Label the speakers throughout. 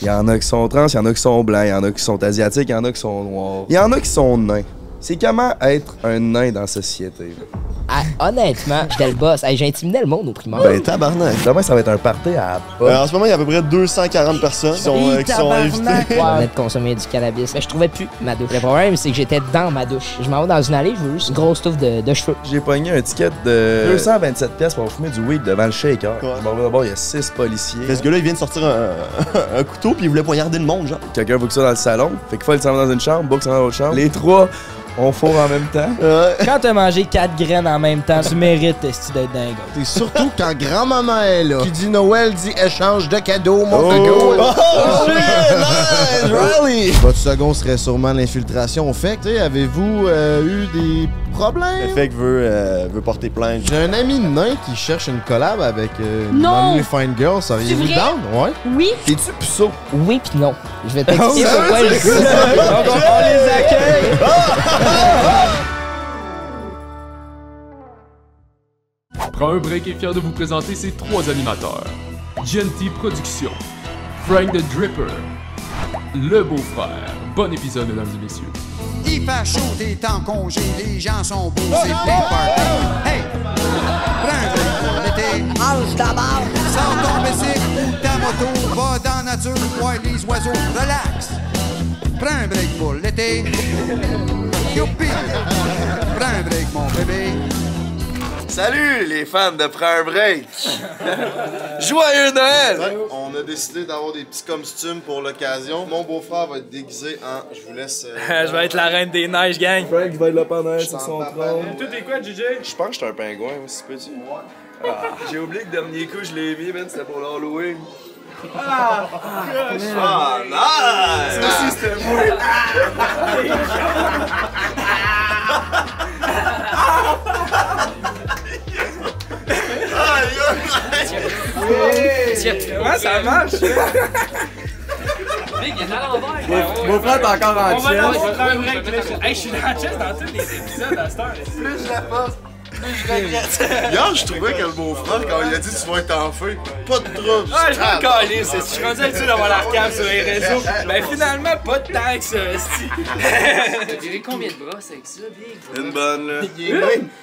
Speaker 1: Il y en a qui sont trans, il y en a qui sont blancs, il y en a qui sont asiatiques, il y en a qui sont noirs. Il y en a qui sont nains. C'est comment être un nain dans la société? là?
Speaker 2: Ah, honnêtement, j'étais le boss. Hey, J'intimidais le monde au primaire.
Speaker 1: Ben, tabarnak. Demain, ça va être un party à
Speaker 3: Euh,
Speaker 1: la
Speaker 3: en ce moment, il y a à peu près 240 personnes qui sont, euh, qui sont invitées.
Speaker 2: Ouais, on venait de consommer du cannabis. Mais je trouvais plus ma douche. Le problème, c'est que j'étais dans ma douche. Je m'en vais dans une allée, je veux juste une grosse touffe de, de cheveux.
Speaker 1: J'ai pogné un ticket de 227 pièces pour fumer du weed devant le shaker.
Speaker 3: Ouais.
Speaker 1: Je m'en vais D'abord, il y a 6 policiers.
Speaker 3: Parce que là, il vient de sortir un, un couteau puis il voulait poignarder le monde, genre.
Speaker 1: Quelqu'un boucle ça dans le salon. Fait qu'il faut le s'en va dans une chambre, boucle s'en va dans l'autre chambre. Les trois, on fourre en même temps.
Speaker 3: Ouais.
Speaker 4: Quand t'as mangé 4 graines en même temps, tu mérites esti, d'être dingue.
Speaker 5: Et surtout quand grand-maman est là, qui dit Noël dit échange de cadeaux, mon
Speaker 1: Oh.
Speaker 5: gars.
Speaker 3: Oh, shit! Nice! Riley!
Speaker 5: Votre second serait sûrement l'infiltration au fait. Tu sais, Avez-vous euh, eu des
Speaker 3: Le
Speaker 5: problèmes?
Speaker 3: fait que veut, euh, veut porter plainte.
Speaker 5: J'ai un ami nain qui cherche une collab avec euh,
Speaker 6: Non!
Speaker 5: Manly Fine Girl. Ça
Speaker 6: C'est
Speaker 5: vous
Speaker 6: vrai?
Speaker 5: down? Ouais.
Speaker 6: Oui,
Speaker 1: T'es-tu puceau?
Speaker 2: Oui pis non. Je vais
Speaker 1: Oh,
Speaker 2: t'expliquer
Speaker 5: Ah,
Speaker 2: pourquoi je dis ça.
Speaker 4: Donc, on, on les accueille.
Speaker 7: Prends un break est fier de vous présenter ces trois animateurs. GNT Productions, Frank the Dripper, Le Beau-Frère. Bon épisode, mesdames et messieurs.
Speaker 8: Il fait chaud, t'es en congé, les gens sont beaux, c'est plein party. Hey! Prends un été. Mange ta barre. Sors ton bicycle ou ta moto, va dans la nature, vois les oiseaux, relax. Prends un break pour l'été. Youpi! Prends un break, mon bébé.
Speaker 1: Salut les fans de Prends un break! Joyeux Noël!
Speaker 5: On a décidé d'avoir des petits costumes pour l'occasion. Mon beau-frère va être déguisé en. Je vous laisse. euh,
Speaker 4: Je vais être la reine des neiges, gang.
Speaker 1: Frank va être le pendant sur
Speaker 5: son trône.
Speaker 4: Tout est quoi, JJ?
Speaker 1: Je pense que j'étais un pingouin, moi, si petit. J'ai oublié que le dernier coup, je l'ai mis, ben, c'était pour l'Halloween. Ah! Ah! nice! Ça aussi, c'était moi!
Speaker 4: Comment ça marche?
Speaker 1: Mon frère est encore en chest.
Speaker 4: Hey, je suis dans la chest dans tous les épisodes à cette heure.
Speaker 5: Hier, je trouvais que le beau-frère, quand il a dit tu vas être en feu, pas de trouble.
Speaker 4: Ah, je me calais, c'est- je suis rendu habitué d'avoir la recap sur les réseaux. Ben finalement, pas de temps que ça, esti.
Speaker 9: combien de brosses avec ça, Big?
Speaker 5: Une bonne, là.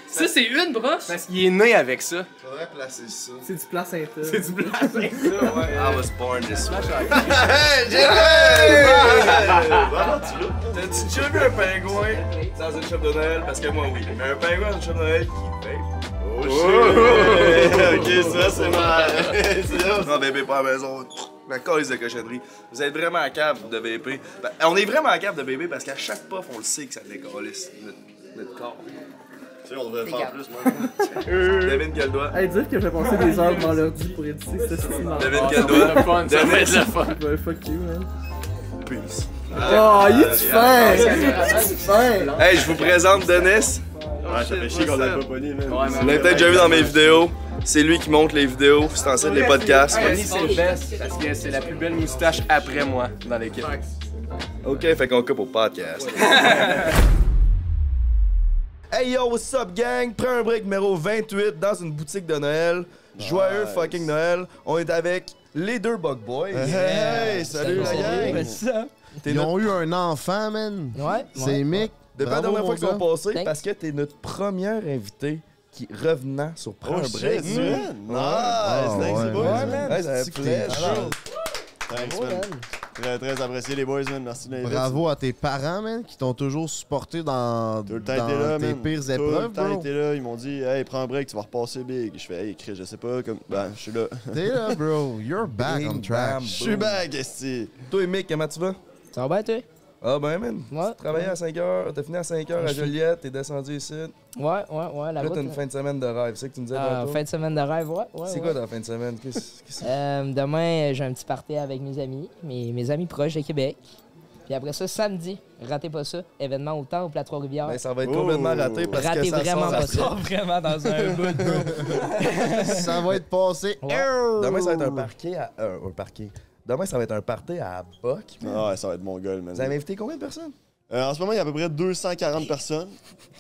Speaker 9: Ça, c'est une brosse?
Speaker 4: Parce qu'il est né avec ça.
Speaker 5: Faudrait placer ça.
Speaker 9: C'est du placenta.
Speaker 1: I was born this way. T'as-tu déjà vu un pingouin dans une chambre de Noël? Parce que moi, oui. Mais un pingouin dans une chambre de Noël qui fait. Oh, shit! ok, ça, c'est mal. Non, bébé, pas à la maison. La cause de cochonnerie. Vous êtes vraiment à cave de bébé. Ben, On est vraiment à cave de bébé parce qu'à chaque puff, on le sait que ça décollisse notre, notre corps.
Speaker 5: Tu sais, on devrait faire plus, moi.
Speaker 1: Devine quel doigt.
Speaker 9: Hey, dire que j'ai passé des heures devant l'ordi pour éditer ce film.
Speaker 1: Devine quel doigt.
Speaker 7: Ça va être le fun.
Speaker 9: Fuck you, man.
Speaker 1: Peace.
Speaker 9: Oh, il est
Speaker 1: Ah,
Speaker 9: fin! Il est fin!
Speaker 1: Hey, je vous présente Denis.
Speaker 3: Ouais, ça fait chier qu'on l'a pas pogné, man.
Speaker 1: Vous l'avez peut-être déjà vu dans mes vidéos. C'est lui qui monte les vidéos, c'est en les podcasts.
Speaker 9: c'est le best parce que c'est la plus belle moustache après moi dans l'équipe.
Speaker 1: Ok, fait qu'on coupe au podcast. hey yo, what's up gang? Prends un break numéro 28 dans une boutique de Noël. Joyeux fucking Noël. On est avec les deux Bug Boys.
Speaker 5: Hey, salut la gang!
Speaker 4: ça.
Speaker 5: Ils ont eu un enfant, man!
Speaker 2: Ouais.
Speaker 5: C'est Mick.
Speaker 1: Depuis la
Speaker 5: Bravo,
Speaker 1: dernière fois
Speaker 5: mon
Speaker 1: qu'ils sont
Speaker 5: gars.
Speaker 1: passés,
Speaker 2: Thanks.
Speaker 1: parce que t'es notre première invitée qui revenant sur Prends un
Speaker 3: Oh, shit,
Speaker 1: break. Mm.
Speaker 3: man.
Speaker 5: Ah,
Speaker 3: Nice, thanks,
Speaker 5: ouais,
Speaker 3: les
Speaker 5: ouais,
Speaker 3: boys.
Speaker 5: man.
Speaker 1: Ouais, ça
Speaker 5: Petit
Speaker 1: fait
Speaker 5: que t'es
Speaker 1: plaisir.
Speaker 5: chaud.
Speaker 3: Thanks, man. Très, très apprécié, les boys, man. Merci de l'invite.
Speaker 5: Bravo à tes parents, man, qui t'ont toujours supporté dans,
Speaker 3: Tout le temps
Speaker 5: dans
Speaker 3: été là,
Speaker 5: tes
Speaker 3: man.
Speaker 5: pires
Speaker 3: Tout le
Speaker 5: épreuves,
Speaker 3: temps
Speaker 5: bro.
Speaker 3: été là. Ils m'ont dit, hey, prends un break, tu vas repasser big. Je fais, hey, Chris, je sais pas. Comme, ben, je suis là.
Speaker 5: T'es là, bro. You're back on track.
Speaker 1: Bam,
Speaker 3: Je suis back, esti.
Speaker 1: Toi et Mick, comment tu vas?
Speaker 2: Ça va bien, toi?
Speaker 1: Ah ben man,
Speaker 2: Ouais.
Speaker 1: tu travaillais à 5h, t'as fini à 5h à Joliette, t'es descendu ici.
Speaker 2: Ouais, ouais, ouais, la
Speaker 1: Là
Speaker 2: route.
Speaker 1: t'as une fin de semaine de rêve, c'est ça que tu me disais
Speaker 2: Ah,
Speaker 1: tantôt?
Speaker 2: fin de semaine de rêve, ouais, ouais.
Speaker 1: C'est
Speaker 2: ouais.
Speaker 1: quoi ta fin de semaine? Qu'est-ce qu'est-ce que
Speaker 2: Euh, demain, j'ai un petit party avec mes amis, mes, mes amis proches de Québec. Puis après ça, samedi, ratez pas ça, événement au temple à Trois-Rivières.
Speaker 1: Ben, ça va être complètement
Speaker 3: Oh.
Speaker 1: raté parce que
Speaker 2: ratez
Speaker 1: ça
Speaker 2: vraiment
Speaker 1: sort
Speaker 2: pas
Speaker 1: à-
Speaker 2: ça.
Speaker 4: Vraiment dans un bout.
Speaker 5: Ça va être passé.
Speaker 2: Ouais.
Speaker 1: Demain, ça
Speaker 2: Oh.
Speaker 1: va être un parquet à... euh, un parquet. Demain, ça va être un party à Boc.
Speaker 3: Ah, ouais, ça va être mon gueule, man.
Speaker 1: Vous avez invité combien de personnes?
Speaker 3: Euh, en ce moment, il y a à peu près 240 personnes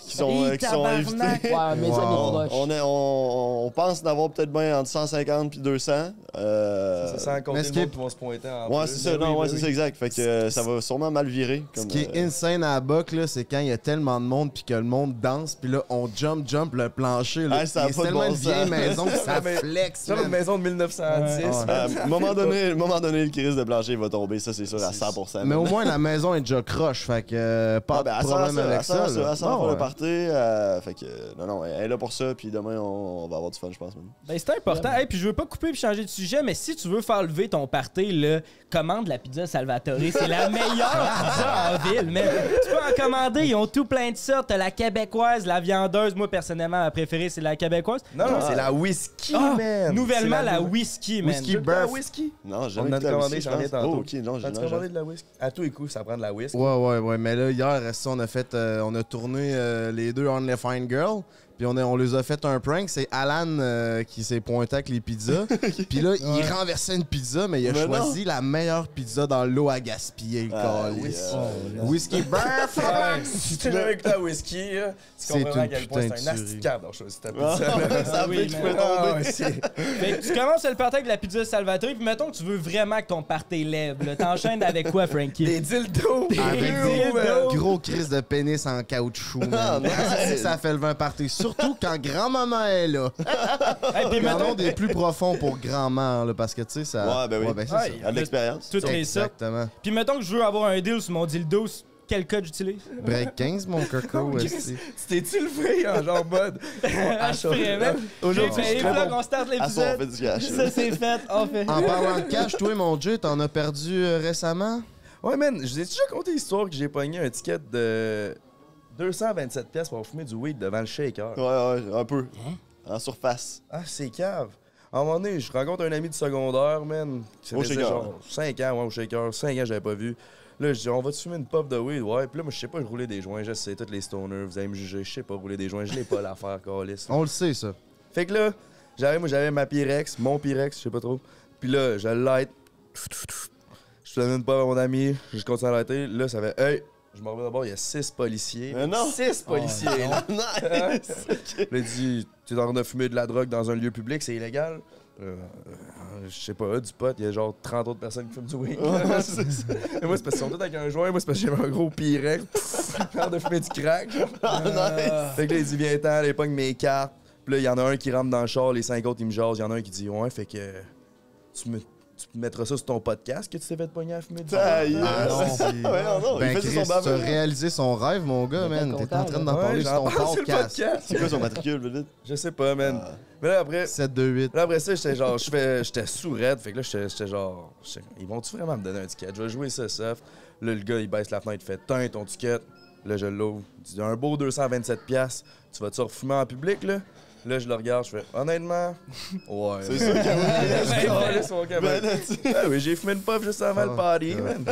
Speaker 3: qui sont, euh, qui sont
Speaker 6: Ouais,
Speaker 3: invitées.
Speaker 6: mes amis proches.
Speaker 3: On, est- on- on pense d'avoir peut-être bien entre 150 puis 200. Euh,
Speaker 1: Ça, c'est sans compter
Speaker 5: mais
Speaker 1: le
Speaker 5: ce
Speaker 1: monde
Speaker 5: qui est-
Speaker 1: qui vont se pointer en
Speaker 3: Ouais,
Speaker 1: plus.
Speaker 3: c'est ça,
Speaker 1: Ben oui,
Speaker 3: non, ouais,
Speaker 1: ben
Speaker 3: c'est
Speaker 1: oui.
Speaker 3: ça, exact. Fait que euh, ça va sûrement mal virer.
Speaker 5: Ce
Speaker 3: comme,
Speaker 5: qui est
Speaker 3: euh,
Speaker 5: insane à la boc, là, c'est quand il y a tellement de monde puis que le monde danse puis là on jump jump le plancher là.
Speaker 3: Ah, ça a
Speaker 5: Il y
Speaker 3: pas de
Speaker 5: tellement
Speaker 3: bon
Speaker 5: une vieille
Speaker 3: sens.
Speaker 5: maison que ça
Speaker 1: Non, mais-
Speaker 5: flex.
Speaker 1: Genre
Speaker 5: man.
Speaker 1: une maison de 1910.
Speaker 3: à un moment donné, à un moment donné, le crise de plancher va tomber, ça c'est sûr, à 100%.
Speaker 5: Mais au moins la maison est déjà croche, fait que euh, pas
Speaker 3: Ah, ben,
Speaker 5: de
Speaker 3: elle s'en va
Speaker 5: problème
Speaker 3: ça,
Speaker 5: avec
Speaker 3: elle s'en va
Speaker 5: ça.
Speaker 3: ça,
Speaker 5: là.
Speaker 3: elle s'en va
Speaker 5: Bon,
Speaker 3: faire le
Speaker 5: ouais.
Speaker 3: party, euh, fait que, euh, non, non, elle est là pour ça, puis demain, on, on va avoir du fun, je pense. Même.
Speaker 2: Ben, c'est important. Hey, puis je veux pas couper puis changer de sujet, mais si tu veux faire lever ton party, là, commande la pizza Salvatore. C'est la meilleure pizza en ville, mais tu peux en commander. Ils ont tout plein de sortes. T'as la québécoise, la viandeuse. Moi, personnellement, ma préférée, c'est la québécoise.
Speaker 1: Non, non, c'est la
Speaker 2: Ah, nouvellement, la, whisky, man.
Speaker 5: Whisky burf.
Speaker 1: whisky.
Speaker 3: Non, j'ai
Speaker 1: On
Speaker 3: jamais
Speaker 1: en a
Speaker 3: goûté la
Speaker 1: commandé,
Speaker 3: whisky,
Speaker 1: j'en ai
Speaker 3: je pense.
Speaker 1: tantôt.
Speaker 3: Oh, ok, non, j'ai
Speaker 1: T'as
Speaker 3: non, j'ai-
Speaker 1: commandé de la whisky? À tous les coups, ça prend de la whisky.
Speaker 5: Ouais, ouais, ouais. Mais là, hier, ça, on a fait, euh, on a tourné euh, les deux On the Fine Girl. Puis on, a- on les a fait un prank. C'est Alan euh, qui s'est pointé avec les pizzas. Puis là, il renversait une pizza, mais il a
Speaker 3: Mais
Speaker 5: choisi la meilleure pizza dans l'eau à gaspiller, le
Speaker 3: Ah,
Speaker 5: câlisse.
Speaker 3: oui, euh,
Speaker 5: Whisky
Speaker 1: Ah,
Speaker 5: burf!
Speaker 1: Si t'as jamais écouté la whisky, là, tu
Speaker 5: C'est
Speaker 1: comprendras à
Speaker 5: une
Speaker 1: quel point
Speaker 5: putain
Speaker 1: c'est
Speaker 5: de
Speaker 1: un asti
Speaker 5: tuerie.
Speaker 1: de cave d'avoir choisi ta
Speaker 3: Ah,
Speaker 1: pizza.
Speaker 3: ça
Speaker 2: oui,
Speaker 3: fait que je
Speaker 2: mais-
Speaker 3: peux
Speaker 1: Ah,
Speaker 3: tomber.
Speaker 1: ouais, c'est-
Speaker 2: Fait que Ben, tu commences le party avec la pizza Salvatore, puis mettons que tu veux vraiment que ton party lève. là. T'enchaînes avec quoi, Frankie?
Speaker 1: Des dildos! Ah,
Speaker 5: Avec
Speaker 1: Des
Speaker 5: des gros crise de pénis en caoutchouc,
Speaker 3: Ah,
Speaker 5: man. Ça, ça fait le vin party. Surtout quand grand-maman est là.
Speaker 2: Hey, puis
Speaker 5: Ils en
Speaker 2: mettons
Speaker 5: ont des plus profonds pour grand-mère, là, parce que, tu sais, ça...
Speaker 3: Ouais, ben oui.
Speaker 5: c'est
Speaker 2: Ouais,
Speaker 5: ça.
Speaker 3: Elle a de l'expérience.
Speaker 2: toutes les sortes.
Speaker 5: Exactement.
Speaker 2: Puis mettons que je veux avoir un deal sur mon dildo, c'est quel code j'utilise?
Speaker 5: Break 15, mon coco, aussi.
Speaker 1: Tu t'es-tu levé en genre mode?
Speaker 2: Ah, je ferais, man.
Speaker 3: Aujourd'hui,
Speaker 2: Fait,
Speaker 3: je suis
Speaker 2: hey,
Speaker 3: très
Speaker 2: Flo,
Speaker 3: bon.
Speaker 2: on start
Speaker 3: À soir,
Speaker 2: l'épisode.
Speaker 3: on fait du cash.
Speaker 2: Ah, Ça, c'est fait. On fait.
Speaker 5: En parlant de cash, toi, mon Dieu, t'en as perdu euh, récemment?
Speaker 1: Ah, Ouais, man, je vous ai déjà conté l'histoire que j'ai pogné un ticket de 227 pièces pour fumer du weed devant le shaker.
Speaker 3: Ouais, ouais, un peu.
Speaker 5: Hein?
Speaker 3: En surface.
Speaker 1: Ah, c'est cave. À un moment donné, je rencontre un ami du secondaire, man.
Speaker 3: Au shaker.
Speaker 1: 5 ans, ouais, au shaker. 5 ans, j'avais pas vu. Là, je dis, on va te fumer une pop de weed, ouais. Puis là, moi, je sais pas rouler des joints. Je sais, tous les stoners, vous allez me juger. Je sais pas rouler des joints. Je l'ai pas l'affaire, Calis.
Speaker 5: On le sait, ça.
Speaker 1: Fait que là, j'arrive, moi, j'avais ma Pyrex, mon Pyrex, je sais pas trop. Puis là, je light. Je donne une pop à mon ami. Je continue à lighter. Là, ça fait, hey, je me reviens d'abord, il y a 6 policiers.
Speaker 3: Mais non. Ah,
Speaker 1: 6 policiers, là. Il a dit T'es en train de fumer de la drogue dans un lieu public, c'est illégal. Euh, euh, je sais pas, du pot, il y a genre 30 autres personnes qui fument du weed. Et moi, c'est parce qu'ils sont tous avec un joint, moi, c'est parce que j'avais un gros pyrex. en train de fumer du crack.
Speaker 5: Ah,
Speaker 1: Fait que là, il dit Viens-t'en, là, il pogne mes cartes. Puis là, il y en a un qui rentre dans le char, les cinq autres, ils me jasent. Il y en a un qui dit Ouais, fait que tu me. Tu mettras ça sur ton podcast que tu t'es fait pogner à fumer du
Speaker 3: Ta
Speaker 1: weed.
Speaker 3: gueule.
Speaker 5: Ah non, c'est-
Speaker 3: Ouais, non, non, Oh, il
Speaker 5: Ben,
Speaker 3: faisait son
Speaker 5: Chris, tu as
Speaker 3: bavard. hein.
Speaker 5: réalisé son rêve, mon gars,
Speaker 6: Il était
Speaker 5: man. T'es
Speaker 6: content,
Speaker 5: en train
Speaker 6: là.
Speaker 5: d'en parler
Speaker 1: Ouais,
Speaker 5: sur
Speaker 1: j'en
Speaker 5: ton
Speaker 1: parle sur le
Speaker 5: podcast. Ah.
Speaker 1: podcast.
Speaker 3: C'est quoi son matricule, le vite? Ah,
Speaker 1: Je sais pas,
Speaker 5: Ben,
Speaker 1: man.
Speaker 5: euh,
Speaker 1: Mais là, après,
Speaker 5: 7-2-8.
Speaker 1: Là, après ça, j'étais genre, je fais- j'étais sourette. Fait que là, j'étais j'étais genre, j'étais- ils vont-tu vraiment me donner un ticket? Je vais jouer ça soft. Là, le gars, il baisse la fenêtre, il fait, tiens, ton ticket. Là, je l'ouvre. Il dit, un beau 227$. piastres. Tu vas-tu refumer en public, là? Là, je le regarde, je fais, honnêtement, ouais. C'est ça,
Speaker 5: ben,
Speaker 1: Ah oui, j'ai fumé une puff juste avant
Speaker 5: Ah.
Speaker 1: le party, man.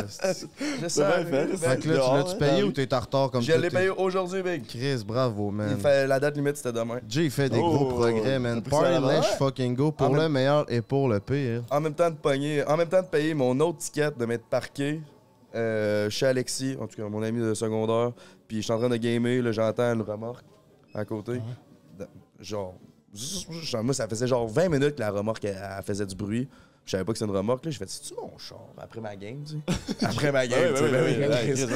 Speaker 1: Je savais,
Speaker 3: bien fait,
Speaker 1: man.
Speaker 3: ça.
Speaker 5: Fait que là, tu
Speaker 3: Dehors,
Speaker 5: l'as-tu
Speaker 3: hein,
Speaker 5: payé
Speaker 3: dans-
Speaker 5: ou t'es en retard comme
Speaker 1: Je
Speaker 5: tout
Speaker 1: l'ai
Speaker 5: est-
Speaker 1: payé aujourd'hui, big.
Speaker 5: Chris, bravo,
Speaker 1: Il
Speaker 5: man.
Speaker 1: fait, la date limite, c'était demain.
Speaker 5: Jay fait des
Speaker 3: Oh,
Speaker 5: gros progrès,
Speaker 3: t'as
Speaker 5: man.
Speaker 3: pris ça à la
Speaker 5: Party,
Speaker 3: main. Ah,
Speaker 5: lèche, fucking go
Speaker 1: En
Speaker 5: pour le
Speaker 1: même-
Speaker 5: meilleur et pour le pire.
Speaker 1: En même temps de pogner, en même temps de payer mon autre ticket de m'être parqué euh, chez Alexis, en tout cas mon ami de secondaire, puis je suis en train de gamer, là j'entends une remorque à côté.
Speaker 3: Ah
Speaker 1: Da- Genre, zzz, zzz, genre, moi ça faisait genre 20 minutes que la remorque elle, elle faisait du bruit. Je savais pas que c'était une remorque, là. J'ai fait, c'est-tu mon char? Après ma game, tu sais. Après ma game, tu sais. ben oui, ben oui. Là,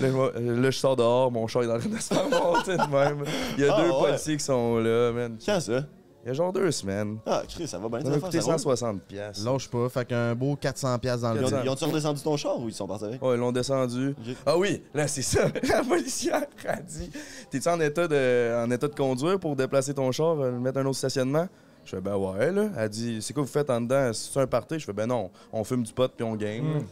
Speaker 1: je vois- euh, là, je sors dehors, mon char il est en train de se faire monter de même. Il y a
Speaker 3: Ah,
Speaker 1: deux
Speaker 3: ouais.
Speaker 1: policiers qui sont là, man.
Speaker 3: Quand ça?
Speaker 1: Il y a genre deux semaines.
Speaker 3: Ah, Chris, ça va bien.
Speaker 1: Ça m'a
Speaker 3: tes
Speaker 1: coûté
Speaker 3: affaires, ça roule.
Speaker 1: 160 pièces.
Speaker 5: Lâche pas, fait qu'un beau 400$ piastres dans le
Speaker 3: Ils ont-
Speaker 5: vide.
Speaker 3: Ils ont-tu redescendu ton char ou ils sont partis avec?
Speaker 1: Ouais, ils l'ont descendu.
Speaker 3: Ok.
Speaker 1: Ah oui, là, c'est ça. La policière a dit T'es-tu en état, de, en état de conduire pour déplacer ton char, euh, le mettre à un autre stationnement Je fais Ben ouais, là. Elle dit C'est quoi vous faites en dedans C'est un party Je fais Ben non, on fume du pot puis on game.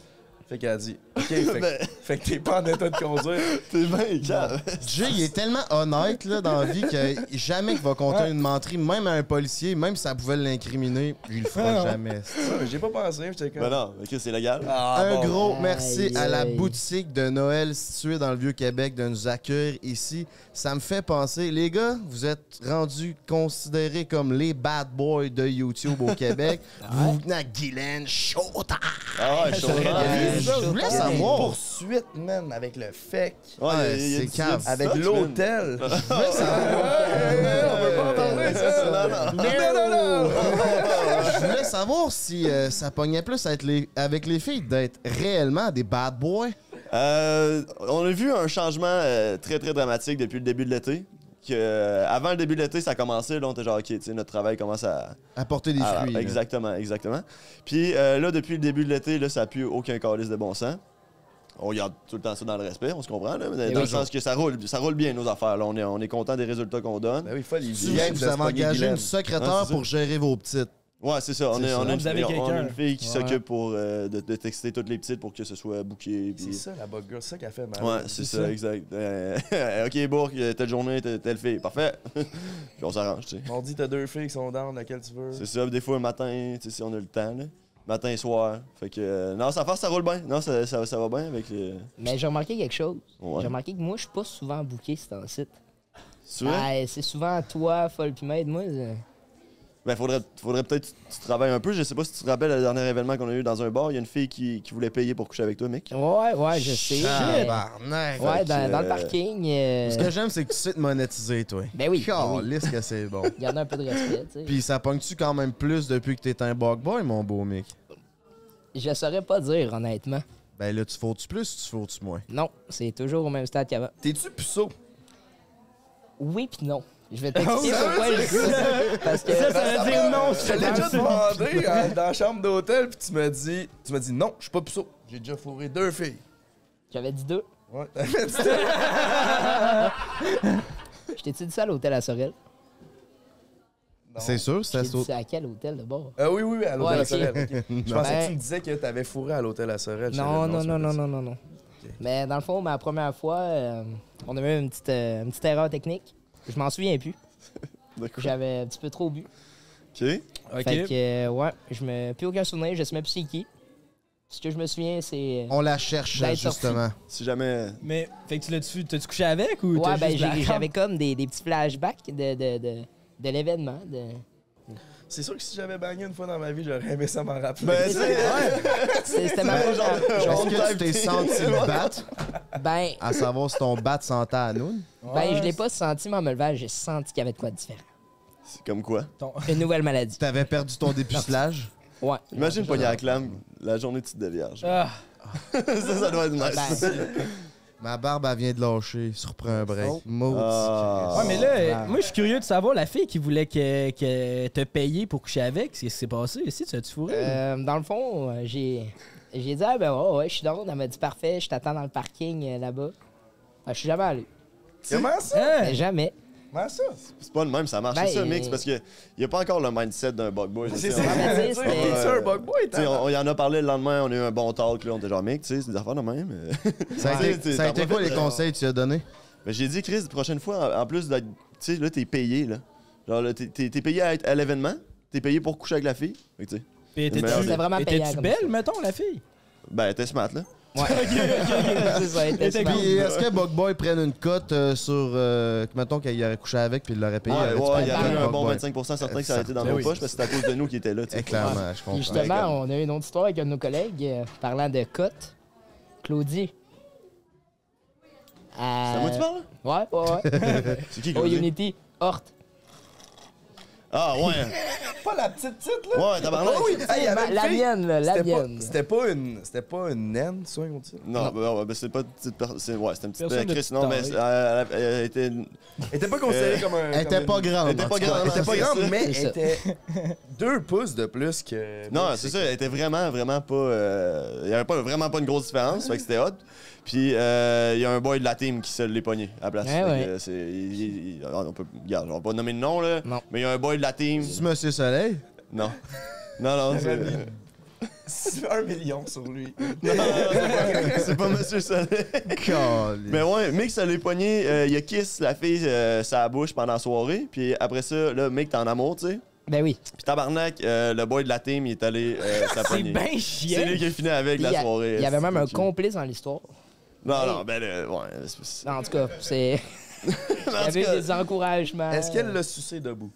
Speaker 1: Fait qu'elle a dit Ok, fait,
Speaker 3: Ben.
Speaker 1: que- fait que t'es pas en état de conduire.
Speaker 3: T'es bien calme.
Speaker 5: Jay, il est tellement honnête là, dans la vie que jamais qu'il va compter une menterie, même à un policier, même si ça pouvait l'incriminer, il le fera jamais. c'est-
Speaker 1: J'ai pas pensé, j'étais comme.
Speaker 3: Ben non, mais Chris, c'est légal.
Speaker 1: Ah,
Speaker 5: Un
Speaker 1: bon.
Speaker 5: gros
Speaker 6: Aïe,
Speaker 5: merci à la
Speaker 6: aïe.
Speaker 5: boutique de Noël située dans le Vieux-Québec de nous accueillir ici. Ça me fait penser, les gars, vous êtes rendus considérés comme les bad boys de YouTube au Québec. Vous venez à Guylaine, showtime!
Speaker 3: Ah ouais, je suis
Speaker 5: Euh,
Speaker 1: c'est ça, je voulais
Speaker 5: Ah,
Speaker 1: savoir.
Speaker 5: bon.
Speaker 1: Poursuite, man, avec le FEC.
Speaker 5: Ouais, Ah, il y a- il y a c'est du cave.
Speaker 1: Avec
Speaker 5: Fuck,
Speaker 1: l'hôtel. Je voulais
Speaker 5: savoir.
Speaker 1: Non, non, non.
Speaker 5: Je voulais savoir si euh, ça pognait plus à être les- avec les filles d'être réellement des bad boys.
Speaker 3: Euh, on a vu un changement euh, très très dramatique depuis le début de l'été. Que, euh, avant le début de l'été, ça a commencé. Là, on était genre, OK, tu sais, notre travail commence à.
Speaker 5: Apporter des
Speaker 3: à-
Speaker 5: fruits, là.
Speaker 3: Exactement, exactement. Puis euh, là, depuis le début de l'été, là, ça n'a plus aucun calice de bon sens. On regarde tout le temps ça dans le respect, on se comprend, là, mais dans
Speaker 1: Eh
Speaker 3: le
Speaker 1: oui.
Speaker 3: sens que ça roule, ça roule bien nos affaires. là. on, est, on est content des résultats qu'on donne.
Speaker 1: Ben
Speaker 5: Ben
Speaker 1: oui, faut les
Speaker 5: Tu vous avez engagé une secrétaire pour gérer vos petites.
Speaker 3: Ouais, c'est ça. On,
Speaker 5: C'est
Speaker 3: a,
Speaker 5: ça.
Speaker 3: on a une,
Speaker 5: Vous avez
Speaker 3: on a
Speaker 5: quelqu'un.
Speaker 3: une fille qui
Speaker 5: Ouais.
Speaker 3: s'occupe pour, euh, de, de texter toutes les petites pour que ce soit booké.
Speaker 1: C'est
Speaker 3: puis-
Speaker 1: ça, la bug girl, c'est ça qu'elle fait
Speaker 5: Ah
Speaker 1: mal.
Speaker 3: Ouais, c'est ça, exact. Euh, ok, Bourg, euh, telle journée, telle, telle fille. Parfait. Puis on s'arrange, tu sais.
Speaker 1: On dit t'as deux filles qui sont down, laquelle tu veux.
Speaker 3: C'est ça, des fois, le matin, tu sais, si on a le temps, là. Matin et soir. Fait que. euh, non, ça passe, ça roule bien. Non, ça, ça, ça va bien avec. euh,
Speaker 2: Mais j'ai remarqué quelque chose.
Speaker 3: Ouais.
Speaker 2: J'ai remarqué que moi, je suis pas souvent booké sur ton site.
Speaker 3: C'est vrai?
Speaker 2: Ah, c'est souvent toi, Folle puis Maître. Moi, je-
Speaker 3: Ben, faudrait, faudrait peut-être que tu, tu travailles un peu. Je sais pas si tu te rappelles le dernier événement qu'on a eu dans un bar. Il y a une fille qui, qui voulait payer pour coucher avec toi, mec.
Speaker 2: Ouais, ouais, Ah, je sais. mais-
Speaker 5: Ah, Tabarnak.
Speaker 2: Ouais,
Speaker 5: Fait
Speaker 2: dans,
Speaker 5: que,
Speaker 2: dans le
Speaker 5: euh,
Speaker 2: parking. euh,
Speaker 5: Ce que j'aime, c'est que tu sais te monétiser, toi.
Speaker 2: Ben oui, ben oui.
Speaker 5: Calisse que c'est bon.
Speaker 2: Garder un peu de respect, tu sais.
Speaker 5: Puis ça pogne-tu quand même plus depuis que t'es un bug boy, mon beau Mick?
Speaker 2: Je saurais pas dire, honnêtement.
Speaker 5: Ben là, tu faut-tu plus ou tu faut-tu moins?
Speaker 2: Non, c'est toujours au même stade qu'avant.
Speaker 1: T'es-tu puceau?
Speaker 2: Oui puis non. Je vais
Speaker 1: Oh,
Speaker 2: t'expliquer
Speaker 1: ça,
Speaker 2: pourquoi
Speaker 1: c'est
Speaker 2: je dis ça.
Speaker 1: cool.
Speaker 2: Parce que...
Speaker 1: Ça, ça veut dire non,
Speaker 2: c'est
Speaker 1: Je l'ai déjà demandé euh, dans la chambre d'hôtel, puis tu m'as dit, tu m'as dit non, je suis pas puceau. J'ai déjà fourré deux filles.
Speaker 2: J'avais dit deux.
Speaker 1: Ouais, t'avais dit
Speaker 2: Je t'ai-tu dit ça à l'hôtel à Sorel?
Speaker 5: C'est sûr, c'est
Speaker 2: Je
Speaker 5: à
Speaker 2: t'ai dit
Speaker 5: saut.
Speaker 2: ça à quel hôtel, de bord?
Speaker 1: Ah oui, oui, oui, à l'hôtel
Speaker 2: Ouais,
Speaker 1: à Sorel.
Speaker 2: ok.
Speaker 1: ok. Je
Speaker 2: Ben-
Speaker 1: pensais que tu me disais que t'avais fourré à l'hôtel à Sorel.
Speaker 2: Non, non, non, non, non, non, non. Mais dans le fond, ma première fois, euh, on a eu une petite, euh, une petite erreur technique. Je m'en souviens plus. J'avais un petit peu trop bu.
Speaker 3: OK.
Speaker 2: Fait que, euh, ouais, je me. Plus aucun souvenir, je sais même plus c'est qui. Ce que je me souviens, c'est. euh,
Speaker 5: On la cherche,
Speaker 2: D'être
Speaker 5: justement.
Speaker 2: sorti.
Speaker 3: Si jamais.
Speaker 10: Mais, fait que tu l'as-tu t'as-tu couché avec ou t'as
Speaker 2: Ouais, ben
Speaker 10: juste la
Speaker 2: j'ai-
Speaker 10: rampe?
Speaker 2: j'avais comme des, des petits flashbacks de, de, de, de l'événement. De...
Speaker 1: C'est sûr que si j'avais bagné une fois dans ma vie, j'aurais aimé ça m'en rappeler.
Speaker 2: Ben, tu sais, ouais. C'est- c'était ma-
Speaker 1: Ouais,
Speaker 5: Euh, Est-ce que tu t'es
Speaker 1: type.
Speaker 5: senti le battre?
Speaker 2: Ben,
Speaker 5: À savoir si ton bat sentait à nous.
Speaker 2: ben je l'ai pas senti, mais en me levant, j'ai senti qu'il y avait de quoi de différent.
Speaker 3: C'est comme quoi?
Speaker 2: Une nouvelle maladie.
Speaker 5: T'avais perdu ton dépucelage?
Speaker 2: Ouais.
Speaker 3: Imagine pogner la clame la journée tu te dévierges.
Speaker 10: Ah,
Speaker 3: ça, ça doit être
Speaker 5: ben,
Speaker 3: nice.
Speaker 5: Ma barbe, elle vient de lâcher. Surprends un break. Maudit.
Speaker 3: Ah.
Speaker 10: Ouais, mais là, euh, moi, je suis curieux de savoir, la fille qui voulait que, que te payer pour coucher avec, qu'est-ce qui s'est passé? Si, tu as-tu fourré?
Speaker 2: Euh, dans le fond, euh, j'ai j'ai dit, ah ben ouais, ouais, je suis down. Elle m'a dit, parfait, je t'attends dans le parking euh, là-bas. Ben, je suis jamais allé.
Speaker 1: Comment ça?
Speaker 10: Hein?
Speaker 2: Ben, jamais.
Speaker 1: Comment ça?
Speaker 3: C'est pas le même, ça marche.
Speaker 2: Ben,
Speaker 3: c'est ça,
Speaker 2: euh,
Speaker 3: Mix, parce qu'il n'y a pas encore le mindset d'un bug boy.
Speaker 1: C'est ça, c'est ça, c'est ça, un bug boy,
Speaker 3: Il on, on y en a parlé le lendemain, on a eu un bon talk, là, on était genre, Mix, tu sais, c'est des affaires de même. euh.
Speaker 5: Ça a
Speaker 3: Tu sais,
Speaker 5: été,
Speaker 3: t'es-
Speaker 5: ça a
Speaker 3: t'en
Speaker 5: été quoi
Speaker 3: profites,
Speaker 5: les
Speaker 3: là.
Speaker 5: conseils que tu as donnés?
Speaker 3: Ben, J'ai dit, Chris, la prochaine fois, en- en plus, d'être- tu sais, là, t'es payé, là. Genre, là, t'es- t'es t'es payé à être à l'événement, t'es payé pour coucher avec la fille. Fait que, tu sais,
Speaker 10: Puis
Speaker 3: c'est le meilleur
Speaker 10: étais-tu
Speaker 3: des-
Speaker 10: étais-tu belle, mettons, la fille?
Speaker 3: Ben, t'es smart, là.
Speaker 2: Ouais.
Speaker 10: C'est ça, elle était
Speaker 5: Puis euh,
Speaker 10: smart.
Speaker 5: est-ce que Bug Boy prenne une cote euh, sur. euh, que mettons qu'il aurait couché avec puis il l'aurait payé?
Speaker 3: Ouais,
Speaker 5: aurait-tu
Speaker 3: ouais, il
Speaker 5: payé
Speaker 3: y
Speaker 5: le
Speaker 3: avait eu un
Speaker 5: Bug
Speaker 3: bon
Speaker 5: Boy?
Speaker 3: 25% certain que ça
Speaker 5: Certain,
Speaker 3: a été dans nos
Speaker 5: Ben oui.
Speaker 3: poches, parce que c'est à cause de nous qui était là. tu sais.
Speaker 5: Eh, clairement, je
Speaker 2: Puis
Speaker 5: comprends.
Speaker 2: justement, on a eu une autre histoire avec un de nos collègues euh, parlant de cotes. Claudie. Euh,
Speaker 3: C'est à moi que tu parles,
Speaker 2: Ouais, ouais, ouais.
Speaker 3: C'est qui,
Speaker 2: Oh,
Speaker 3: Claudie?
Speaker 2: Unity, Hort.
Speaker 3: Ah, ouais.
Speaker 1: Pas la petite petite, là?
Speaker 3: Ouais, tabarnak.
Speaker 1: Ah oui, hey, il y avait une
Speaker 2: La
Speaker 1: fille-
Speaker 2: mienne, là, la
Speaker 1: c'était pas-
Speaker 2: mienne.
Speaker 1: C'était pas une. C'était pas une naine, tu sais, on dit.
Speaker 3: Non, ben, ouais, ben, c'est pas une petite personne. C'est, ouais, c'était une petite
Speaker 1: Personne de
Speaker 3: Chris,
Speaker 1: petite
Speaker 3: non, mais
Speaker 1: taille.
Speaker 3: c'est- euh, elle, a- elle était.
Speaker 1: Elle était pas considérée comme un- Elle était comme pas une- grande,
Speaker 3: Elle était
Speaker 1: en
Speaker 3: pas
Speaker 1: tout cas.
Speaker 3: grande.
Speaker 1: Elle était pas
Speaker 3: c'est
Speaker 1: grande,
Speaker 3: ça.
Speaker 1: mais
Speaker 3: C'est ça.
Speaker 1: elle était deux pouces de plus que.
Speaker 3: Non, c'est ça, elle était vraiment, vraiment pas. euh, Il y avait pas, vraiment pas une grosse différence, fait que c'était hot. Puis euh, il y a un boy de la team qui se l'est pogné à la place.
Speaker 2: Ouais,
Speaker 3: Fait que,
Speaker 2: ouais.
Speaker 3: euh, c'est- il- il- on peut, regarde, on va pas nommer de nom, là. Mais il y a un boy de la team.
Speaker 5: C'est Monsieur Soleil?
Speaker 3: Non. Non, non, c'est.
Speaker 1: C'est un million sur lui.
Speaker 3: Euh. c'est pas Monsieur Soleil. Mais ouais, Mick, ça l'est pogné. euh, Il a kiss la fille euh, sa bouche pendant la soirée. Puis après ça, là, Mick, t'es en amour, tu sais.
Speaker 2: Ben oui.
Speaker 3: Puis tabarnak, euh, le boy de la team, il est allé euh, s'appogner.
Speaker 2: ben chiant.
Speaker 3: C'est lui qui a fini avec
Speaker 2: Il y
Speaker 3: la
Speaker 2: a-
Speaker 3: soirée.
Speaker 2: Il y avait même un
Speaker 3: C'est-
Speaker 2: complice dans l'histoire.
Speaker 3: Non, non, ben, euh, ouais. c'est- c'est-
Speaker 2: En tout cas, c'est. Il y avait
Speaker 3: cas-
Speaker 2: des encouragements.
Speaker 1: Est-ce qu'elle l'a sucé debout?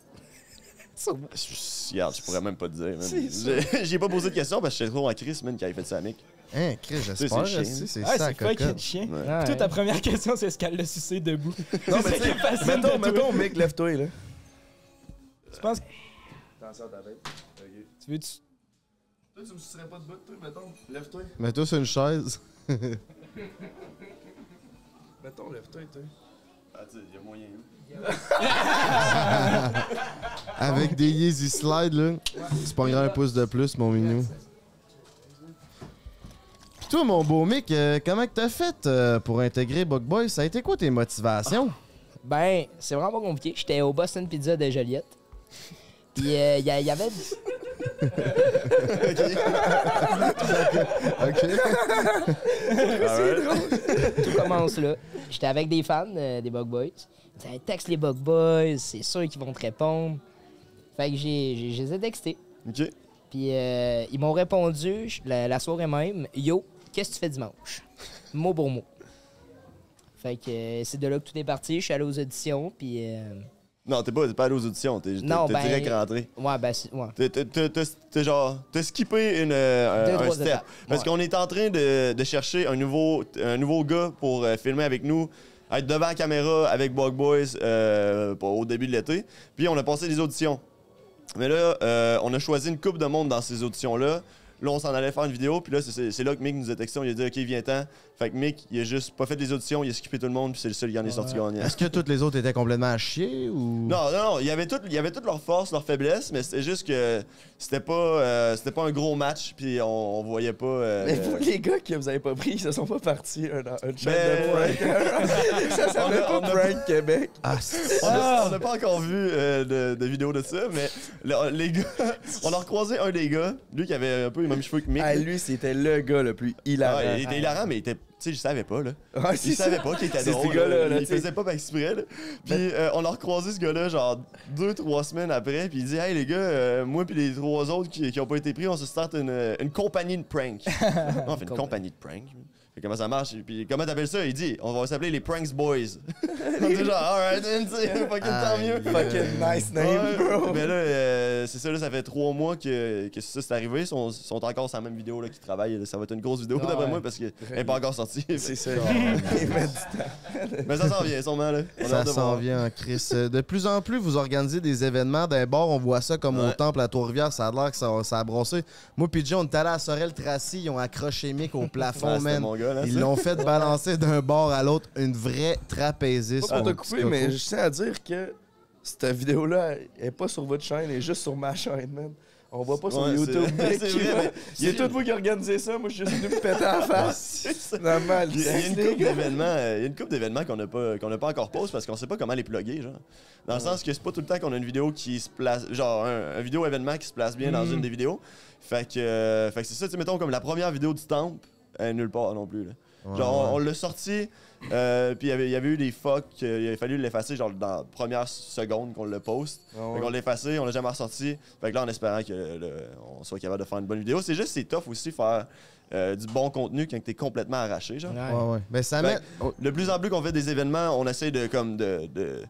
Speaker 3: Regarde, je pourrais même pas te dire. man.
Speaker 1: Si, ça.
Speaker 3: J'ai- J'ai pas posé de question parce que j'étais trop en crise, man, quand il fait ça à Mick.
Speaker 5: Hein, Chris, j'espère.
Speaker 10: c'est
Speaker 5: si, C'est
Speaker 10: Ah,
Speaker 5: ça,
Speaker 10: c'est fucking chien.
Speaker 2: Hein?
Speaker 10: Puis toi, ta première question, c'est est-ce qu'elle l'a sucé debout?
Speaker 1: Non,
Speaker 10: C'est ça
Speaker 1: mais tu
Speaker 10: qui est
Speaker 1: sais,
Speaker 10: fascinant
Speaker 1: mettons,
Speaker 10: de toi.
Speaker 1: mettons, mec, lève-toi, là.
Speaker 10: Tu penses que
Speaker 1: Attention à ta bête. Toi,
Speaker 10: tu veux-tu.
Speaker 1: tu me sucerais pas de bout, toi, mettons. Lève-toi.
Speaker 5: Mets-toi sur une chaise.
Speaker 1: Mettons, lève-toi, toi. Ah, tu sais, y'a moyen.
Speaker 5: Avec des Yeezy Slide, là. Tu prendras un pouce de plus, mon minou. Puis toi, mon beau Mick, euh, comment que t'as fait euh, pour intégrer Bug Boy? Ça a été quoi tes motivations?
Speaker 2: Ben, c'est vraiment pas compliqué. J'étais au Boston Pizza de Joliette. Puis euh, il y, a- y avait. Tout commence là. J'étais avec des fans euh, des Bug Boys. Ils disaient, Hey, texte les Bug Boys, c'est sûr qu'ils vont te répondre. Fait que j'ai, j'ai, je les ai textés.
Speaker 3: OK.
Speaker 2: Puis euh, ils m'ont répondu je- la, la soirée même Yo, qu'est-ce que tu fais dimanche Mot pour mot. Fait que euh, c'est de là que tout est parti. Je suis allé aux auditions, puis. euh,
Speaker 3: Non, t'es pas, t'es pas allé aux auditions, t'es t'es-
Speaker 2: Non,
Speaker 3: t'es
Speaker 2: ben-
Speaker 3: direct rentré.
Speaker 2: Ouais, ben, c'est- ouais.
Speaker 3: T'es- t'es- T'es t'es- t'es genre, t'as skippé une, euh,
Speaker 2: Deux,
Speaker 3: un- un
Speaker 2: trois
Speaker 3: step.
Speaker 2: étapes,
Speaker 3: Parce
Speaker 2: ouais.
Speaker 3: qu'on est en train de, de chercher un nouveau, un nouveau gars pour euh, filmer avec nous, être devant la caméra avec Bug Boys euh, pour- au début de l'été. Puis on a passé des auditions. Mais là, euh, on a choisi une coupe de monde dans ces auditions-là. Là, on s'en allait faire une vidéo, puis là, c'est- c'est c'est là que Mick nous a texté, on lui a dit « Ok, viens-t'en ». Fait que Mick, il a juste pas fait les auditions, il a skippé tout le monde, puis c'est le seul qui en est sorti gagnant.
Speaker 5: Est-ce que toutes les autres étaient complètement à chier ou.
Speaker 3: Non, non, non, il y avait toutes, il y avait toutes leurs forces, leurs faiblesses, mais c'était juste que c'était pas, euh, c'était pas un gros match, puis on, on voyait pas. euh,
Speaker 1: Mais pour les gars qui vous avez pas pris, ils se sont pas partis un, un chat
Speaker 3: Ben,
Speaker 1: de prank. ça s'appelait
Speaker 3: On a-
Speaker 1: pas
Speaker 3: on a-
Speaker 1: Prank Québec.
Speaker 5: Ah,
Speaker 3: on a- on n'a pas encore vu euh, de, de vidéo de ça, mais le- les gars, on a recroisé un des gars, lui qui avait un peu les mêmes cheveux que Mick.
Speaker 1: Ah, lui, c'était le gars le plus hilarant.
Speaker 3: Ouais, il était hilarant, mais il était. Tu sais, je savais pas, là.
Speaker 1: Ouais,
Speaker 3: il
Speaker 1: c'est
Speaker 3: savait
Speaker 1: ça.
Speaker 3: pas qu'il était
Speaker 1: C'est ce
Speaker 3: drôle.
Speaker 1: gars-là,
Speaker 3: là.
Speaker 1: là,
Speaker 3: il
Speaker 1: tu sais.
Speaker 3: faisait pas par exprès, là. Puis euh, on a recroisé ce gars-là, genre, deux, trois semaines après. Puis il dit, hey, les gars, euh, moi, puis les trois autres qui, qui ont pas été pris, on se start une, une compagnie de prank. on fait une compagnie de prank. Fait comment ça marche? Puis comment t'appelles ça? Il dit, on va s'appeler les Pranks Boys. on dit, genre, alright, man, tu sais, fucking tant mieux.
Speaker 1: Fucking nice name,
Speaker 3: Ouais,
Speaker 1: bro.
Speaker 3: Mais là, euh, c'est ça, là, ça fait trois mois que, que ça c'est arrivé. Ils sont, sont encore sur la même vidéo là, qui travaillent. là. Ça va être une grosse vidéo
Speaker 1: Ah
Speaker 3: d'après
Speaker 1: ouais.
Speaker 3: moi parce qu'elle n'est pas encore sortie.
Speaker 1: C'est ça.
Speaker 3: mais
Speaker 1: Il met du temps.
Speaker 3: ça s'en vient, sûrement. Là. On a
Speaker 5: Ça
Speaker 3: hâte de
Speaker 5: s'en
Speaker 3: voir.
Speaker 5: vient en crise. De plus en plus, vous organisez des événements d'un bord. On voit ça comme au
Speaker 3: Ouais.
Speaker 5: temple à Trois-Rivières. Ça a l'air que ça, ça a brossé. Moi, puis Jay, on est allé à Sorel Tracy. Ils ont accroché Mick au plafond,
Speaker 3: Ouais, Ah, c'était
Speaker 5: man.
Speaker 3: mon gars, là,
Speaker 5: Ils
Speaker 3: ça.
Speaker 5: l'ont fait balancer d'un bord à l'autre. Une vraie trapéziste.
Speaker 1: Pas pour te
Speaker 5: mon
Speaker 1: couper,
Speaker 5: petit
Speaker 1: mais
Speaker 5: coco.
Speaker 1: je tiens à dire que cette vidéo-là elle est pas sur votre chaîne, elle est juste sur ma chaîne, man. On voit pas sur
Speaker 3: Ouais, c'est-
Speaker 1: YouTube.
Speaker 3: c'est
Speaker 1: mec.
Speaker 3: vrai, mais-
Speaker 1: C'est tout vous qui organisez ça, moi je suis juste venu me péter à la face. Normal.
Speaker 3: Il y a il y a une couple d'événements, euh, il y a une couple d'événements qu'on n'a pas euh, qu'on n'a pas encore pause parce qu'on sait pas comment les plugger genre. Dans le sens que c'est pas tout le temps qu'on a une vidéo qui se place genre un, un vidéo événement qui se place bien dans
Speaker 1: Mhm.
Speaker 3: une des vidéos. Fait que euh, fait que c'est ça, tu sais, mettons comme la première vidéo du temple, elle est nulle part non plus là.
Speaker 5: Ouais,
Speaker 3: Genre on-
Speaker 5: ouais.
Speaker 3: on, l'a sorti euh, puis il y avait- il y avait eu des fuck, euh, il avait fallu l'effacer genre dans la première seconde qu'on le poste.
Speaker 1: Ah ouais.
Speaker 3: Fait qu'on l'a effacé, on l'a jamais ressorti. Fait que là, en espérant que le- on soit capable de faire une bonne vidéo, c'est juste c'est tough aussi faire euh, du bon contenu quand t'es complètement arraché, genre.
Speaker 5: Ouais, Ben, ouais. Mais ça
Speaker 3: Fait
Speaker 5: met.
Speaker 3: que, De plus en plus qu'on fait des événements, on essaie de comme de, de,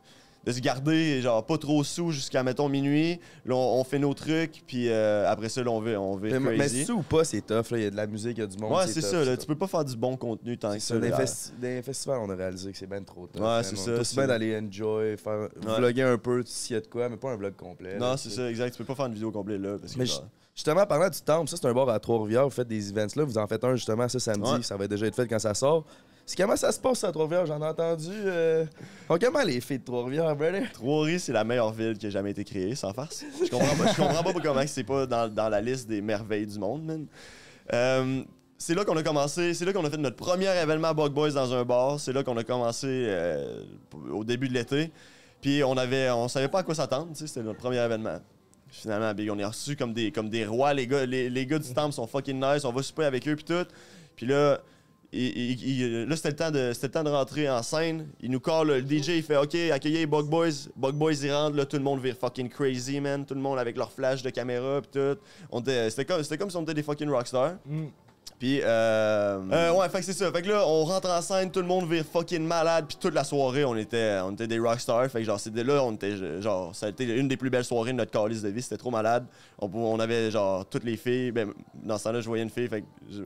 Speaker 3: de se garder genre pas trop sous jusqu'à mettons minuit. Là, on, on fait nos trucs, puis euh, après ça, là, on veut on veut
Speaker 1: Mais, mais
Speaker 3: crazy.
Speaker 1: ça ou pas, c'est tough, là. Il y a de la musique, il y a du monde.
Speaker 3: ouais, c'est
Speaker 1: tough,
Speaker 3: ça. là,
Speaker 1: tough.
Speaker 3: tu peux pas faire du bon contenu tant que ça.
Speaker 1: Sur des,
Speaker 3: là.
Speaker 1: festi- des festivals, on a réalisé que c'est ben trop tard.
Speaker 3: Ouais, c'est ça,
Speaker 1: C'est
Speaker 3: c'est-
Speaker 1: bien d'aller enjoy, faire, vlogger un peu s'il y a de quoi, mais pas un vlog complet.
Speaker 3: Non,
Speaker 1: là,
Speaker 3: c'est
Speaker 1: tu sais.
Speaker 3: ça, exact. Tu peux pas faire une vidéo complète là. Parce que,
Speaker 1: Mais ju-
Speaker 3: genre,
Speaker 1: justement, parlant du temple, ça c'est un bar à Trois-Rivières, vous faites des events là, vous en faites un justement ça samedi,
Speaker 3: Ouais.
Speaker 1: ça va déjà être fait quand ça sort. C'est comment ça se passe ça, à Trois-Rivières, j'en ai entendu. euh, on- comment les filles de Trois-Rivières, brother?
Speaker 3: Trois-Rivières, c'est la meilleure ville qui a jamais été créée, sans farce. Je comprends pas, je comprends pas comment c'est pas dans, dans la liste des merveilles du monde, man. Euh, c'est là qu'on a commencé, c'est là qu'on a fait notre premier événement à Bug Boys dans un bar. C'est là qu'on a commencé euh, au début de l'été. Puis on avait, on savait pas à quoi s'attendre, tu sais, c'était notre premier événement. Finalement, ben, on est reçus comme des, comme des rois. Les gars, les, les gars du temple sont fucking nice. On va souper avec eux, puis tout. Puis là, il- il- il- là c'était le, temps de- c'était le temps de rentrer en scène. Il nous call, le DJ, il fait OK, accueillez les Bug Boys. Bug Boys, ils rentrent. Là, tout le monde vire fucking crazy, man. Tout le monde avec leurs flash de caméra, puis tout. On était- C'était comme, c'était comme si on était des fucking rockstars. Puis, euh, euh, ouais, fait que c'est ça. Fait que là, on rentre en scène, tout le monde vire fucking malade. Puis toute la soirée, on était, on était des rockstars. Fait que genre, c'était là, on était genre, ça a été une des plus belles soirées de notre calice de vie. C'était trop malade. On, pouvait- on avait genre toutes les filles. Ben, dans ce temps-là, je voyais une fille. Fait que. je-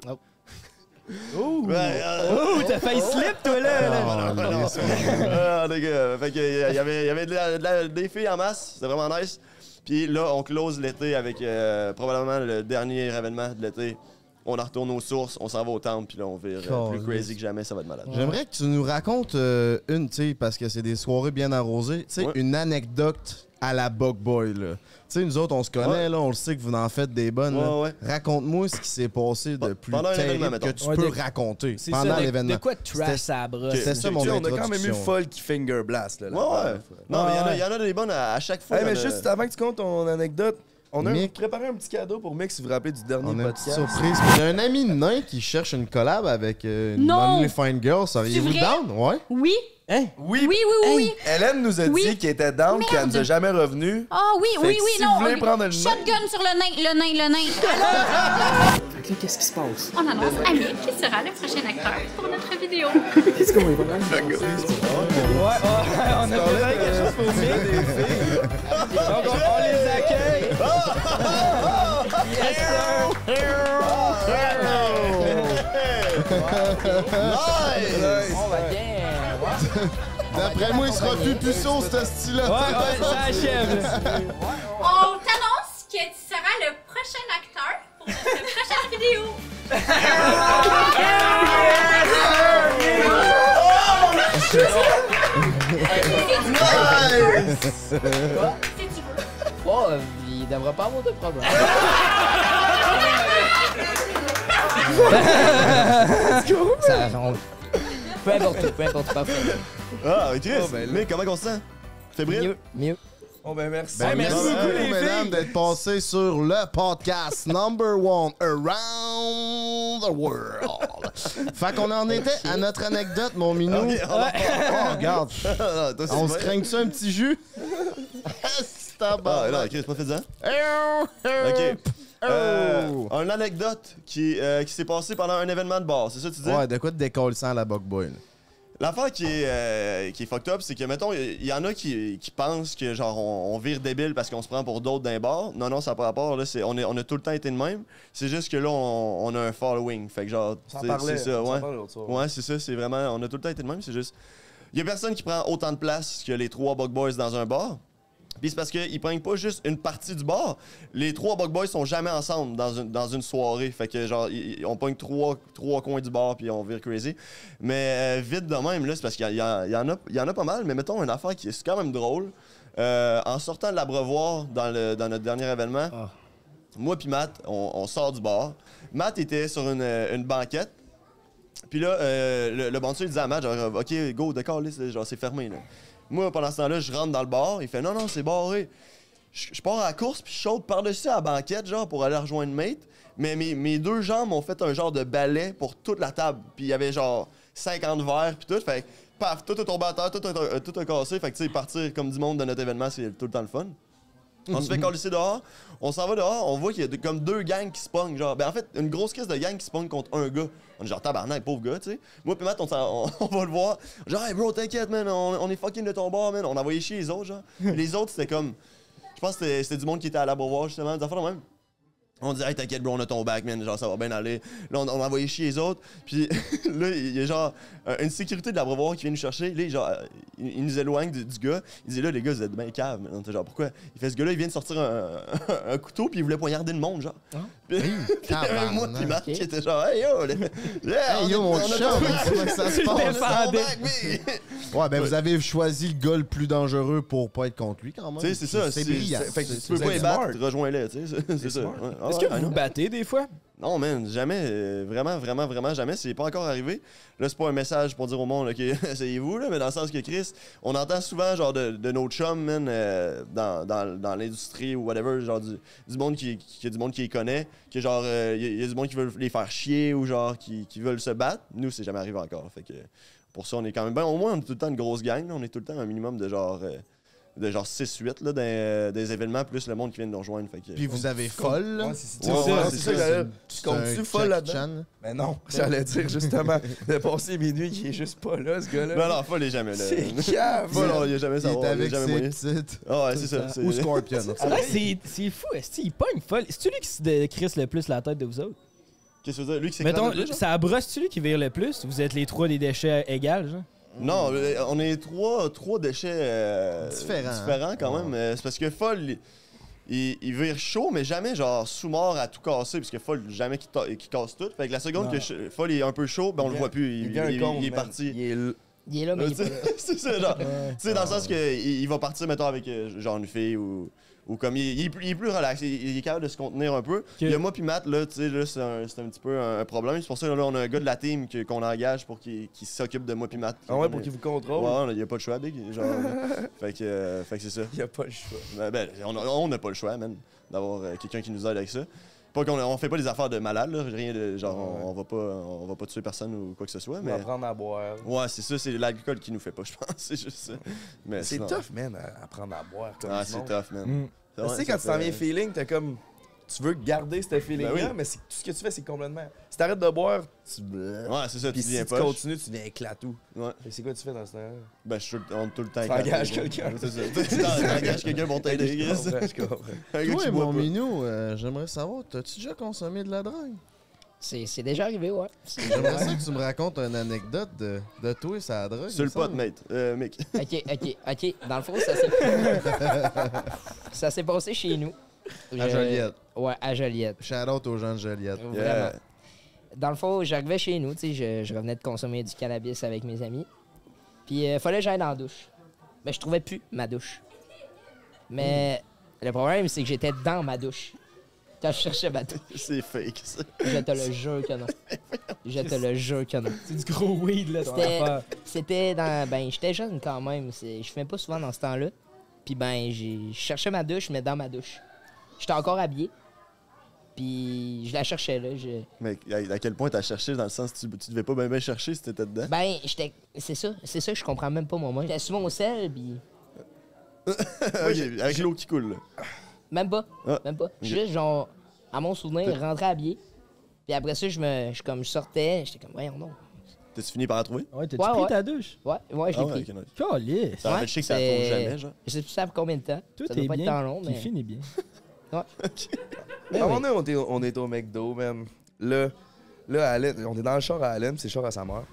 Speaker 10: Ouh!
Speaker 3: Ouais, euh,
Speaker 10: Oh. Ouh, t'as failli slip, toi, là! là.
Speaker 3: Ah, non. Ah, les gars, fait que, euh, y avait, y avait de la- de la- des filles en masse, c'était vraiment nice. Puis là, on close l'été avec euh, probablement le dernier événement de l'été. On en retourne aux sources, on s'en va au temple, puis là, on vire euh, plus
Speaker 5: Caliste.
Speaker 3: crazy que jamais, ça va être malade.
Speaker 5: J'aimerais que tu nous racontes euh, une, tu sais, parce que c'est des soirées bien arrosées, tu sais,
Speaker 3: Ouais.
Speaker 5: une anecdote à la Bug Boy, là. Tu sais, nous autres, on se connaît,
Speaker 3: Ouais.
Speaker 5: là, on le sait que vous en faites des bonnes.
Speaker 3: Ouais,
Speaker 5: là.
Speaker 3: ouais.
Speaker 5: Raconte-moi ce qui s'est passé de plus
Speaker 3: pendant un événement,
Speaker 5: terrible
Speaker 3: mettons.
Speaker 5: que tu
Speaker 3: Ouais,
Speaker 5: peux
Speaker 3: de-
Speaker 5: raconter
Speaker 10: C'est
Speaker 5: pendant
Speaker 10: ça, de-
Speaker 5: l'événement.
Speaker 10: de quoi de trash
Speaker 5: C'était-
Speaker 10: à la brosse.
Speaker 5: C'était ça, mon
Speaker 1: Tu sais, On a quand même eu
Speaker 5: introduction.
Speaker 1: folle qui finger blast, là.
Speaker 3: Ouais, ouais. Non, mais il y en a- il y, en a des bonnes à, à chaque fois.
Speaker 1: Hey, mais
Speaker 3: là.
Speaker 1: juste avant que tu comptes ton anecdote, on a
Speaker 5: Mick.
Speaker 1: préparé un petit cadeau pour Mick si vous vous rappelez du dernier
Speaker 5: On a une petite
Speaker 1: podcast.
Speaker 5: surprise. J'ai un ami nain qui cherche une collab avec euh, une
Speaker 6: Non.
Speaker 5: Only Fine Girl. Seriez-vous
Speaker 6: C'est vrai?
Speaker 5: down? Ouais.
Speaker 6: Oui? Oui, oui, oui, oui.
Speaker 1: Hélène nous a
Speaker 6: Oui.
Speaker 1: dit qu'elle était down,
Speaker 6: Merde.
Speaker 1: qu'elle nous a jamais revenu.
Speaker 6: Ah oui,
Speaker 1: Fait
Speaker 6: oui,
Speaker 1: que
Speaker 6: oui,
Speaker 1: si
Speaker 6: non.
Speaker 1: vous voulez
Speaker 6: on-
Speaker 1: prendre le nain-
Speaker 6: Shotgun sur le nain, le nain, le nain.
Speaker 11: Fait que là, qu'est-ce qui se passe?
Speaker 6: On annonce Amir qui sera le prochain acteur pour notre vidéo.
Speaker 11: Qu'est-ce qu'on va voir?
Speaker 10: on a préparé quelque chose pour Mick. Donc, on, on les accueille. yes, sir.
Speaker 5: Nice! D'après moi, il sera plus puceau, ce style-là.
Speaker 10: Ouais, ouais, ça achève,
Speaker 6: On t'annonce que tu seras le prochain acteur pour notre prochaine vidéo.
Speaker 2: Oh, euh, il devrait pas avoir de problème. Ça, on- Peu importe, peu importe, pas fou.
Speaker 3: Ah, mais Chris, mais comment on se sent? Fébrile?
Speaker 2: Mieux, mieux.
Speaker 1: Oh, ben merci.
Speaker 5: Ben, merci beaucoup,
Speaker 3: les
Speaker 5: mesdames, d'être passés sur le podcast number one around the world. Fait qu'on en était à notre anecdote, mon minou.
Speaker 3: Ok, on en parle.
Speaker 5: Oh, regarde.
Speaker 3: toi, c'est
Speaker 5: On se
Speaker 3: vrai.
Speaker 5: craint-tu un petit jus?
Speaker 3: Ah, non, Chris, pas fait ça.
Speaker 5: OK.
Speaker 3: OK.
Speaker 1: oh.
Speaker 3: Euh, une anecdote qui, euh, qui s'est passée pendant un événement de bar, c'est ça que tu dis?
Speaker 5: Ouais, de quoi te décolle sans la Bug Boy? là?
Speaker 3: L'affaire qui est, euh, qui est fucked up, c'est que, mettons, il y en a qui, qui pensent que, genre, on, on vire débile parce qu'on se prend pour d'autres d'un bar. Non, non, ça n'a pas rapport. Là, c'est, on, est- on a tout le temps été de même. C'est juste que là, on, on a un following. Fait que, genre,
Speaker 1: Ça en
Speaker 3: c'est,
Speaker 1: parlait,
Speaker 3: c'est ça,
Speaker 1: on s'en
Speaker 3: ouais.
Speaker 1: parlait l'autre soir.
Speaker 3: Ouais, c'est ça, c'est vraiment. On a tout le temps été de même. C'est juste. Il y a personne qui prend autant de place que les trois Bug Boys dans un bar. Puis c'est parce qu'ils prennent pas juste une partie du bar. Les trois Bug Boys sont jamais ensemble dans une, dans une soirée. Fait que genre, ils- ils- on pogne trois, trois coins du bar puis on vire crazy. Mais euh, vite de même, là, c'est parce qu'il y, a- il y en a- il y en a pas mal. Mais mettons une affaire qui est quand même drôle. Euh, en sortant de l'abreuvoir dans, le- dans notre dernier événement, moi puis Matt, on, on sort du bar. Matt était sur une, une banquette. Puis là, euh, le, le bandit, il disait à Matt, genre, OK, go, d'accord, là, c'est- genre, c'est fermé. Là. Moi, pendant ce temps-là, je rentre dans le bar. Il fait, non, non, c'est barré. Je je pars à la course, puis je saute par-dessus la banquette, genre, pour aller rejoindre Mate. Mais mes, mes deux jambes ont fait un genre de balai pour toute la table. Puis il y avait genre 50 verres, puis tout. Fait que, paf, tout est tombé à terre, tout a, euh, tout a cassé. Fait que, tu sais, partir comme du monde de notre événement, c'est tout le temps le fun. On se fait colisser dehors, on s'en va dehors, on voit qu'il y a de- comme deux gangs qui se pognent, genre. Ben en fait, une grosse caisse de gangs qui se pognent contre un gars. On est genre tabarnak, pauvre gars, tu sais. Moi pis Matt, on, s'en- on- on va le voir. Genre, hey bro, t'inquiète, man, on, on est fucking de ton bord, man. On a envoyé chier les autres, genre. les autres, c'était comme. Je pense que c'était- c'était du monde qui était à l'abreuvoir, justement, des affaires de même. On dit, hey, t'inquiète, bro, on a ton back, man. Genre, ça va bien aller. Là, on, on a envoyé chier les autres. Puis là, il y a genre euh, une sécurité de l'abreuvoir qui vient nous chercher. Là, genre, euh, il, il nous éloigne du, du gars. Il dit, là, les gars, vous êtes bien caves. man. On était genre, pourquoi Il fait, ce gars-là, il vient de sortir un, un couteau, puis il voulait poignarder le monde, genre.
Speaker 5: Ah,
Speaker 3: Puis puis il y avait moi, puis Marc qui était genre, hey yo, le- yeah,
Speaker 5: Hey,
Speaker 3: on
Speaker 5: yo,
Speaker 3: est-
Speaker 5: mon
Speaker 3: on a ton
Speaker 5: chum,
Speaker 3: back.
Speaker 5: c'est comment que ça se
Speaker 3: Il
Speaker 5: passe?
Speaker 3: défendait.
Speaker 5: Ouais, ben vous avez choisi le gars le plus dangereux pour pas être contre lui quand même.
Speaker 3: Tu sais, c'est ça.
Speaker 5: C'est brillant.
Speaker 3: Fait que si
Speaker 5: C'est-
Speaker 3: tu peux
Speaker 5: c'est
Speaker 3: pas les
Speaker 5: smart.
Speaker 3: battre, rejoins-les, tu sais. c'est- C'est ça. Ouais. Ah
Speaker 10: Est-ce
Speaker 3: ouais,
Speaker 10: que
Speaker 3: I
Speaker 10: vous vous
Speaker 3: know.
Speaker 10: battez des fois?
Speaker 3: Non, man, jamais. euh, vraiment, vraiment, vraiment, jamais. C'est pas encore arrivé. Là, c'est pas un message pour dire au monde, là, que essayez-vous, là, mais dans le sens que Chris, on entend souvent, genre, de, de nos chums, man, euh, dans, dans, dans l'industrie ou whatever, genre, du, du monde qui, qui, du monde qui les connaît, que genre, il y, a du monde qui veut les faire chier ou genre, qui, qui veulent se battre. Nous, c'est jamais arrivé encore. Fait que pour ça, on est quand même. Ben, au moins, on est tout le temps une grosse gang, là. On est tout le temps un minimum de genre. euh, de genre 6-8 là, des, des événements, plus le monde qui vient de nous rejoindre. Fait que,
Speaker 5: Puis vous avez folle. là.
Speaker 1: Ouais, c'est ça, c'est ça, j'allais- Tu comptes-tu folle là-dedans? Mais non, j'allais dire justement de passer minuit qui est juste pas là, ce gars-là.
Speaker 3: Non, ben non, folle est jamais là.
Speaker 1: C'est cave!
Speaker 3: Folle, on- il y a jamais
Speaker 5: Il
Speaker 3: ça.
Speaker 5: est
Speaker 3: on- il y a
Speaker 5: avec
Speaker 3: jamais
Speaker 5: ses
Speaker 3: moyen.
Speaker 5: petites.
Speaker 3: Ah ouais, c'est ça. c'est-
Speaker 5: Ou Scorpion.
Speaker 10: C'est vrai que c'est- c'est fou, est-ce qu'il pogne folle? C'est-tu lui qui se décrisse le plus la tête de vous autres?
Speaker 3: Qu'est-ce que tu veux dire? Lui qui s'éclate
Speaker 10: Mettons,
Speaker 3: le plus, genre?
Speaker 10: ça brosse-tu lui qui vire le plus? Vous êtes les trois des déchets égaux, genre?
Speaker 3: Non, euh, on est trois, trois déchets euh,
Speaker 10: Différents, hein.
Speaker 3: différents quand même. Euh, C'est parce que Foll, il, il vire chaud, mais jamais genre sous-mort à tout casser, parce que Foll, jamais qu'il ta- qu'il casse tout. Fait que la seconde
Speaker 2: Non.
Speaker 3: que Ch- Foll est un peu chaud, ben on
Speaker 2: Il
Speaker 3: le
Speaker 2: vient-
Speaker 3: voit plus. Il,
Speaker 2: il vient un
Speaker 3: il-
Speaker 2: con,
Speaker 3: il est
Speaker 2: man.
Speaker 3: parti.
Speaker 2: Il est là, Ah, mais il est
Speaker 3: Tu
Speaker 2: pas
Speaker 3: sais,
Speaker 2: là.
Speaker 3: c'est ça, genre.
Speaker 2: Ouais. Ah.
Speaker 3: Tu sais, dans le sens qu'il il il va partir, mettons, avec euh, genre une fille ou, ou comme. Il, il est plus- il est plus relax, il, il est capable de se contenir un peu. Il y a moi puis Matt, là, tu sais, là, c'est un, c'est un petit peu un problème. C'est pour ça, là, on a un gars de la team que- qu'on engage pour qu'il qu'il s'occupe de moi puis Matt. euh,
Speaker 1: Ah ouais, pour qu'il vous contrôle?
Speaker 3: Ouais, on a- il n'y a pas le choix, Big. Genre, fait que, euh, fait que c'est ça. Il n'y a pas le choix. Ben, ben, on a- on n'a pas le choix, man, d'avoir euh, quelqu'un qui nous aide avec ça. Pas qu'on on fait pas des affaires de malade, là, rien de genre on, on va pas on va pas tuer personne ou quoi que ce soit,
Speaker 1: On
Speaker 3: mais
Speaker 1: va apprendre à boire.
Speaker 3: Ouais, c'est ça, c'est l'alcool qui nous fait pas, je pense. C'est juste ça. Mais
Speaker 1: C'est
Speaker 3: sinon-
Speaker 1: tough, man, à apprendre à boire. comme
Speaker 3: Ah,
Speaker 1: du
Speaker 3: c'est
Speaker 1: monde.
Speaker 3: tough, man.
Speaker 1: Mm.
Speaker 3: C'est vrai,
Speaker 1: Tu sais,
Speaker 3: ça
Speaker 1: quand tu t'en
Speaker 3: fait-
Speaker 1: viens feeling, t'as comme. Tu veux garder ce feeling-là,
Speaker 3: Ben oui.
Speaker 1: mais c'est- tout ce que tu fais, c'est complètement. Si t'arrêtes de boire, tu. Ouais,
Speaker 3: c'est ça,
Speaker 1: hein. Puis
Speaker 3: tu
Speaker 1: si
Speaker 3: deviens
Speaker 1: tu
Speaker 3: poche.
Speaker 1: continues, tu deviens éclatou.
Speaker 3: Ouais.
Speaker 1: Et c'est quoi tu fais dans ce temps-là?
Speaker 3: Ben, je suis sûr que on est tout le temps.
Speaker 1: Tu engages
Speaker 3: éclaté.
Speaker 1: quelqu'un.
Speaker 3: C'est ça. Tu engages quelqu'un pour t'aider.
Speaker 1: Je comprends, je comprends.
Speaker 3: Un gars
Speaker 5: Toi,
Speaker 3: qui boit
Speaker 5: mon
Speaker 3: pas.
Speaker 5: minou, euh, j'aimerais savoir, t'as-tu déjà consommé de la drogue?
Speaker 2: C'est c'est déjà arrivé, ouais.
Speaker 5: J'aimerais ça que tu me racontes une anecdote de, de toi et sa drogue.
Speaker 3: Sur le pot, mate. Euh, mec.
Speaker 2: Ok, ok, ok. Dans le fond, ça s'est... ça s'est passé chez nous.
Speaker 5: À
Speaker 2: Je-
Speaker 5: Joliette.
Speaker 2: Ouais, à Joliette.
Speaker 5: Shout-out aux gens de Joliette.
Speaker 2: Vraiment. Dans le fond, j'arrivais chez nous, tu sais, je, je revenais de consommer du cannabis avec mes amis. Puis, il fallait que j'aille dans la douche. Mais je trouvais plus ma douche. Mais le problème, c'est que j'étais dans ma douche. Quand je cherchais ma douche.
Speaker 3: C'est fake, ça.
Speaker 2: Je te le jure que non. Je te le jure que non.
Speaker 10: C'est du gros weed, là, ton
Speaker 2: C'était-
Speaker 10: affaire.
Speaker 2: C'était dans. Ben, j'étais jeune quand même. c'est- Je fumais pas souvent dans ce temps-là. Puis, ben, j'ai- je cherchais ma douche, mais dans ma douche. J'étais encore habillé. Puis, je la cherchais, là. je-
Speaker 3: Mais à, à quel point t'as cherché dans le sens tu, tu devais pas bien bien chercher si t'étais dedans?
Speaker 2: Ben, j'étais. C'est ça, c'est ça, que je comprends même pas mon moi. J'étais souvent au sel, puis.
Speaker 3: Ok, avec l'eau qui coule. là.
Speaker 2: Même pas.
Speaker 3: Ah.
Speaker 2: Même pas. Juste, genre, à mon souvenir, je rentrais habillé. Puis après ça, je me. Je, comme, je sortais, j'étais comme, voyons non.
Speaker 3: T'as-tu fini par la trouver?
Speaker 10: Ouais,
Speaker 2: Ouais, ouais.
Speaker 10: douche?
Speaker 2: Ouais, ouais, je
Speaker 3: Ah
Speaker 2: l'ai
Speaker 3: ouais,
Speaker 2: pris.
Speaker 3: ok, nice.
Speaker 10: Calais.
Speaker 3: Ça aurait chic que ça
Speaker 2: c'est-
Speaker 3: tourne jamais, genre.
Speaker 2: Je sais plus ça pour combien de temps.
Speaker 10: Tout
Speaker 2: ça doit
Speaker 10: est
Speaker 2: pas
Speaker 10: bien.
Speaker 2: être tant long,
Speaker 10: Qui
Speaker 2: mais.
Speaker 10: finit bien.
Speaker 2: Ouais. Ben
Speaker 1: À un moment donné, on était- on est au McDo, man. Là, là, Allen- on est dans le char à Allen, c'est le char à sa mère.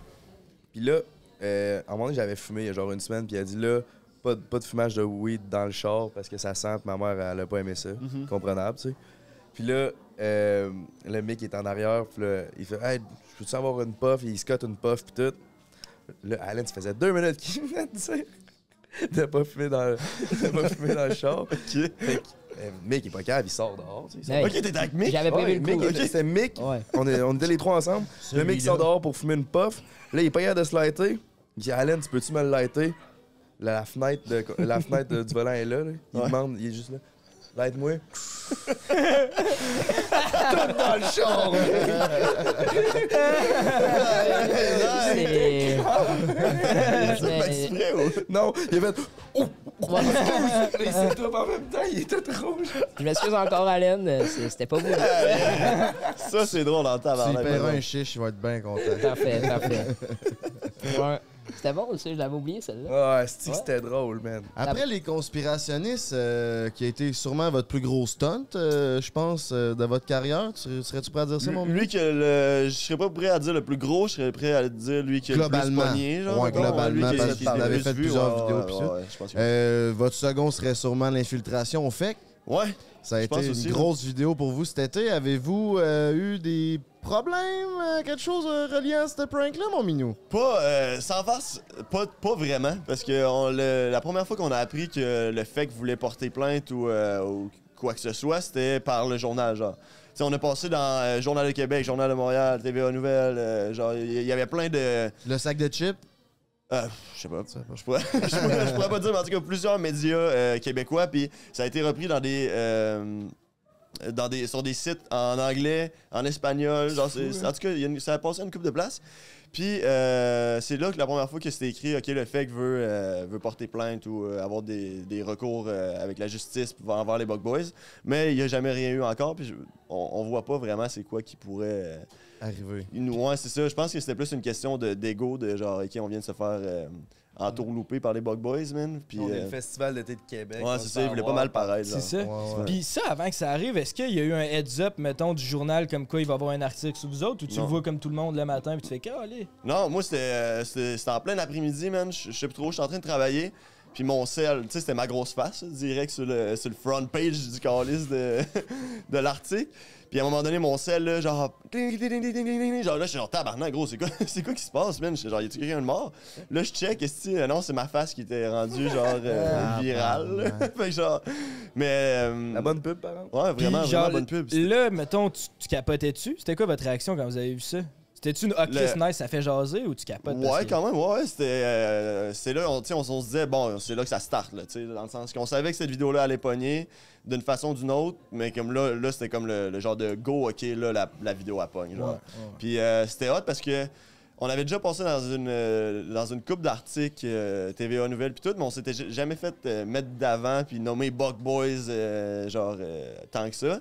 Speaker 1: Puis là, euh, à un moment donné, j'avais fumé il y a genre une semaine, puis elle a dit là, pas de, pas de fumage de weed dans le char parce que ça sent, puis ma mère, elle a pas aimé ça.
Speaker 9: Mhm.
Speaker 1: Comprenable, tu sais. Puis là, euh, le mec est en arrière, puis là, il fait Hey, je peux-tu avoir une puff Il se cote une puff, puis tout. Là, Allen, ça faisait deux minutes qu'il venait de dire de pas fumer dans le, de pas fumer dans le char. ok. Fait que, euh, Mick est pas cave, il sort dehors. tu sais, il sort-
Speaker 2: Ouais. Ok, t'étais avec Mick? J'avais prévu le
Speaker 1: Mick
Speaker 2: coup.
Speaker 1: était-
Speaker 2: Ok.
Speaker 1: C'était Mick. On, est- on était les trois ensemble. Le mec sort dehors pour fumer une puff. Là, il est pas capable de se lighter. Il dit Allen, tu peux-tu me le lighter La, la fenêtre, de- la fenêtre de- du volant est là. là. Il demande, il est juste là. Light-moi. Tout dans le char.
Speaker 2: C'est-
Speaker 1: Non, il oh, avait. Il s'est tout en même temps, il est tout rouge.
Speaker 2: Je m'excuse encore, Allen. euh, c'est- C'était pas vous.
Speaker 3: Ça, c'est drôle en
Speaker 5: S'il
Speaker 3: tabarnak.
Speaker 5: paiera
Speaker 3: pardon.
Speaker 5: un chiche, il va être bien content.
Speaker 2: Parfait, parfait. Ouais. C'était bon, ça, je l'avais oublié, celle-là.
Speaker 1: Ouais, c'est Ah, c'était drôle, man.
Speaker 5: Après les conspirationnistes, euh, qui a été sûrement votre plus gros stunt, euh, je pense, euh, de votre carrière, tu- serais-tu prêt à dire ça, mon
Speaker 3: Lui que le. Je serais pas prêt à dire le plus gros, je serais prêt à dire lui qui a le plus
Speaker 5: Globalement.
Speaker 3: pogné, genre.
Speaker 5: ouais,
Speaker 3: mettons,
Speaker 5: globalement,
Speaker 3: lui qui-
Speaker 5: parce
Speaker 3: qui
Speaker 5: que t'en
Speaker 3: l'a
Speaker 5: avais
Speaker 3: plus
Speaker 5: fait
Speaker 3: vu,
Speaker 5: plusieurs
Speaker 3: ouais,
Speaker 5: vidéos.
Speaker 3: ouais,
Speaker 5: pis ça.
Speaker 3: ouais, je pense que-
Speaker 5: Euh, votre second serait sûrement l'infiltration au FEC.
Speaker 3: Ouais.
Speaker 5: Ça a
Speaker 3: je
Speaker 5: été
Speaker 3: pense
Speaker 5: une
Speaker 3: aussi,
Speaker 5: grosse vidéo pour vous cet été. Avez-vous euh, eu des problèmes, euh, quelque chose euh, relié à ce prank-là, mon minou?
Speaker 3: Pas, euh, sans farce, pas, pas vraiment. Parce que on le- la première fois qu'on a appris que le FEC voulait porter plainte ou, euh, ou quoi que ce soit, c'était par le journal, genre. Tu sais, on a passé dans euh, Journal de Québec, Journal de Montréal, TVA Nouvelle, euh, genre, il y, y avait plein de.
Speaker 5: Le sac de chips?
Speaker 3: Euh, je sais pas. Je pourrais, je pourrais- je pourrais pas dire, mais en tout cas, plusieurs médias euh, québécois, puis ça a été repris dans des. euh, dans des, sur des sites en anglais, en espagnol. genre, c'est-
Speaker 1: fou, hein?
Speaker 3: en tout cas, il y a une- ça a passé une coupe de place. Puis euh, c'est là que la première fois que c'était écrit, OK, le FEC veut, euh, veut porter plainte ou euh, avoir des, des recours euh, avec la justice pour- envers les Bug Boys. Mais il n'y a jamais rien eu encore. Puis je- on, on voit pas vraiment c'est quoi qui pourrait. euh,
Speaker 5: Arrivé.
Speaker 3: une- ouais, c'est ça. Je pense que c'était plus une question de- d'ego, de, genre, OK, on vient de se faire euh, entourloupé par les Bug Boys, man. Puis,
Speaker 1: On est
Speaker 3: euh,
Speaker 1: le festival d'été de Québec.
Speaker 3: Ouais,
Speaker 1: on
Speaker 3: c'est
Speaker 1: se
Speaker 3: ça,
Speaker 1: fait
Speaker 3: ils voulaient pas
Speaker 1: avoir
Speaker 3: mal
Speaker 1: par-
Speaker 3: paraître.
Speaker 10: C'est ça. Puis ça, avant que ça arrive, est-ce qu'il y a eu un heads-up, mettons, du journal comme quoi il va y avoir un article sur vous autres ou tu
Speaker 3: Non.
Speaker 10: le vois comme tout le monde le matin puis tu fais Ah, allez.
Speaker 3: Non, moi, c'était euh, c'était- c'était en plein après-midi, man. Je je sais plus trop, j'étais en train de travailler. Puis mon sel, tu sais, c'était ma grosse face, là, direct sur le, sur le front page du calice de, de l'article. Puis à un moment donné, mon sel, là, genre, ding, ding, ding, ding, ding, ding, ding. genre là, je suis genre tabarnak, gros, c'est quoi, c'est quoi qui se passe, man? J'étais genre, y a-tu quelqu'un de mort? Là, je check, est-ce que, euh, non, c'est ma face qui était rendue, genre, euh,
Speaker 1: Ah,
Speaker 3: virale. là. fait que genre, mais. La bonne pub, par exemple. Ouais,
Speaker 10: Puis
Speaker 3: vraiment,
Speaker 10: genre,
Speaker 3: vraiment bonne pub.
Speaker 10: Là, mettons, tu, tu capotais-tu? C'était quoi votre réaction quand vous avez vu ça? C'était-tu une OK,
Speaker 3: Le-
Speaker 10: c'est nice, ça fait jaser ou tu capotes? parce
Speaker 3: Ouais,
Speaker 10: que-
Speaker 3: quand même, ouais, ouais, c'était. euh, c'est là, on, tu sais, on, s- on se disait, bon, c'est là que ça start, là, tu sais, dans le sens qu'on savait que cette vidéo-là allait pogner d'une façon ou d'une autre, mais comme là, là c'était comme le, le genre de go, ok, là, la, la vidéo, elle pogne. genre.
Speaker 1: Ouais, ouais.
Speaker 3: Puis euh, c'était hot parce que. On avait déjà passé dans une, euh, dans une coupe d'articles euh, TVA Nouvelle puis tout, mais on s'était j- jamais fait euh, mettre d'avant puis nommer Buck Boys, euh, genre, euh, tant que ça.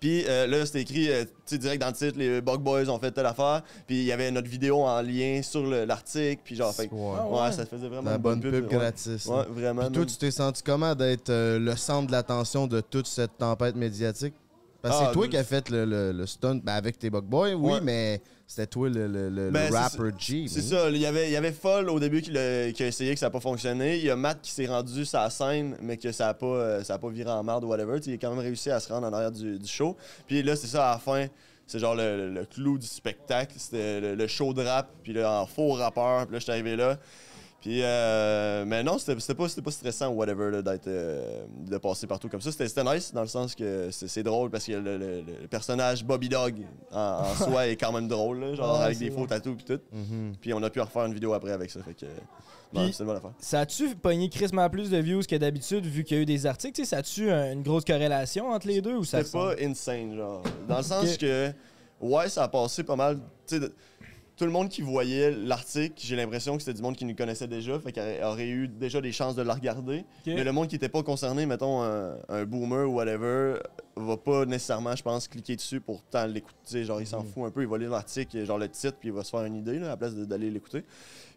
Speaker 3: Puis euh, là, c'était écrit euh, tu sais, direct dans le titre, les Bug Boys ont fait telle affaire. Puis il y avait notre vidéo en lien sur le- l'article. Puis genre, fait, que- ouais, ça faisait vraiment
Speaker 5: Ah La
Speaker 3: une
Speaker 5: bonne pub,
Speaker 3: ouais.
Speaker 5: gratis.
Speaker 3: Ouais,
Speaker 5: là.
Speaker 3: vraiment.
Speaker 5: Puis toi,
Speaker 3: man.
Speaker 5: tu t'es senti comment d'être euh, le centre de l'attention de toute cette tempête médiatique? Parce que
Speaker 3: Ah,
Speaker 5: c'est toi
Speaker 3: de-
Speaker 5: qui as fait le, le- le stunt ben, avec tes Bug Boys, oui,
Speaker 3: Ouais.
Speaker 5: mais c'était toi le, le- le- le
Speaker 3: Ben, c'est
Speaker 5: rapper
Speaker 3: ça-
Speaker 5: G.
Speaker 3: C'est
Speaker 5: oui.
Speaker 3: ça. Il y avait, il y avait Foll au début qui, l'a- qui a essayé que ça n'a pas fonctionné. Il y a Matt qui s'est rendu sa scène, mais que ça n'a pas, euh, ça a pas viré en merde ou whatever. Tu sais, il a quand même réussi à se rendre en arrière du, du show. Puis là, c'est ça, à la fin, c'est genre le, le clou du spectacle. C'était le, le show de rap, puis là, en faux rappeur. Puis là, je suis arrivé là. Puis, euh, mais non, c'était c'était pas, c'était pas stressant ou whatever là, d'être, euh, de passer partout comme ça. C'était c'était nice dans le sens que c'est c'est drôle parce que le, le- le personnage Bobby Dog en, en soi est quand même drôle, là, genre
Speaker 10: Ouais,
Speaker 3: avec
Speaker 10: c'est
Speaker 3: des faux
Speaker 10: vrai. Mm-hmm.
Speaker 3: tatous puis tout. Puis on a pu refaire une vidéo après avec ça. Fait que, non,
Speaker 10: Puis-
Speaker 3: c'est une bonne affaire.
Speaker 10: Ça a-tu pogné crissement plus de views que d'habitude vu qu'il y a eu des articles? Tu sais, ça a-tu un- une grosse corrélation entre les deux ou ça
Speaker 3: C'était pas
Speaker 10: ressemble?
Speaker 3: insane, genre. Dans le sens
Speaker 10: Ok.
Speaker 3: que, ouais, ça a passé pas mal. Tu sais, de- tout le monde qui voyait l'article, j'ai l'impression que c'était du monde qui nous connaissait déjà, fait qu'il aurait- aurait eu déjà des chances de la regarder. Mais le monde qui n'était pas concerné, mettons un, un boomer ou whatever, va pas nécessairement, je pense, cliquer dessus pour tant l'écouter. Tu sais, Genre, il s'en fout un peu, il va lire l'article, genre le titre, puis il va se faire une idée là, à la place de- d'aller l'écouter.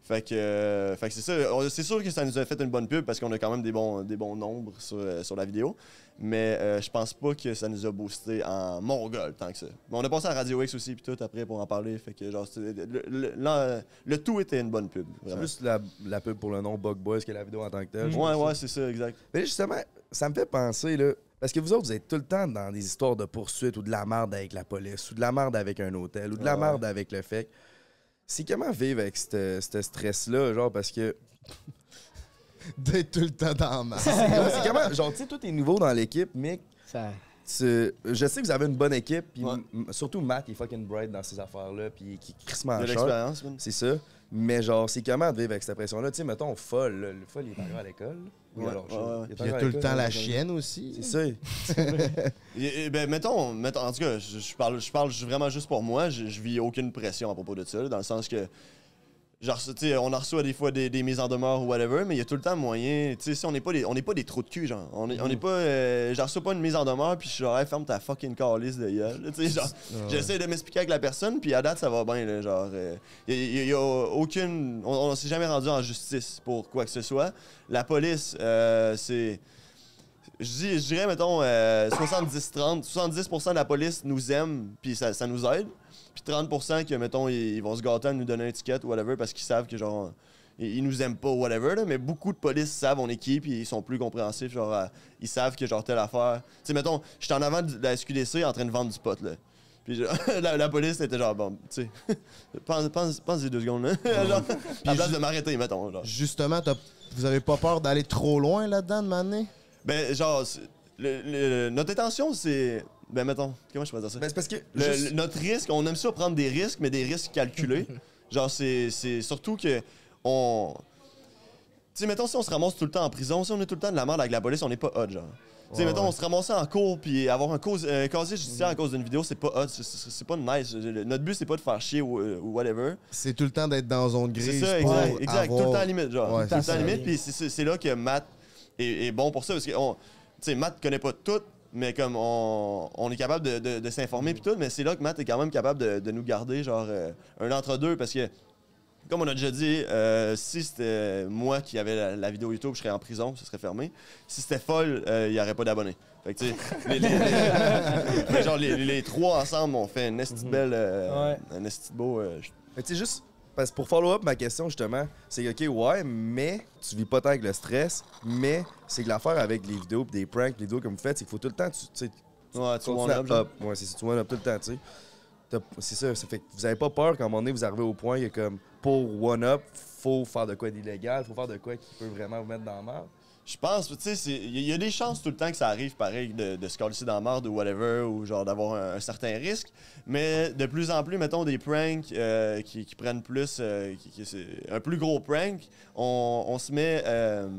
Speaker 3: Fait que, euh, fait que c'est ça. On- C'est sûr que ça nous a fait une bonne pub parce qu'on a quand même des bons, des bons nombres sur, euh, sur la vidéo. Mais euh, je pense pas que ça nous a boosté en mongol tant que ça. Mais on a passé à Radio X aussi, puis tout après pour en parler. Fait que, genre, c'était- le, le- l'en- le tout était une bonne pub.
Speaker 1: C'est
Speaker 3: Vraiment.
Speaker 1: plus la, la pub pour le nom Bug Boys que la vidéo en tant que telle.
Speaker 3: Mm.
Speaker 1: je
Speaker 3: Ouais,
Speaker 1: pense.
Speaker 3: ouais, c'est ça, exact.
Speaker 1: Mais justement, ça me fait penser, là. Parce que vous autres, vous êtes tout le temps dans des histoires de poursuites ou de la merde avec la police ou de la merde avec un hôtel ou de la
Speaker 3: Ah ouais.
Speaker 1: merde avec le fait. C'est comment vivre avec ce ce stress-là, genre, parce que.
Speaker 5: D'être tout le temps dans la
Speaker 1: C'est comme- c'est comment, genre, tu sais, tout est nouveau dans l'équipe, Mick. Tu- je sais que vous avez une bonne équipe, puis m- surtout Matt, il est fucking bright dans ces affaires-là, puis qui est crissement
Speaker 3: Il a de
Speaker 1: cher.
Speaker 3: l'expérience, man.
Speaker 1: C'est ça. Mais genre, c'est comment de vivre avec cette pression-là? Tu sais, mettons, folle, là. le folle, il est encore à l'école. Oui,
Speaker 3: Ouais,
Speaker 1: alors, je-
Speaker 3: ouais, ouais.
Speaker 1: est
Speaker 5: Puis il y a
Speaker 1: encore à
Speaker 5: tout le
Speaker 1: l'école,
Speaker 5: temps
Speaker 1: il est
Speaker 5: la
Speaker 1: encore à l'école.
Speaker 5: chienne aussi.
Speaker 1: C'est ça.
Speaker 3: Et- et ben, mettons, mettons- en tout cas, je, je parle, je parle vraiment juste pour moi. Je, je vis aucune pression à propos de ça, là, dans le sens que. Genre, tu sais, on en reçoit des fois des, des mises en demeure ou whatever, mais il y a tout le temps moyen. Tu sais, si on n'est pas, des- on n'est pas des trous de cul, genre. On est, on est pas. euh, je reçois pas une mise en demeure, puis je suis genre, Hey, ferme ta fucking calice de gueule. là. Tu sais, genre,
Speaker 1: Ouais.
Speaker 3: j'essaie de m'expliquer avec la personne, puis à date, ça va bien, là, Genre, il y, a- y a aucune. On, on s'est jamais rendu en justice pour quoi que ce soit. La police, euh, c'est. Je, dis- je dirais, mettons, euh, 70-30. 70% de la police nous aime, puis ça, ça nous aide. Puis 30% que, mettons, ils, ils vont se gâter à nous donner un ticket ou whatever parce qu'ils savent que, genre, ils, ils nous aiment pas ou whatever. là. mais beaucoup de police savent on est qui, puis ils sont plus compréhensifs. Genre, à- ils savent que, genre, telle affaire. Tu sais, mettons, j'étais en avant de la SQDC en train de vendre du pot, là. Puis genre, la, la police était genre, bon, tu sais, pense, pense, pense-y deux secondes, là. genre, à place de m'arrêter, mettons. Genre.
Speaker 5: Justement, t'as- vous avez pas peur d'aller trop loin là-dedans de m'amener?
Speaker 3: Ben, genre, c'est- le- le- notre intention, c'est. Ben, mettons, comment je peux dire ça?
Speaker 1: Ben, c'est parce que.
Speaker 3: Le-
Speaker 1: juste-
Speaker 3: le- notre risque, on aime ça prendre des risques, mais des risques calculés. genre, c'est c'est surtout que. On. Tu sais, mettons, si on se ramasse tout le temps en prison, si on est tout le temps de la merde avec la police, on n'est pas hot, genre. Tu sais,
Speaker 1: Ouais,
Speaker 3: mettons,
Speaker 1: ouais.
Speaker 3: on se ramassait en cours puis avoir un, cause, un casier judiciaire à cause d'une vidéo, c'est pas hot, c'est- c'est c'est pas nice. Le- Notre but, c'est pas de faire chier ou, euh, ou whatever.
Speaker 5: C'est tout le temps d'être dans zone
Speaker 3: C'est
Speaker 5: grise.
Speaker 3: ça,
Speaker 5: pour
Speaker 3: exact. exact. Tout le
Speaker 5: avoir-
Speaker 3: temps à la limite, genre.
Speaker 5: Ouais,
Speaker 3: tout le
Speaker 5: c'est
Speaker 3: temps à la
Speaker 5: ça.
Speaker 3: limite. Puis c'est- c'est c'est là que Matt est, est bon pour ça. Parce que, on- tu sais, Matt connaît pas tout, mais comme on, on est capable de, de- de s'informer, puis tout. Mais c'est là que Matt est quand même capable de, de nous garder, genre, euh, un entre-deux. Parce que Comme on a déjà dit, euh, si c'était moi qui avait la, la vidéo YouTube, je serais en prison, ce serait fermé. Si c'était folle, euh, il n'y aurait pas d'abonnés. Fait que, tu sais, les, les- les- mais genre, les, les trois ensemble ont fait une
Speaker 5: Mm-hmm.
Speaker 3: esti de belle. euh, Un esti de beau. euh, j-
Speaker 1: Mais tu sais, juste, parce que pour follow-up ma question, justement, c'est que, OK, ouais, mais tu vis pas tant avec le stress, mais c'est que l'affaire avec les vidéos, pis des pranks, les vidéos comme vous faites, c'est qu'il faut tout le temps, tu tu sais,
Speaker 3: Ouais, tu
Speaker 1: continues
Speaker 3: one-up,
Speaker 1: à
Speaker 3: genre.
Speaker 1: up. Ouais, c'est ça, tu one-up tout le temps, tu sais. T'as- C'est ça, ça fait que vous avez pas peur qu'à un moment donné, vous arrivez au point que, comme, pour one-up, faut faire de quoi d'illégal, faut faire de quoi qui peut vraiment vous mettre dans la merde.
Speaker 3: Je pense, tu sais, c'est- il y, a- il y a des chances tout le temps que ça arrive, pareil, de, de se coller dans la marde ou whatever, ou genre d'avoir un, un certain risque. Mais de plus en plus, mettons, des pranks euh, qui, qui prennent plus, euh, qui- qui- c'est un plus gros prank, on, on se met, euh,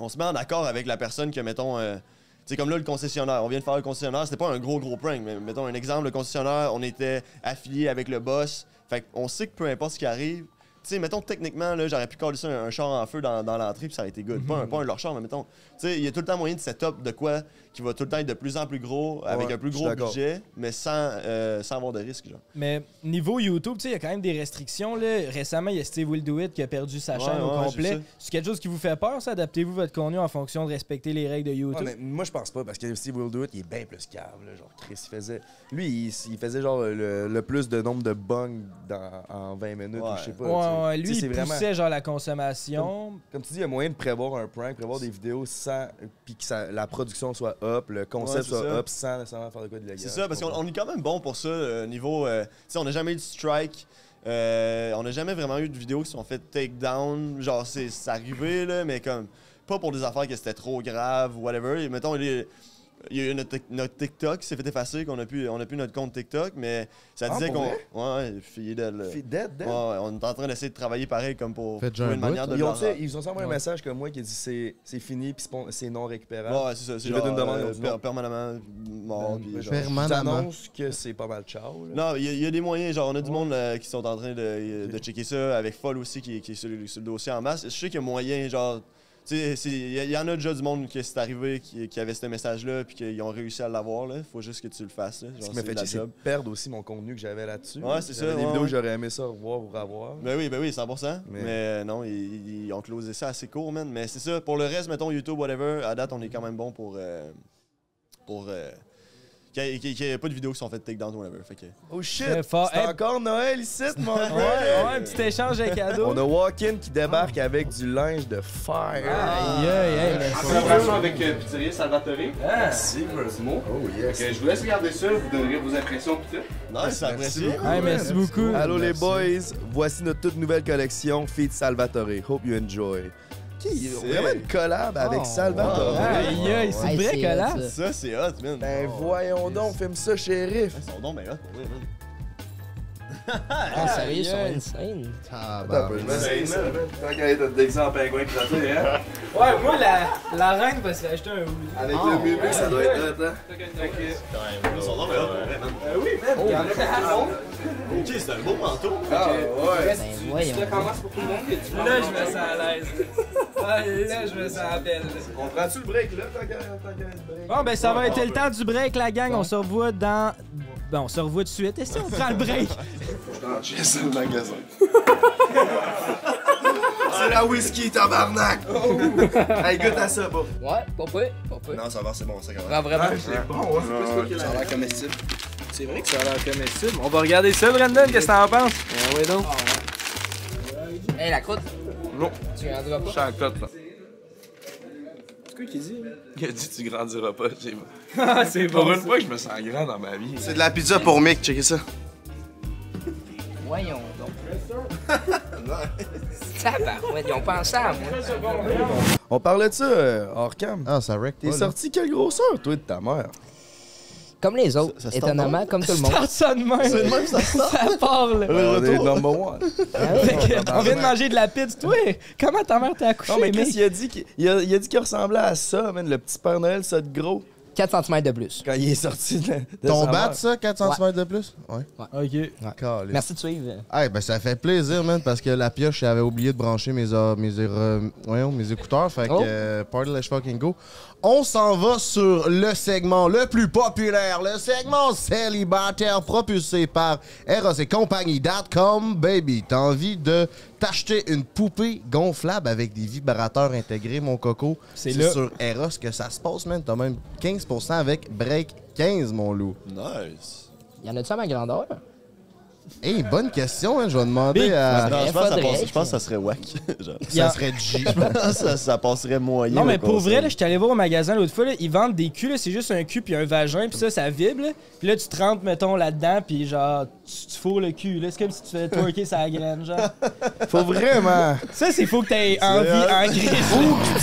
Speaker 3: on se met en accord avec la personne que, mettons, euh, tu sais, comme là, le concessionnaire. On vient de faire le concessionnaire, c'était pas un gros, gros prank, mais mettons un exemple, le concessionnaire, on était affilié avec le boss. Fait qu'on sait que peu importe ce qui arrive, tu sais, mettons, techniquement, là, j'aurais pu coller ça un, un char en feu dans, dans l'entrée, puis ça aurait été good.
Speaker 1: Mhm.
Speaker 3: Pas, un, pas un de leurs chars, mais mettons, tu sais, il y a tout le temps moyen de setup de quoi qui va tout le temps être de plus en plus gros, avec
Speaker 1: Ouais,
Speaker 3: un plus
Speaker 1: je suis
Speaker 3: gros
Speaker 1: d'accord.
Speaker 3: budget, mais sans, euh, sans avoir de risque, genre.
Speaker 10: Mais niveau YouTube, tu sais, il y a quand même des restrictions. Là. Récemment, il y a Steve Will Do It qui a perdu sa
Speaker 3: Ouais,
Speaker 10: chaîne au
Speaker 3: ouais, j'ai vu
Speaker 10: complet.
Speaker 3: ça.
Speaker 10: C'est quelque chose qui vous fait peur, ça? Adaptez-vous votre contenu en fonction de respecter les règles de YouTube?
Speaker 1: Ouais, Ah, mais moi, je pense pas, parce que Steve Will Do It, il est bien plus câble. là, genre, Chris, il faisait. Lui, il, il faisait genre le, le plus de nombre de bungs dans, en 20 minutes, ou je sais pas.
Speaker 10: Ouais,
Speaker 1: tu sais.
Speaker 10: ouais,
Speaker 1: Tu
Speaker 10: lui,
Speaker 1: sais,
Speaker 10: il
Speaker 1: c'est
Speaker 10: poussait
Speaker 1: vraiment-
Speaker 10: genre la consommation.
Speaker 1: Comme, comme tu dis, il y a moyen de prévoir un prank, prévoir des vidéos sans. puis que ça- la production soit up, le
Speaker 3: Ouais,
Speaker 1: concept
Speaker 3: c'est
Speaker 1: soit
Speaker 3: ça.
Speaker 1: up sans nécessairement faire de quoi de légal.
Speaker 3: C'est ça, parce qu'on on est quand même bon pour ça, euh, niveau. euh, tu sais, on n'a jamais eu de strike. euh, on n'a jamais vraiment eu de vidéos qui sont faites take down. Genre, c'est c'est arrivé, là, mais comme. Pas pour des affaires que c'était trop grave ou whatever. Et mettons, les- il y a eu notre, tic- notre TikTok qui s'est fait effacer, qu'on a plus, on a plus notre compte TikTok, mais ça
Speaker 1: Ah,
Speaker 3: disait
Speaker 1: pour
Speaker 3: qu'on.
Speaker 1: vrai?
Speaker 3: Ouais, fidèle. là.
Speaker 1: Fi- Euh, dead, dead?
Speaker 3: Ouais, ouais, on est en train d'essayer de travailler pareil comme pour
Speaker 5: Faites-je
Speaker 3: trouver
Speaker 5: un
Speaker 3: une
Speaker 5: bout,
Speaker 3: manière de
Speaker 1: Ils
Speaker 3: le
Speaker 1: ont,
Speaker 3: leur-
Speaker 1: ils ont envoyé un
Speaker 3: Ouais.
Speaker 1: message comme moi qui dit c'est c'est fini, puis c'est pas- c'est non récupérable.
Speaker 3: Ouais, ouais, c'est ça. C'est
Speaker 1: J'ai fait
Speaker 3: genre,
Speaker 1: une demande. ils ont
Speaker 3: euh,
Speaker 1: dit
Speaker 3: per-
Speaker 1: non.
Speaker 3: permanemment mort.
Speaker 1: Ben,
Speaker 3: puis genre-
Speaker 1: Je t'annonce que c'est pas mal ciao. là.
Speaker 3: Non, il y, a- il y a des moyens. Genre, on a du monde euh, qui sont en train de, de checker ça, avec Foll aussi qui, qui est sur, le- sur le dossier en masse. Je sais qu'il y a moyen, genre. tu sais, c'est- Il y, a- il y en a déjà du monde que c'est arrivé qui, qui avait ce message-là puis qu'ils ont réussi à l'avoir. Là. Faut juste que tu le fasses. Là. Genre,
Speaker 1: Ce qui m'a
Speaker 3: c'est
Speaker 1: fait
Speaker 3: la
Speaker 1: chier, c'est de
Speaker 3: job.
Speaker 1: perdre aussi mon contenu que j'avais là-dessus.
Speaker 3: Ouais, c'est
Speaker 1: J'avais
Speaker 3: ça,
Speaker 1: Des
Speaker 3: ouais,
Speaker 1: vidéos
Speaker 3: ouais.
Speaker 1: que j'aurais aimé ça revoir ou revoir.
Speaker 3: Ben oui, ben oui, 100%.
Speaker 1: Mais-
Speaker 3: Mais, euh, non, ils, ils ont closé ça assez court, man. Mais c'est ça. Pour le reste, mettons YouTube, whatever, à date, on est quand même bon pour. euh, pour euh, qu'il n'y ait, qu'il y ait pas de vidéos qui sont faites takedown, whatever. Fait que...
Speaker 1: Oh
Speaker 10: Très
Speaker 1: shit! C'est
Speaker 10: fort. Hey.
Speaker 1: encore Noël ici, mon
Speaker 10: Ouais,
Speaker 1: gars!
Speaker 10: ouais, un petit échange de cadeaux.
Speaker 1: On a Walkin qui débarque avec du linge de fire.
Speaker 10: Aïe, aïe, aïe, Ah, mais
Speaker 9: En
Speaker 1: c'est-
Speaker 9: Ah, collaboration avec euh, Pizzeria Salvatore.
Speaker 1: Merci, Versmo. Oh yes.
Speaker 9: Fait que je vous laisse regarder ça, vous donnerez vos impressions pis tout.
Speaker 3: Nice, c'est
Speaker 1: Merci
Speaker 3: apprécié.
Speaker 1: beaucoup,
Speaker 10: Hey,
Speaker 1: man.
Speaker 10: merci beaucoup.
Speaker 1: Allô les
Speaker 10: Merci.
Speaker 1: boys, voici notre toute nouvelle collection Feed Salvatore. Hope you enjoy. Qui vraiment une collab avec
Speaker 10: Oh,
Speaker 1: Salvatore.
Speaker 10: wow. Aïe, aïe, c'est une vraie
Speaker 1: c'est
Speaker 10: collab.
Speaker 1: hot,
Speaker 3: Ça, c'est hot, man.
Speaker 1: Ben voyons donc, filme ça, shérif.
Speaker 3: Ils sont donc ben hot pour vrai, man.
Speaker 2: Ah, sérieux, ils sont
Speaker 1: Aïe, aïe.
Speaker 2: insane.
Speaker 5: Ah, ben,
Speaker 1: Attends, je vais essayer ça.
Speaker 9: Tant qu'elle est déguisée en pingouin crotté, hein.
Speaker 10: Ouais, moi, la, la reine va se racheter un hoodie.
Speaker 9: Avec le mumu, ça doit être hot, hein.
Speaker 3: Ils sont donc ben hot pour vrai, man.
Speaker 9: Ben oui, man, il y en a pour tout le monde.
Speaker 3: Ok, c'est un beau manteau.
Speaker 9: Ah ouais.
Speaker 2: Ben,
Speaker 9: Tu-
Speaker 2: voyons.
Speaker 9: Tu te commences pour tout le monde et tu
Speaker 10: Là, je me sens à l'aise. Ah, là, je me sens belle.
Speaker 9: On prend-tu le break là, tant qu'à tant qu'à être break? Ah,
Speaker 10: Bon, ben, ça va être le temps du break, la gang. On se revoit dans. Ben, on se revoit tout de suite. Est-ce qu'on prend le break?
Speaker 12: J'ai ça le magasin. C'est la whisky, tabarnak!
Speaker 9: Hey, goûte à ça, bon.
Speaker 2: Ouais, pas peu, pas peu.
Speaker 12: Non, ça va, c'est bon, ça quand
Speaker 9: Ah, vraiment? c'est bon, hein? C'est plus toi qui l'as. Ça a l'air comestible. C'est vrai que ça a l'air comestible. On va regarder ça, Brandon, qu'est-ce que t'en penses? Ah ouais, donc.
Speaker 2: Hey, la croûte,
Speaker 9: Non,
Speaker 2: tu rendras
Speaker 9: je
Speaker 2: pas.
Speaker 9: suis en cote, là.
Speaker 2: C'est quoi qu'il dit,
Speaker 9: Il a dit tu grandiras pas, c'est bon.
Speaker 10: Ah, c'est
Speaker 9: Pour
Speaker 10: bon,
Speaker 9: une fois que je me sens grand dans ma vie.
Speaker 12: C'est de la pizza pour Mick, checkez ça.
Speaker 2: Voyons donc. Ça va, ils ont pensé à moi.
Speaker 1: On parlait de ça euh, hors cam.
Speaker 5: Ah, ça wreck
Speaker 1: T'es
Speaker 5: pas, là.
Speaker 1: sorti quelle grosseur, toi, de ta mère?
Speaker 2: Comme les autres,
Speaker 3: Ça- ça se tente
Speaker 2: étonnamment,
Speaker 3: pas.
Speaker 2: comme tout le
Speaker 10: Start
Speaker 2: monde.
Speaker 10: ça de même.
Speaker 3: C'est le même, ça sort.
Speaker 10: Ça part, là.
Speaker 1: On est
Speaker 3: retour.
Speaker 1: number one.
Speaker 10: Fait que, on vient de manger de la pizza. Toi, comment ta mère t'a accouché,
Speaker 1: Non, mais
Speaker 10: mec?
Speaker 1: Chris, il a dit qu'il il a- il a dit qu'il ressemblait à ça, man, le petit Père Noël, ça de gros.
Speaker 2: 4 cm de plus.
Speaker 1: Quand il est sorti de,
Speaker 5: Ton bat, ça, 4 cm de plus? Ouais.
Speaker 10: OK.
Speaker 2: Merci de suivre.
Speaker 5: Hey, ben, ça fait plaisir, man, parce que la pioche, j'avais oublié de brancher mes, or- mes, or- euh, voyons, mes écouteurs. Fait que,
Speaker 2: Oh.
Speaker 5: euh, party, let's fucking go. On s'en va sur le segment le plus populaire, le segment célibataire propulsé par Eros et compagnie.com. Baby, t'as envie de t'acheter une poupée gonflable avec des vibrateurs intégrés, mon coco?
Speaker 10: C'est là.
Speaker 5: sur Eros que ça se passe, man. T'as même 15% avec Break 15, mon loup.
Speaker 3: Nice.
Speaker 2: Y en a-tu à ma grandeur?
Speaker 5: Hey, bonne question, hein. Je vais demander
Speaker 10: Ah,
Speaker 5: à.
Speaker 3: Non, je, pense que ça passe- je pense que ça serait wack. Genre.
Speaker 5: Ça serait G.
Speaker 3: Je pense que ça, ça passerait moyen.
Speaker 10: Non,
Speaker 3: au
Speaker 10: mais pour
Speaker 3: conseil.
Speaker 10: vrai, là, j'étais allé voir au magasin l'autre fois, là, ils vendent des culs, là, c'est juste un cul puis un vagin, puis ça, ça vibre. là. Puis là, tu te rentres, mettons, là-dedans, puis genre, tu, tu fourres le cul. là. C'est comme si tu faisais twerker sa graine, genre.
Speaker 1: Faut vraiment.
Speaker 10: Ça, c'est faut que t'aies
Speaker 1: C'est
Speaker 10: envie,
Speaker 1: vrai.
Speaker 10: envie.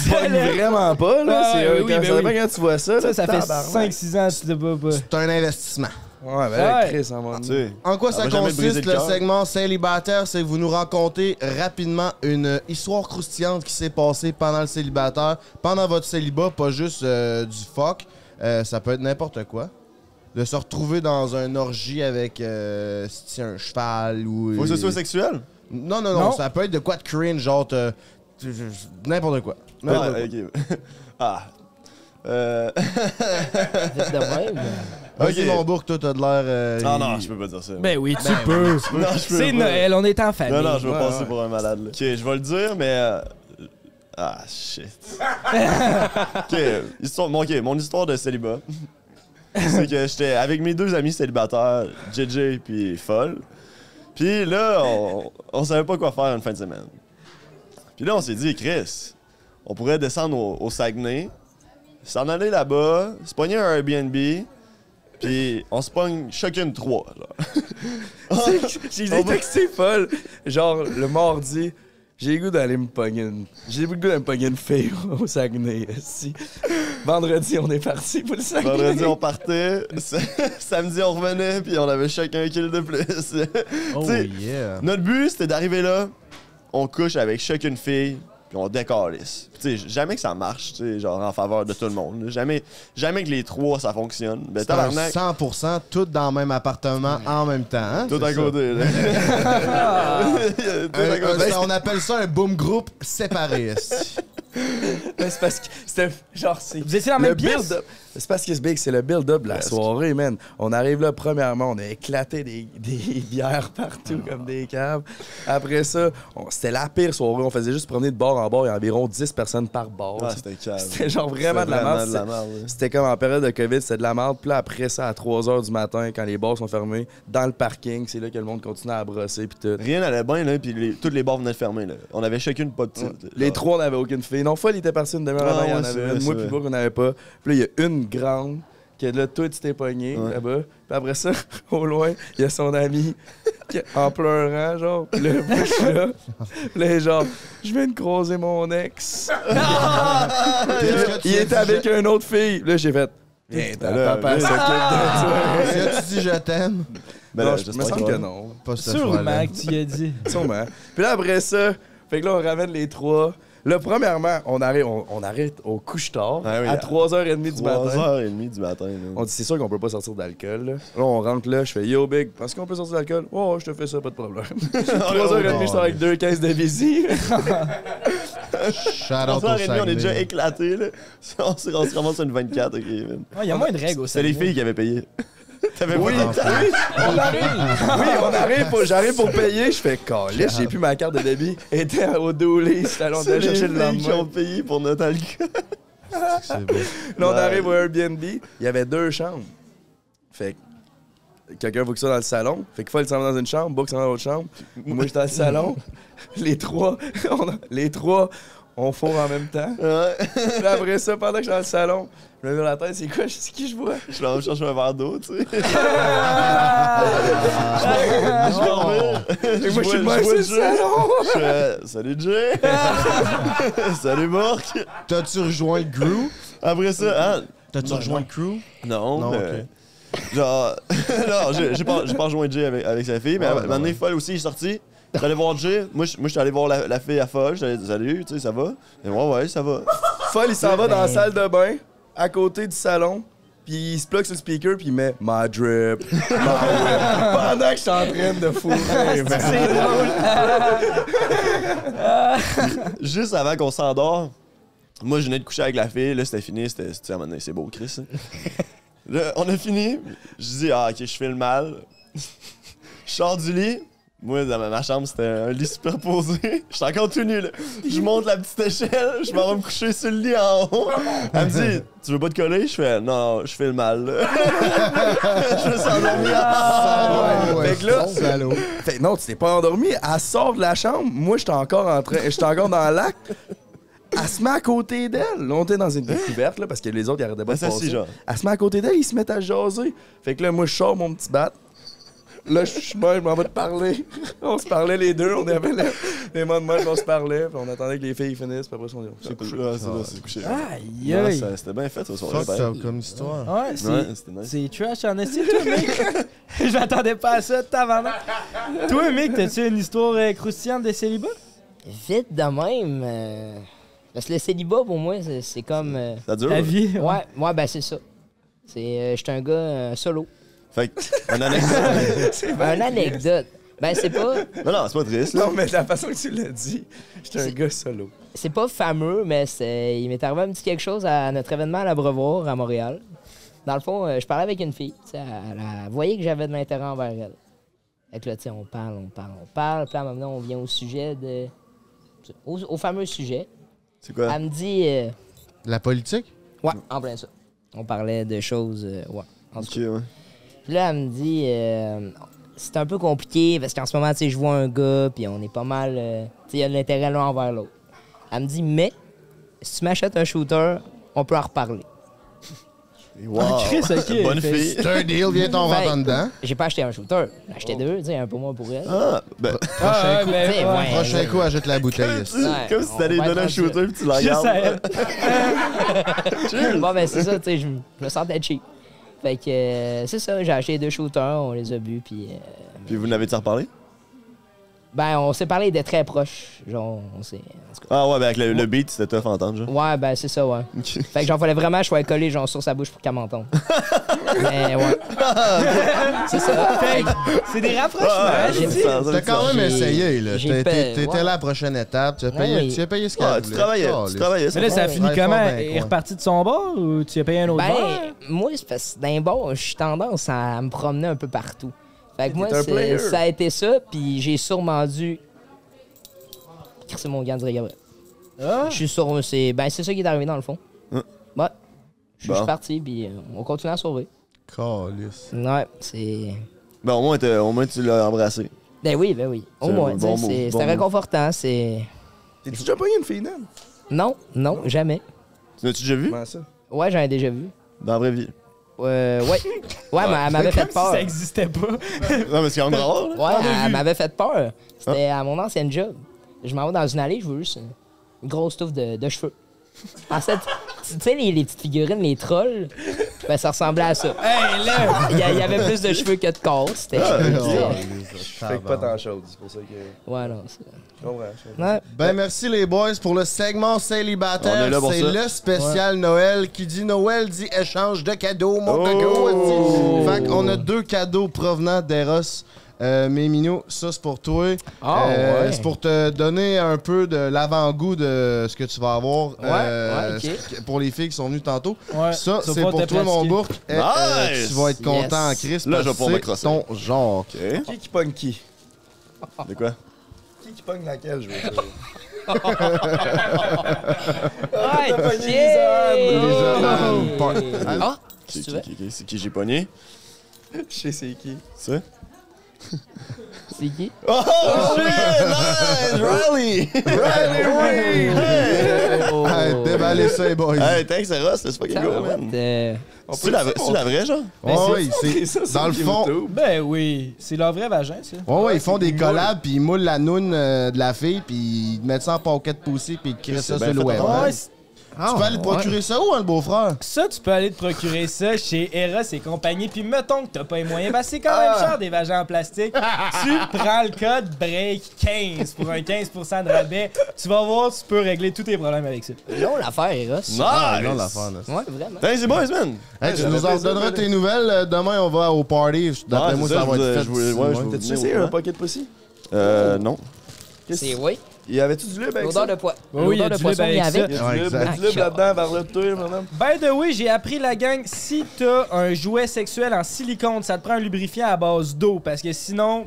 Speaker 1: Tu pognes vraiment pas, là.
Speaker 10: Ah,
Speaker 1: c'est,
Speaker 10: ouais,
Speaker 1: euh,
Speaker 10: oui,
Speaker 1: quand,
Speaker 10: ben
Speaker 1: ça dépend
Speaker 10: oui.
Speaker 1: quand tu vois ça.
Speaker 10: Ça,
Speaker 1: là,
Speaker 10: ça fait
Speaker 1: tabarnak.
Speaker 10: 5-6 ans, tu te bats pas.
Speaker 5: C'est un investissement.
Speaker 1: Ouais, ben là,
Speaker 5: Ouais.
Speaker 1: Chris, en mode.
Speaker 5: En
Speaker 3: Ah,
Speaker 5: quoi ça consiste le, segment célibataire? C'est que vous nous racontez rapidement une histoire croustillante qui s'est passée pendant le célibataire, pendant votre célibat, pas juste euh, du fuck. Euh, ça peut être n'importe quoi. De se retrouver dans un orgie avec euh, si un cheval ou.
Speaker 3: Faut que ce soit sexuel?
Speaker 5: Non, non, non,
Speaker 3: Non.
Speaker 5: Ça peut être de quoi de cringe, genre. te- te- te- N'importe quoi.
Speaker 3: Ah,
Speaker 5: N'importe quoi.
Speaker 3: ok. Ah. Euh.
Speaker 5: Vas-y,
Speaker 3: Ok.
Speaker 5: mon bourg, toi, t'as de l'air. euh,
Speaker 3: Ah non, je peux pas dire ça.
Speaker 10: Ben oui, tu
Speaker 3: Ben
Speaker 10: peux.
Speaker 3: oui, tu peux. Non, je peux
Speaker 10: C'est
Speaker 3: pas.
Speaker 10: Noël, on est en famille.
Speaker 3: Non, non, je vais
Speaker 10: Ouais,
Speaker 3: passer
Speaker 10: ouais.
Speaker 3: pour un malade. là. Ok, je vais le dire, mais. euh, Ah, shit. ok, histoire- bon, ok, mon histoire de célibat. C'est que j'étais avec mes deux amis célibataires, JJ puis Folle. Puis là, on, on savait pas quoi faire une fin de semaine. Puis là, on s'est dit, Chris, on pourrait descendre au, au Saguenay, s'en aller là-bas, se pogner un Airbnb, puis on se pogne chacune trois. genre.
Speaker 1: J'ai des textés folles. Genre, le mardi, j'ai le goût d'aller me pogner une... J'ai le goût d'aller me pogner une fille au Saguenay, si. Vendredi, on est parti pour le Saguenay.
Speaker 3: Vendredi, on partait. S- Samedi, on revenait. Puis on avait chacun un kill de plus.
Speaker 5: Oh,
Speaker 3: T'sais,
Speaker 5: yeah.
Speaker 3: Notre but, c'était d'arriver là. On couche avec chacune fille. Puis on décalisse. Puis Tu sais, jamais que ça marche. Tu sais, genre en faveur de tout le monde. là. Jamais, jamais que les trois, ça fonctionne. Ben,
Speaker 5: C'est un
Speaker 3: tabarnak.
Speaker 5: 100% tout dans le même appartement en même temps. hein?
Speaker 3: Tout
Speaker 5: C'est
Speaker 3: à
Speaker 5: ça.
Speaker 3: côté. là. Tout
Speaker 5: Un-
Speaker 3: à côté.
Speaker 5: un- on appelle ça un boom group séparé.
Speaker 1: Mais c'est parce que c'était genre c'est
Speaker 10: Vous étiez dans la
Speaker 1: le
Speaker 10: même pièce?
Speaker 1: build-up. C'est parce que c'est big, c'est le build-up de la soirée, man. On arrive là, premièrement, on a éclaté des, des bières partout
Speaker 3: Ah.
Speaker 1: comme des caves. Après ça, on- c'était la pire soirée. On faisait juste promener de bord en bord. Il y a environ 10 personnes par bord.
Speaker 3: Ah, c'était cave.
Speaker 1: C'était genre vraiment
Speaker 3: C'était
Speaker 1: de la
Speaker 3: vraiment
Speaker 1: merde.
Speaker 3: de la
Speaker 1: C'était-
Speaker 3: merde, ouais.
Speaker 1: C'était comme en période de COVID, c'était de la merde. Puis là, après ça, à 3 h du matin, quand les bars sont fermés, dans le parking, c'est là que le monde continue à brosser. Puis tout.
Speaker 3: Rien n'allait bien, là, puis les- toutes les bars venaient de fermer. Là. On avait chacune pas de petite. là.
Speaker 1: Les trois, on n'avait aucune fille. Non, Foll, il était parti une demi-heure
Speaker 3: Ah,
Speaker 1: avant, il y
Speaker 3: ouais,
Speaker 1: en
Speaker 3: c'est
Speaker 1: avait
Speaker 3: vrai,
Speaker 1: une.
Speaker 3: c'est
Speaker 1: Moi, puis
Speaker 3: vrai.
Speaker 1: Bourg, on n'avait pas. Puis là, il y a une grande, que là, toi, tu t'es pogné
Speaker 3: Ouais.
Speaker 1: là-bas. Puis après ça, au loin, il y a son ami, qui- en pleurant, genre. Puis là, moi, je suis là. Puis là, il est genre, je viens de croiser mon ex. Puis là, il était avec une autre fille. Puis Là, j'ai fait, viens,
Speaker 5: Là,
Speaker 1: ta papa
Speaker 5: là.
Speaker 1: s'occupe
Speaker 3: Ah.
Speaker 1: de toi.
Speaker 5: Est-ce que tu dis je t'aime?
Speaker 1: Ben
Speaker 5: Non,
Speaker 1: là,
Speaker 5: je-
Speaker 1: je
Speaker 5: me semble
Speaker 1: que non.
Speaker 5: Pas cette fois-là.
Speaker 10: as dit.
Speaker 1: Sûrement. Puis là, après ça, fait que là, on ramène les trois. Là, premièrement, on arrête, on, on arrête au couche-tard
Speaker 3: Ah oui,
Speaker 1: à
Speaker 3: à
Speaker 1: 3h30 du matin.
Speaker 3: 3h30 du matin. là.
Speaker 1: On dit, c'est sûr qu'on peut pas sortir d'alcool. Là. là, on rentre là, je fais Yo Big, est-ce qu'on peut sortir d'alcool? Oh, je te fais ça, pas de problème. 3h30, je sors avec deux caisses de Vizy.
Speaker 5: Shout
Speaker 3: On
Speaker 5: out au
Speaker 3: s'est on est déjà
Speaker 5: Saguenay.
Speaker 3: éclatés, là. On se, on se ramasse à une 24, ok, man.
Speaker 10: Ouais, y a moins de règles au
Speaker 3: C'est les
Speaker 10: Saguenay.
Speaker 3: filles qui avaient payé. T'avais
Speaker 1: Oui,
Speaker 3: pas d'enfant.
Speaker 1: oui, on arrive. Oui, on arrive. pour- J'arrive pour payer. Je fais Calice, j'ai plus ma carte de débit. Elle était au doulé. C'était allé, on
Speaker 3: C'est
Speaker 1: devait
Speaker 3: les
Speaker 1: chercher le
Speaker 3: filles qui
Speaker 1: lendemain.
Speaker 3: ont payé pour notre alcool.
Speaker 1: Là, on arrive au Airbnb. Il y avait deux chambres. Fait que quelqu'un faut que ça dans le salon. Fait que Foll s'en va dans une chambre, Book s'en va dans l'autre chambre. Moi, j'étais dans le salon. Les trois, on, a- les trois, on fourre en même temps. Puis après ça, pendant que j'étais dans le salon, je me mets dans la tête, c'est quoi, c'est qui je vois?
Speaker 3: Je vais me chercher un verre d'eau, tu sais. Ah,
Speaker 1: Je m'en vais. Et moi, je suis
Speaker 3: vois-
Speaker 1: le
Speaker 3: vois
Speaker 1: même salon.
Speaker 3: Je fais, euh, Salut Jay! Salut Marc!
Speaker 5: T'as-tu rejoint le crew?
Speaker 3: Après ça, hein?
Speaker 5: T'as-tu
Speaker 3: Non,
Speaker 5: rejoint
Speaker 3: non.
Speaker 5: le crew?
Speaker 3: Non,
Speaker 5: Non,
Speaker 3: mais- Genre, non, j'ai j'ai pas, j'ai pas rejoint Jay avec, avec sa fille, mais à un
Speaker 5: Ah, Ouais, ouais,
Speaker 3: moment donné,
Speaker 5: ouais.
Speaker 3: Folle aussi, il est sorti. J'allais voir Jay, moi je moi, j'étais allé voir la, la fille à Folle, j'allais dire salut, tu sais, ça va? Et ouais, ouais, ça va.
Speaker 1: Foll, il s'en va dans la salle de bain, à côté du salon. Puis il se plug sur le speaker, puis il met My drip, my whip. Pendant que je suis en train de fourrer, man.
Speaker 3: Juste avant qu'on s'endort, moi, je venais de coucher avec la fille. Là, c'était fini. C'était, c'était- à un moment donné, c'est beau, Chris. hein. Là, on a fini. Je dis, ah, ok, je fais le mal. Je sors du lit. Moi, dans ma- ma chambre, c'était un lit superposé. Je suis encore tout nu, là. Je monte la petite échelle. Je m'en vais me coucher sur le lit en haut. Elle me dit, tu veux pas te coller? Je fais, non, je fais le mal, là. je me suis endormi
Speaker 1: Ah,
Speaker 3: en
Speaker 1: ouais. Fait que là, fait que non, tu t'es pas endormi. Elle sort de la chambre. Moi, j'étais encore en train, j'étais encore dans l'acte. Elle se met à côté d'elle. Là, on était dans une découverte, là, parce que les autres, ils arrêtaient pas de
Speaker 3: s'assit,
Speaker 1: passer.
Speaker 3: genre.
Speaker 1: Elle se met à côté d'elle, ils se mettent à jaser. Fait que là, moi, je sors mon petit bat. Là, je suis même, je m'en vais te parler. On se parlait les deux, on avait les, les mains de même, on se parlait, puis on attendait que les filles finissent, puis après, on dit, on s'est couché.
Speaker 3: Ah, c'est là, c'est couché.
Speaker 10: Aïe,
Speaker 3: Non,
Speaker 10: aïe.
Speaker 3: ça- C'était bien fait, ce soir.
Speaker 5: Fuck, ça, comme histoire.
Speaker 10: Ouais, c'est
Speaker 3: c'était nice.
Speaker 10: c'est trash en esti, toi, mec. Je m'attendais pas à ça, tabarnak. toi, mec, t'as-tu une histoire euh, croustillante de célibat?
Speaker 2: Vite de même. euh, Parce que le célibat, pour moi, c'est- c'est comme. euh,
Speaker 3: Ça dure. Ta vie,
Speaker 2: Ouais, ouais, ben c'est ça. C'est, euh, J'étais un gars euh, solo.
Speaker 3: Fait que, un anecdote.
Speaker 2: Une anecdote. Ben, c'est pas.
Speaker 3: Non, non, c'est pas triste.
Speaker 1: Non, mais la façon que tu l'as dit, j'étais un
Speaker 2: C'est-
Speaker 1: gars solo.
Speaker 2: C'est pas fameux, mais c'est- il m'est arrivé un petit quelque chose à notre événement à l'Abreuvoir, à Montréal. Dans le fond, euh, je parlais avec une fille. tu sais, Elle, elle voyait que j'avais de l'intérêt envers elle. Fait que là, tu sais, on parle, on parle, on parle. Puis là, maintenant, on vient au sujet de. Au, au fameux sujet.
Speaker 3: C'est quoi?
Speaker 2: Elle me dit. euh,
Speaker 5: La politique?
Speaker 2: Ouais, en plein ça. On parlait de choses. euh, ouais. En tout
Speaker 3: Ok, ouais.
Speaker 2: Puis là, elle me dit, euh, c'est un peu compliqué parce qu'en ce moment, tu sais, je vois un gars, puis on est pas mal. euh, tu sais, il y a de l'intérêt l'un envers l'autre. Elle me dit, mais si tu m'achètes un shooter, on peut en reparler.
Speaker 3: Wow. Ah, Chris, ok. Bonne Fait- fille. C'est un deal, viens t'en
Speaker 2: Ben,
Speaker 3: rentrer en dedans.
Speaker 2: J'ai pas acheté un shooter, j'ai acheté deux, tu sais, un pour moi pour elle.
Speaker 3: Ah, ben.
Speaker 2: Ah, ouais,
Speaker 5: coup,
Speaker 2: ben,
Speaker 5: t'sais,
Speaker 2: ouais,
Speaker 5: prochain
Speaker 2: ouais.
Speaker 5: coup, ajoute la bouteille.
Speaker 2: Ouais,
Speaker 3: Comme si
Speaker 2: on
Speaker 3: t'allais
Speaker 2: va
Speaker 3: donner
Speaker 2: être
Speaker 3: un shooter
Speaker 2: rendu
Speaker 3: puis tu la
Speaker 2: Juste à
Speaker 3: gardes.
Speaker 2: elle. bon, ben, c'est ça, tu sais, je me- je me sentais cheap. Fait que, euh, c'est ça, j'ai acheté deux shooters, on les a bu, puis. euh,
Speaker 3: Puis vous n'avez-tu reparlé?
Speaker 2: ben, on s'est parlé de très proches. Genre, on s'est. en tout
Speaker 3: Ah, ouais, ben avec le, le beat, c'était tough à entendre,
Speaker 2: cas.
Speaker 3: genre.
Speaker 2: Ouais, ben, c'est ça, ouais. Fait que, genre, fallait vraiment que je sois collé, genre, sur sa bouche pour qu'elle m'entende. Mais, ouais. c'est ça. Fait que,
Speaker 10: C'est des
Speaker 3: Ah,
Speaker 2: Ouais,
Speaker 10: rapprochements. hein,
Speaker 2: j'ai dit.
Speaker 10: ça,
Speaker 5: T'as quand même
Speaker 2: J'ai-
Speaker 5: essayé, là.
Speaker 2: j'ai
Speaker 5: T'as-
Speaker 2: payé,
Speaker 5: t'es- T'étais
Speaker 2: ouais.
Speaker 5: là à la prochaine étape. Tu as
Speaker 2: Ouais,
Speaker 5: payé,
Speaker 2: oui.
Speaker 5: tu as payé ce
Speaker 2: Ouais,
Speaker 3: Ah,
Speaker 5: qu'elle
Speaker 2: tu
Speaker 5: voulait.
Speaker 2: travaillais,
Speaker 5: Oh,
Speaker 2: tu
Speaker 5: là.
Speaker 2: travaillais,
Speaker 10: Mais là, ça a
Speaker 2: Ouais,
Speaker 10: fini
Speaker 2: ouais,
Speaker 10: comment?
Speaker 2: fort, ben,
Speaker 10: Il est
Speaker 2: quoi.
Speaker 10: reparti de son bar ou tu as payé un autre bar?
Speaker 2: Ben, moi, c'est parce que d'un bar, je suis tendance à me promener un peu partout. Fait que moi,
Speaker 10: un
Speaker 2: c'est-
Speaker 10: player.
Speaker 2: ça a été ça, puis j'ai sûrement dû. Crisser mon gant, dirait Gabriel. Je suis sur. C'est ben, c'est ça qui est arrivé dans le fond.
Speaker 3: Ah. Hein?
Speaker 2: Ouais. Je suis
Speaker 3: Bon.
Speaker 2: je suis parti, puis euh, on continue à sauver.
Speaker 5: Calice.
Speaker 2: Ouais, c'est.
Speaker 3: Ben, au moins, t'as- au moins, tu l'as embrassé.
Speaker 2: Ben oui, ben oui. Au
Speaker 3: C'est un
Speaker 2: moins,
Speaker 3: bon
Speaker 2: tu sais,
Speaker 3: move,
Speaker 2: c'est-
Speaker 3: bon
Speaker 2: c'était
Speaker 3: move.
Speaker 2: réconfortant. C'est.
Speaker 1: T'es-tu déjà pogné une fille, non?
Speaker 2: Non, non, jamais.
Speaker 3: Tu l'as-tu déjà vu?
Speaker 2: Ouais, j'en ai déjà vu.
Speaker 3: Dans la vraie vie.
Speaker 2: Euh, ouais. Ouais, mais elle m'avait fait
Speaker 10: Comme si
Speaker 2: peur.
Speaker 10: ça existait pas.
Speaker 3: Non, mais c'est quand même rare, là.
Speaker 2: Ouais, elle m'avait fait peur. C'était à mon ancienne job. Je m'en vais dans une allée, je veux juste une une grosse touffe de, de cheveux. En fait, tu tu sais, les, les petites figurines, les trolls, ben, ça ressemblait à ça.
Speaker 10: Hey, là!
Speaker 2: Il y a- il y avait plus de cheveux que de corps. C'était.
Speaker 1: Ah,
Speaker 5: Euh,
Speaker 2: c'était-
Speaker 1: ok. Je fais pas tant chose, c'est pour ça que.
Speaker 2: Ouais, non, c'est.
Speaker 1: Je comprends. je comprends.
Speaker 2: Ouais.
Speaker 5: Ben, merci les boys pour le segment
Speaker 1: On est
Speaker 5: célibataire.
Speaker 1: là pour
Speaker 5: C'est
Speaker 1: ça.
Speaker 5: le spécial Noël. Qui dit Noël dit échange de cadeaux,
Speaker 1: Oh!
Speaker 5: mon coco. Fait qu'on a
Speaker 2: Oh!
Speaker 5: deux cadeaux provenant d'Eros. Euh, mais Minou, ça c'est pour toi. Euh,
Speaker 2: Ah, ouais.
Speaker 5: C'est pour te donner un peu de l'avant-goût de ce que tu vas avoir euh,
Speaker 2: ouais, ok.
Speaker 5: ce que- pour les filles qui sont venues tantôt.
Speaker 2: Ouais,
Speaker 5: ça,
Speaker 2: tu vas
Speaker 5: c'est
Speaker 2: pouvoir
Speaker 5: pour toi,
Speaker 2: te
Speaker 5: mon
Speaker 2: pratiquer.
Speaker 5: bourg. Et, euh,
Speaker 3: Nice.
Speaker 5: tu vas être content en
Speaker 2: Yes.
Speaker 5: Christ.
Speaker 3: Là, je vais
Speaker 5: parce
Speaker 3: pouvoir me
Speaker 5: que c'est ton genre.
Speaker 1: Qui qui pogne qui?
Speaker 3: De quoi?
Speaker 1: Qui qui pogne laquelle, je veux dire?
Speaker 10: Ah,
Speaker 2: Ouais,
Speaker 1: t'as pogné
Speaker 2: yeah.
Speaker 1: les
Speaker 3: hommes.
Speaker 5: hein?
Speaker 2: Oh.
Speaker 3: Par-
Speaker 2: Ah,
Speaker 3: C'est
Speaker 2: qu'est-ce que tu veux?
Speaker 3: qui, qui- c'est qui j'ai pogné?
Speaker 1: Je sais c'est qui.
Speaker 3: Ça?
Speaker 2: C'est qui?
Speaker 3: Oh, shit! Nice! Riley! Riley Reed! Hey!
Speaker 2: Oh.
Speaker 5: Hey, déballez ça, les boys.
Speaker 3: Oh. Hey, thanks, Eros, c'est pas go, man.
Speaker 2: euh,
Speaker 3: C'est la, c'est la vraie, genre?
Speaker 5: Ouais, Oh, ouais, c'est- dans le fond, oh,
Speaker 10: Ben oui, c'est leur vrai vagin, ça.
Speaker 5: Ouais, ouais, ils font des collabs, puis ils moulent la noune euh, de la fille, puis ils mettent ça en pocket poussé, puis ils créent
Speaker 3: C'est
Speaker 5: ça
Speaker 3: bien
Speaker 5: sur le
Speaker 3: fait
Speaker 5: web.
Speaker 3: en
Speaker 10: Ouais,
Speaker 3: Ouais.
Speaker 10: c'est-
Speaker 5: tu peux aller te procurer ça où, hein, le beau-frère?
Speaker 10: Ça, tu peux aller te procurer ça chez Eros et compagnie. Puis mettons que t'as pas les moyens, parce que c'est quand même
Speaker 5: Ah.
Speaker 10: cher des vagins en plastique. tu prends le code BREAK15 pour un 15% de rabais. Tu vas voir, tu peux régler tous tes problèmes avec ça.
Speaker 2: Non, l'affaire, Eros.
Speaker 5: Ah, non, l'affaire, là.
Speaker 2: Ouais, vraiment.
Speaker 3: Hey, c'est boys, man!
Speaker 5: Hey, tu nous en donneras tes nouvelles. euh, Demain, on va au party. Je- D'après
Speaker 3: Ouais, Ah,
Speaker 5: moi,
Speaker 3: c'est
Speaker 5: ça
Speaker 3: ça,
Speaker 5: va
Speaker 3: je
Speaker 5: être
Speaker 3: voulais-
Speaker 5: fait.
Speaker 3: je voulais- ouais, je voulais-
Speaker 1: T'as-tu essayé un pocket pussy?
Speaker 3: Euh, non.
Speaker 2: C'est oui.
Speaker 1: Il y avait-tu du lube avec
Speaker 2: L'odeur
Speaker 1: ça?
Speaker 2: de poids.
Speaker 10: Oui, oui, il y a
Speaker 2: L'odeur de
Speaker 10: du
Speaker 2: poisson
Speaker 10: lube
Speaker 2: vient
Speaker 10: avec ça.
Speaker 2: avec.
Speaker 1: Il y
Speaker 10: Ouais,
Speaker 1: a du lube-
Speaker 10: exact.
Speaker 1: du lube là-dedans, vers le tuyau, madame.
Speaker 10: By the way, j'ai appris la gang, si t'as un jouet sexuel en silicone, ça te prend un lubrifiant à base d'eau parce que sinon,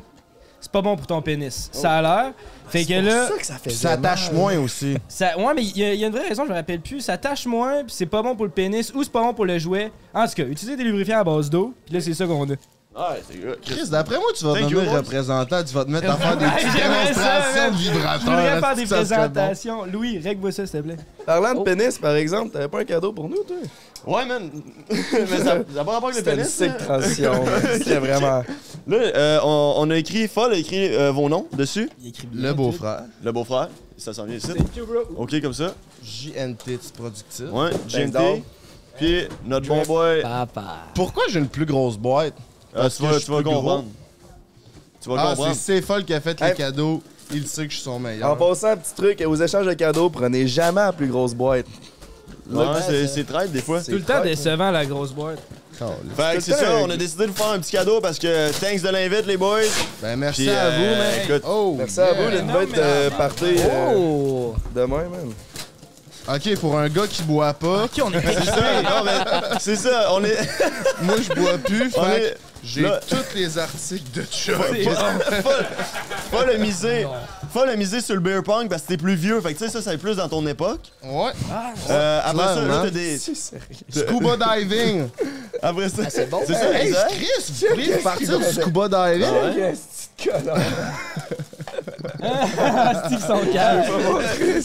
Speaker 10: c'est pas bon pour ton pénis. Ça a l'air. Fait que
Speaker 5: pour
Speaker 10: là.
Speaker 5: ça que ça faisait Ça attache mal. moins aussi.
Speaker 10: Ça, ouais, mais il y, a- y a une vraie raison, je me rappelle plus. Ça attache moins, puis c'est pas bon pour le pénis ou c'est pas bon pour le jouet. En tout cas, utilisez des lubrifiants à base d'eau, puis là, c'est ça qu'on a.
Speaker 3: Ouais, c'est good.
Speaker 5: Chris, d'après moi, tu vas
Speaker 10: Thank you,
Speaker 5: devenir
Speaker 10: boys.
Speaker 5: représentant. Tu vas te mettre à faire des
Speaker 10: Ouais,
Speaker 5: petites
Speaker 10: j'aimerais ça,
Speaker 5: démonstrations
Speaker 3: Ah,
Speaker 5: de
Speaker 10: man. Je voudrais
Speaker 5: vibrateurs.
Speaker 10: faire
Speaker 5: est-ce
Speaker 10: des
Speaker 5: que ça serait bon?
Speaker 10: présentations. Louis, règle-moi ça, s'il te plaît.
Speaker 1: Parlant
Speaker 2: Oh.
Speaker 1: de pénis, par exemple, t'avais pas un cadeau pour nous, toi?
Speaker 3: Ouais, man. Mais ça n'a pas rapport avec le
Speaker 1: C'était une
Speaker 3: pénis. hein?
Speaker 1: sick
Speaker 3: là.
Speaker 1: transition, man. C'était vraiment-
Speaker 3: Là, euh, on, on a écrit, Folle a écrit euh, vos noms dessus.
Speaker 5: Le beau-frère.
Speaker 3: Le beau-frère. Ça s'en vient ici.
Speaker 10: Thank you, bro.
Speaker 3: Ok, comme ça.
Speaker 5: JNT, c'est productif.
Speaker 3: Ouais,
Speaker 5: Ben,
Speaker 3: GMT. Puis notre bon boy.
Speaker 2: Ah, Papa.
Speaker 5: Pourquoi j'ai une plus grosse boîte?
Speaker 3: Ah,
Speaker 5: Ah, Parce
Speaker 3: tu
Speaker 5: que
Speaker 3: vas,
Speaker 5: je
Speaker 3: tu
Speaker 5: suis
Speaker 3: vas
Speaker 5: plus gros.
Speaker 3: comprendre. Tu vas
Speaker 5: Ah,
Speaker 3: comprendre.
Speaker 5: c'est Céphale qui a fait les
Speaker 1: Hey.
Speaker 5: cadeaux. Il sait que je suis son
Speaker 3: Ah.
Speaker 5: meilleur.
Speaker 1: En passant, un petit truc, aux échanges de cadeaux, prenez jamais la plus grosse boîte.
Speaker 3: Ouais, c'est- c'est hein. traite des fois.
Speaker 10: Tout le temps décevant, la grosse boîte.
Speaker 3: Fait que c'est ça, on a décidé de vous faire un petit cadeau parce que thanks de l'invite, les boys.
Speaker 5: Ben, merci
Speaker 3: Puis,
Speaker 5: à
Speaker 3: euh,
Speaker 5: vous, man.
Speaker 3: écoute,
Speaker 5: oh,
Speaker 1: Merci à vous, les bête euh, partez euh,
Speaker 2: Oh!
Speaker 1: demain, man.
Speaker 5: Ok, pour un gars qui boit pas.
Speaker 10: Ok, on est
Speaker 5: C'est ça, non, mais-
Speaker 3: C'est ça, on est.
Speaker 5: Moi, je bois plus,
Speaker 3: On
Speaker 5: fait
Speaker 3: est-
Speaker 5: que j'ai
Speaker 3: là-
Speaker 5: tous les articles de Chuck.
Speaker 3: Faut le miser. Faut le miser sur le beer pong parce que t'es plus vieux. Fait que tu sais, ça, c'est plus dans ton époque.
Speaker 5: Ouais.
Speaker 3: Euh, après ça, là,
Speaker 5: Clairement.
Speaker 3: t'as des.
Speaker 5: Scuba diving.
Speaker 3: Après ça.
Speaker 2: c'est bon.
Speaker 3: C'est ça,
Speaker 5: Hey,
Speaker 3: exact.
Speaker 5: Chris, vous voulez partir du scuba diving?
Speaker 3: Ah ouais?
Speaker 10: Steve son calme.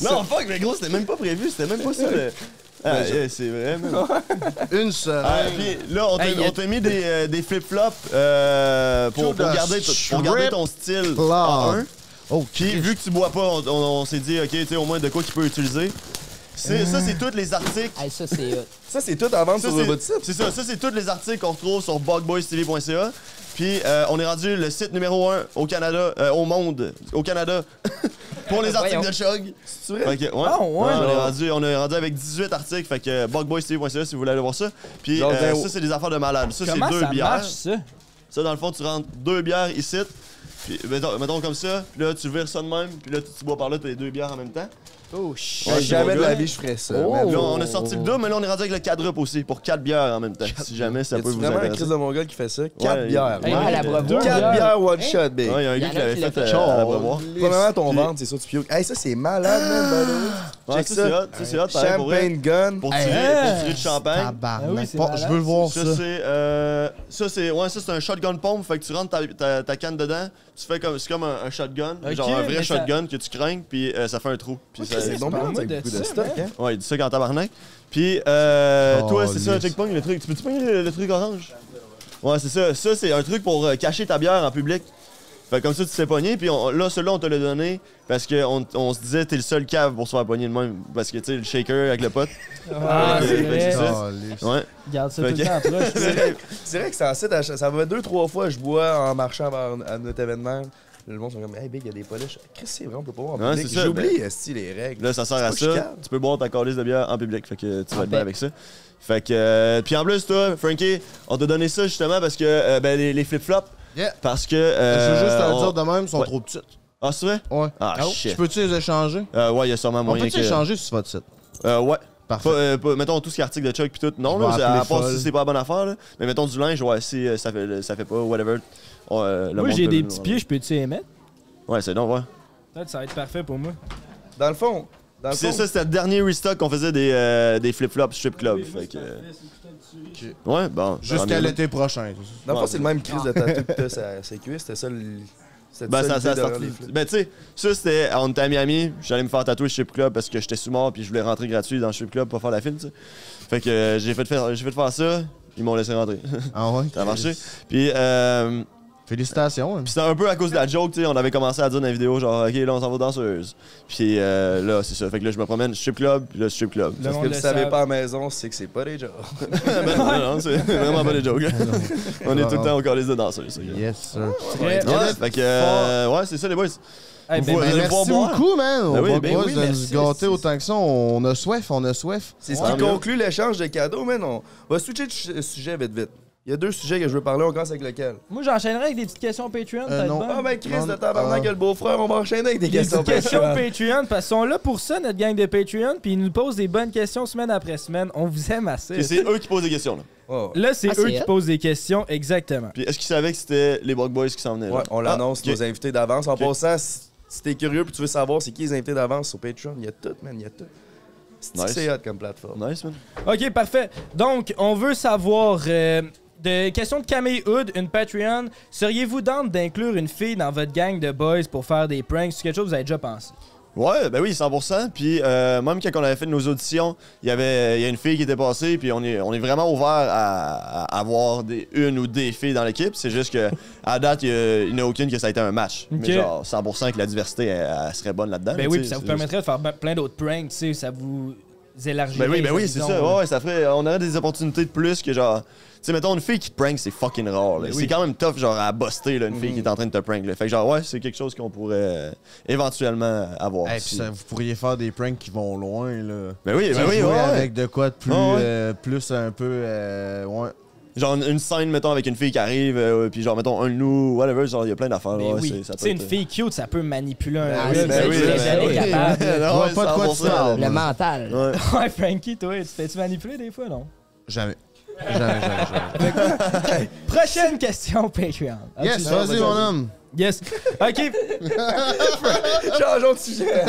Speaker 3: Non, fuck, mais gros, c'était même pas prévu. C'était même pas ça. le- Ah, yeah, c'est vrai, même.
Speaker 5: Une seule.
Speaker 3: Ah, puis là, on t'a
Speaker 5: Hey, y a-
Speaker 3: on t'a mis des, euh, des flip-flops euh, pour,
Speaker 5: To
Speaker 3: pour
Speaker 5: the
Speaker 3: garder, ton- pour garder ton style en un.
Speaker 5: Oh,
Speaker 3: Puis vu que tu bois pas, on, on- on s'est dit, ok, tu sais, au moins de quoi qu'il peut utiliser. C'est- Ça, c'est tous les articles.
Speaker 2: Hey, ça, c'est euh, hot.
Speaker 1: Ça, c'est tout à vendre
Speaker 3: Ça,
Speaker 1: sur
Speaker 3: c'est-
Speaker 1: votre site.
Speaker 3: C'est ça, ça c'est tous les articles qu'on retrouve sur bugboystv.ca. Puis euh, on est rendu le site numéro 1 au Canada, euh, au monde, au Canada, pour les articles
Speaker 2: Voyons.
Speaker 3: de Chug.
Speaker 1: C'est vrai?
Speaker 3: Fait que, ouais.
Speaker 10: Ah, ouais.
Speaker 3: on, est rendu, on est rendu avec 18 articles, fait que bugboystv.ca si vous voulez aller voir ça. Puis
Speaker 1: Genre,
Speaker 3: euh,
Speaker 1: ben,
Speaker 3: ça, c'est des affaires de malade. Ça, c'est
Speaker 10: Comment
Speaker 3: deux
Speaker 10: ça
Speaker 3: bières.
Speaker 10: marche, ça?
Speaker 3: Ça, dans le fond, tu rentres deux bières ici, puis mettons, mettons comme ça, puis là, tu vires ça de même, puis là, tu tu bois par là, t'as les deux bières en même temps.
Speaker 2: Oh, shit.
Speaker 1: Ben,
Speaker 3: Ouais,
Speaker 1: jamais
Speaker 3: mon
Speaker 1: de la
Speaker 3: gars.
Speaker 1: vie, je ferais ça.
Speaker 3: Là,
Speaker 1: man.
Speaker 3: on a sorti le double, mais là, on est rendu avec le quadruple aussi, pour quatre bières en même temps, si jamais ça
Speaker 1: Y
Speaker 3: peut
Speaker 1: a-tu
Speaker 3: vous
Speaker 1: vraiment un
Speaker 3: intéresser.
Speaker 1: crise de mon gars qui fait ça? 4
Speaker 3: Ouais,
Speaker 1: bières.
Speaker 2: Hey, à la bravo.
Speaker 1: Deux
Speaker 2: bières.
Speaker 1: Quatre bières one
Speaker 2: Hein?
Speaker 1: shot, big.
Speaker 3: Ouais, y a un
Speaker 2: Il y
Speaker 3: gars
Speaker 2: en
Speaker 3: qui
Speaker 2: a
Speaker 3: l'avait
Speaker 2: qui l'a
Speaker 3: fait
Speaker 2: fait.
Speaker 3: euh, à la
Speaker 1: Ah,
Speaker 3: Brevoir.
Speaker 1: bah, Premièrement, ton
Speaker 3: Puis-
Speaker 1: ventre, c'est sûr, tu piques. Hey, ça, c'est malade, man. by the way.
Speaker 3: Ouais,
Speaker 1: Check
Speaker 3: ça, c'est
Speaker 1: ça.
Speaker 3: hot, ça, c'est hot, pareil, Ah, pour vrai.
Speaker 1: Champagne gun.
Speaker 3: Pour
Speaker 5: Hey,
Speaker 3: tirer,
Speaker 10: hein?
Speaker 3: pour tirer du champagne.
Speaker 10: Ah oui,
Speaker 5: Tabarnak.
Speaker 10: c'est
Speaker 5: Pas-
Speaker 10: malade.
Speaker 5: Je veux le voir ça.
Speaker 3: Ça, c'est. euh, ça, c'est. Ouais, ça, c'est un shotgun pompe. Fait que tu rentres ta, ta- ta canne dedans, tu fais comme. C'est comme un, un shotgun.
Speaker 10: Ok,
Speaker 3: genre un
Speaker 10: mais
Speaker 3: vrai
Speaker 10: ça-
Speaker 3: shotgun que tu craignes, puis euh, ça fait un trou. Puis ça-
Speaker 1: C'est donc
Speaker 10: parle-moi
Speaker 1: bien, t'as
Speaker 10: de
Speaker 1: beaucoup de
Speaker 10: ça,
Speaker 1: stock,
Speaker 10: man.
Speaker 1: hein?
Speaker 3: Ouais, il dit ça quand tabarnak. Puis, euh,
Speaker 5: Oh,
Speaker 3: toi, c'est ça,
Speaker 5: lisse.
Speaker 3: checkpoint, le truc. Tu peux-tu pogner le, le truc orange? Ouais, c'est ça. Ça, c'est un truc pour euh, cacher ta bière en public. Fait comme ça, tu te fais pogner. Puis on- là, celui-là, on te l'a donné parce qu'on on se disait, t'es le seul cave pour se faire pogner de même. Parce que, tu sais, le shaker avec le pote.
Speaker 10: Ah,
Speaker 3: Fait que-
Speaker 10: c'est
Speaker 3: fait que c'est
Speaker 10: vrai.
Speaker 3: ça.
Speaker 5: Caliste.
Speaker 3: Ouais.
Speaker 10: Garde ça
Speaker 3: Fait
Speaker 10: tout
Speaker 3: que-
Speaker 10: le temps proche.
Speaker 1: C'est vrai- c'est vrai que c'est un site, à ch- ça va deux, trois fois, je bois en marchant vers à notre événement. Le monde sont comme, hey, big, il y a des polish. Chris, c'est vrai, on peut pas voir en
Speaker 3: Ouais,
Speaker 1: public.
Speaker 3: c'est ça, ben.
Speaker 1: J'oublie, esti, les règles.
Speaker 3: Là, ça sert à
Speaker 1: pas
Speaker 3: ça.
Speaker 1: chicane.
Speaker 3: Tu peux boire ta calice de bière en public. Fait que tu vas
Speaker 2: Ah,
Speaker 3: être bien
Speaker 2: ben.
Speaker 3: avec ça. Fait que. euh, puis en plus, toi, Frankie, on t'a donné ça justement parce que euh, ben, les, les flip-flops.
Speaker 5: Yeah.
Speaker 3: Parce que.
Speaker 5: Je veux juste te
Speaker 3: euh,
Speaker 5: le
Speaker 3: on-
Speaker 5: dire de même, ils sont
Speaker 3: Ouais.
Speaker 5: trop petites.
Speaker 3: Ah, c'est vrai?
Speaker 5: Ouais.
Speaker 3: Ah,
Speaker 5: ouais?
Speaker 3: shit.
Speaker 5: Je peux-tu les échanger?
Speaker 3: Euh, ouais, il y a sûrement
Speaker 5: On
Speaker 3: moyen
Speaker 5: peut-tu
Speaker 3: que.
Speaker 5: échanger sur votre site?
Speaker 3: Euh, ouais.
Speaker 5: Parfait.
Speaker 3: Pas, euh, pas- mettons tout ce qui est article de Chuck puis tout. Non,
Speaker 5: Je vais
Speaker 3: là, à
Speaker 5: appeler
Speaker 3: part
Speaker 5: folle.
Speaker 3: si c'est pas la bonne affaire, là. Mais mettons du linge, ouais, si euh, ça, fait, ça fait pas, whatever. on, euh, le
Speaker 10: Moi,
Speaker 3: monde
Speaker 10: j'ai
Speaker 3: peut-
Speaker 10: des petits pieds, je peux-tu les mettre?
Speaker 3: Ouais, c'est non, ouais.
Speaker 10: Peut-être ça va être parfait pour moi.
Speaker 1: Dans le fond, dans le
Speaker 3: Puis c'est
Speaker 1: fond,
Speaker 3: ça, c'était le dernier restock qu'on faisait des, euh, des flip-flops strip club. fait que. euh, Ouais, bon.
Speaker 5: Jusqu'à
Speaker 3: tant mieux.
Speaker 5: l'été prochain.
Speaker 1: dans le fond, c'est le même crise de tatou que t'as sur- sur les cuisses. C'était ça le. c'était
Speaker 3: Ben, ça,
Speaker 1: l'idée
Speaker 3: ça a
Speaker 1: derrière
Speaker 3: sorti.
Speaker 1: les flips.
Speaker 3: Ben, tu sais, ça, c'était. On était à Miami, j'allais me faire tatouer chez Strip Club parce que j'étais sous-mort puis je voulais rentrer gratuit dans le Strip Club pour faire la file, tu sais. Fait que euh, j'ai fait, de faire- j'ai fait de faire ça, ils m'ont laissé rentrer.
Speaker 5: Ah ouais?
Speaker 3: ça a marché. Puis, euh,
Speaker 5: Félicitations. hein.
Speaker 3: Puis c'était un peu à cause de la joke, tu sais, on avait commencé à dire dans la vidéo, genre, OK, là, on s'en va danseuse. Puis euh, là, c'est ça. Fait que là, je me promène, strip club, puis là, strip club.
Speaker 1: Parce que vous savez pas à la maison, c'est que c'est pas des jobs.
Speaker 3: Ben, non, non, c'est vraiment pas des jokes. là. on est tout le temps au collège de danseuses.
Speaker 5: Yes, sir.
Speaker 3: Ouais, fait que, euh, hein. ouais, c'est ça, les boys.
Speaker 5: Eh ben,
Speaker 3: Vous allez
Speaker 5: merci
Speaker 3: pouvoir boire.
Speaker 5: beaucoup, man.
Speaker 3: Ben
Speaker 5: On
Speaker 3: oui,
Speaker 5: va
Speaker 3: ben
Speaker 5: pas
Speaker 3: oui,
Speaker 5: se
Speaker 3: merci,
Speaker 5: gâter autant que ça. On a soif, on a soif.
Speaker 1: C'est ce qui conclut l'échange de cadeaux, man. On va switcher de ch- sujet vite, vite. Il y a deux sujets que je veux parler, on commence avec lequel?
Speaker 10: Moi, j'enchaînerai avec des petites questions Patreon. peut-être
Speaker 1: non.
Speaker 10: bonnes.
Speaker 1: Ah ben, Chris, de tabarnak, que le beau-frère, on va enchaîner avec des
Speaker 10: Des
Speaker 1: questions.
Speaker 10: petites questions
Speaker 1: Patreon.
Speaker 10: Patreon, parce qu'ils sont là pour ça, notre gang de Patreon, puis ils nous posent des bonnes questions semaine après semaine. On vous aime assez.
Speaker 3: Puis c'est eux qui posent des questions, là.
Speaker 10: Là, c'est eux qui posent des questions, exactement.
Speaker 3: Puis est-ce qu'ils savaient que c'était les Bug Boys qui s'en venaient? Ah,
Speaker 1: Ouais, on l'annonce,
Speaker 3: nos
Speaker 1: nos invités d'avance. En passant, si, si t'es curieux et tu veux savoir c'est qui les invités d'avance sur Patreon, il y a tout, man, il y a tout. C'est
Speaker 3: Nice.
Speaker 1: c'est hot comme plateforme.
Speaker 3: Nice, man.
Speaker 10: Ok, parfait. Donc, on veut savoir. euh, de question de Camille Hood, une Patreon. Seriez-vous down d'inclure une fille dans votre gang de boys pour faire des pranks? C'est quelque chose que vous avez déjà pensé.
Speaker 3: Ouais, ben oui, 100%. Puis euh, même quand on avait fait nos auditions, il y avait il y a une fille qui était passée, puis on est, on est vraiment ouvert à, à avoir des, une ou des filles dans l'équipe. C'est juste que à date, il y a- il n'y en a aucune que ça a été un match.
Speaker 10: Ok.
Speaker 3: Mais genre 100% que la diversité elle, elle serait bonne là-dedans.
Speaker 10: Ben
Speaker 3: là,
Speaker 10: oui,
Speaker 3: Ah, tu
Speaker 10: puis
Speaker 3: sais,
Speaker 10: ça vous
Speaker 3: c'est juste-
Speaker 10: permettrait de faire ben- plein d'autres pranks, tu sais, ça vous élargit.
Speaker 3: Ben oui, ben oui, c'est ça. Ouais, ouais, ça ferait, on aurait des opportunités de plus que genre. Tu sais, mettons, une fille qui te prank, c'est fucking rare. là.
Speaker 10: Ben
Speaker 3: C'est
Speaker 10: oui. Mhm.
Speaker 3: quand même tough, genre, à buster, là, une fille qui est en train de te prank. là. Fait que, genre, ouais, c'est quelque chose qu'on pourrait euh, éventuellement avoir.
Speaker 5: Hey,
Speaker 3: si-
Speaker 5: puis ça, vous pourriez faire des pranks qui vont loin, là.
Speaker 3: Ben oui, ben
Speaker 5: Jouer
Speaker 3: oui, ouais, ouais.
Speaker 5: Avec de quoi de plus,
Speaker 3: Ouais, ouais.
Speaker 5: euh, plus un peu, euh, ouais.
Speaker 3: Genre une- une scène, mettons, avec une fille qui arrive, euh, puis genre, mettons, un loup, whatever, genre, il y a plein d'affaires.
Speaker 10: Ben
Speaker 3: ouais,
Speaker 10: oui,
Speaker 3: c'est- ça
Speaker 10: tu
Speaker 3: peut
Speaker 10: sais, une
Speaker 3: être- euh,
Speaker 10: fille cute, ça peut manipuler
Speaker 3: Ben
Speaker 10: un
Speaker 3: oui, ben
Speaker 10: gars, tu sais,
Speaker 3: oui,
Speaker 10: tu
Speaker 3: ben
Speaker 10: l'es jamais
Speaker 3: oui.
Speaker 10: capable.
Speaker 3: Non, ouais, ça va pas ça, là.
Speaker 2: Le mental.
Speaker 10: Ouais, Frankie, toi, tu t'es-tu manipulé des fois, non?
Speaker 5: Jamais. Jamais, jamais, jamais.
Speaker 10: Prochaine question, Patreon. Ah,
Speaker 5: Yes,
Speaker 10: tu-
Speaker 5: vas-y, mon homme.
Speaker 10: Yes. OK.
Speaker 1: Changeons de sujet.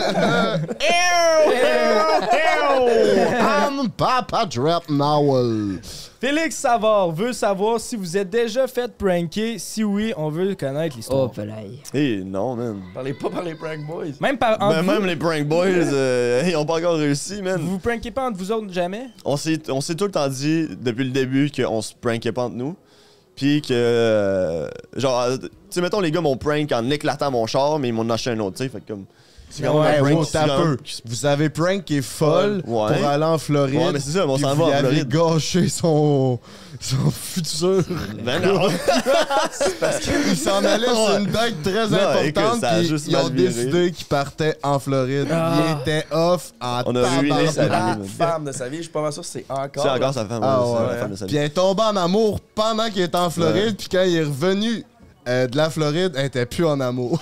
Speaker 5: I'm Papa Drap Nowell.
Speaker 10: Félix Savard veut savoir si vous êtes déjà fait pranker. Si oui, on veut connaître l'histoire.
Speaker 2: Oh, pelaille.
Speaker 3: Eh, non, man.
Speaker 1: Parlez pas par les prank boys.
Speaker 10: Même par entre
Speaker 3: Ben,
Speaker 10: vous,
Speaker 3: même les prank boys, euh, ils ont pas encore réussi, man.
Speaker 10: vous prankez pas entre vous autres jamais?
Speaker 3: on s'est on s'est tout le temps dit depuis le début qu'on se prankait pas entre nous. Puis que. euh, genre, euh, tu sais, mettons, les gars m'ont prank en éclatant mon char, mais ils m'ont acheté un autre, tu sais. Fait que comme. C'est quand même un
Speaker 5: Ouais,
Speaker 3: prank
Speaker 5: wow,
Speaker 3: qui-
Speaker 5: t'as
Speaker 3: quand même-
Speaker 5: peu. Vous avez prank qui est folle pour
Speaker 3: Ouais.
Speaker 5: aller en Floride.
Speaker 3: Ouais, mais c'est ça, on
Speaker 5: puis
Speaker 3: s'en
Speaker 5: vous
Speaker 3: va en
Speaker 5: y avez
Speaker 3: Floride.
Speaker 5: gâché son, son futur.
Speaker 3: Ben non!
Speaker 5: Parce qu'il s'en allait sur une date très
Speaker 3: Non, écoute,
Speaker 5: importante.
Speaker 3: ça a
Speaker 5: puis
Speaker 3: juste
Speaker 5: ils ont
Speaker 3: mal viré.
Speaker 5: décidé qu'il partait en Floride.
Speaker 1: Ah.
Speaker 5: Il était off en
Speaker 3: On a ruiné
Speaker 5: tabarnak.
Speaker 3: sa vie,
Speaker 1: La
Speaker 3: man.
Speaker 1: femme de sa vie, je suis pas mal sûr que c'est encore.
Speaker 3: C'est encore sa femme,
Speaker 5: Ah
Speaker 3: ouais, c'est
Speaker 5: ouais.
Speaker 3: la femme de sa
Speaker 5: Puis
Speaker 3: vie.
Speaker 5: elle est tombée en amour pendant qu'il était en Floride. Puis quand il est revenu euh, de la Floride, elle était plus en amour.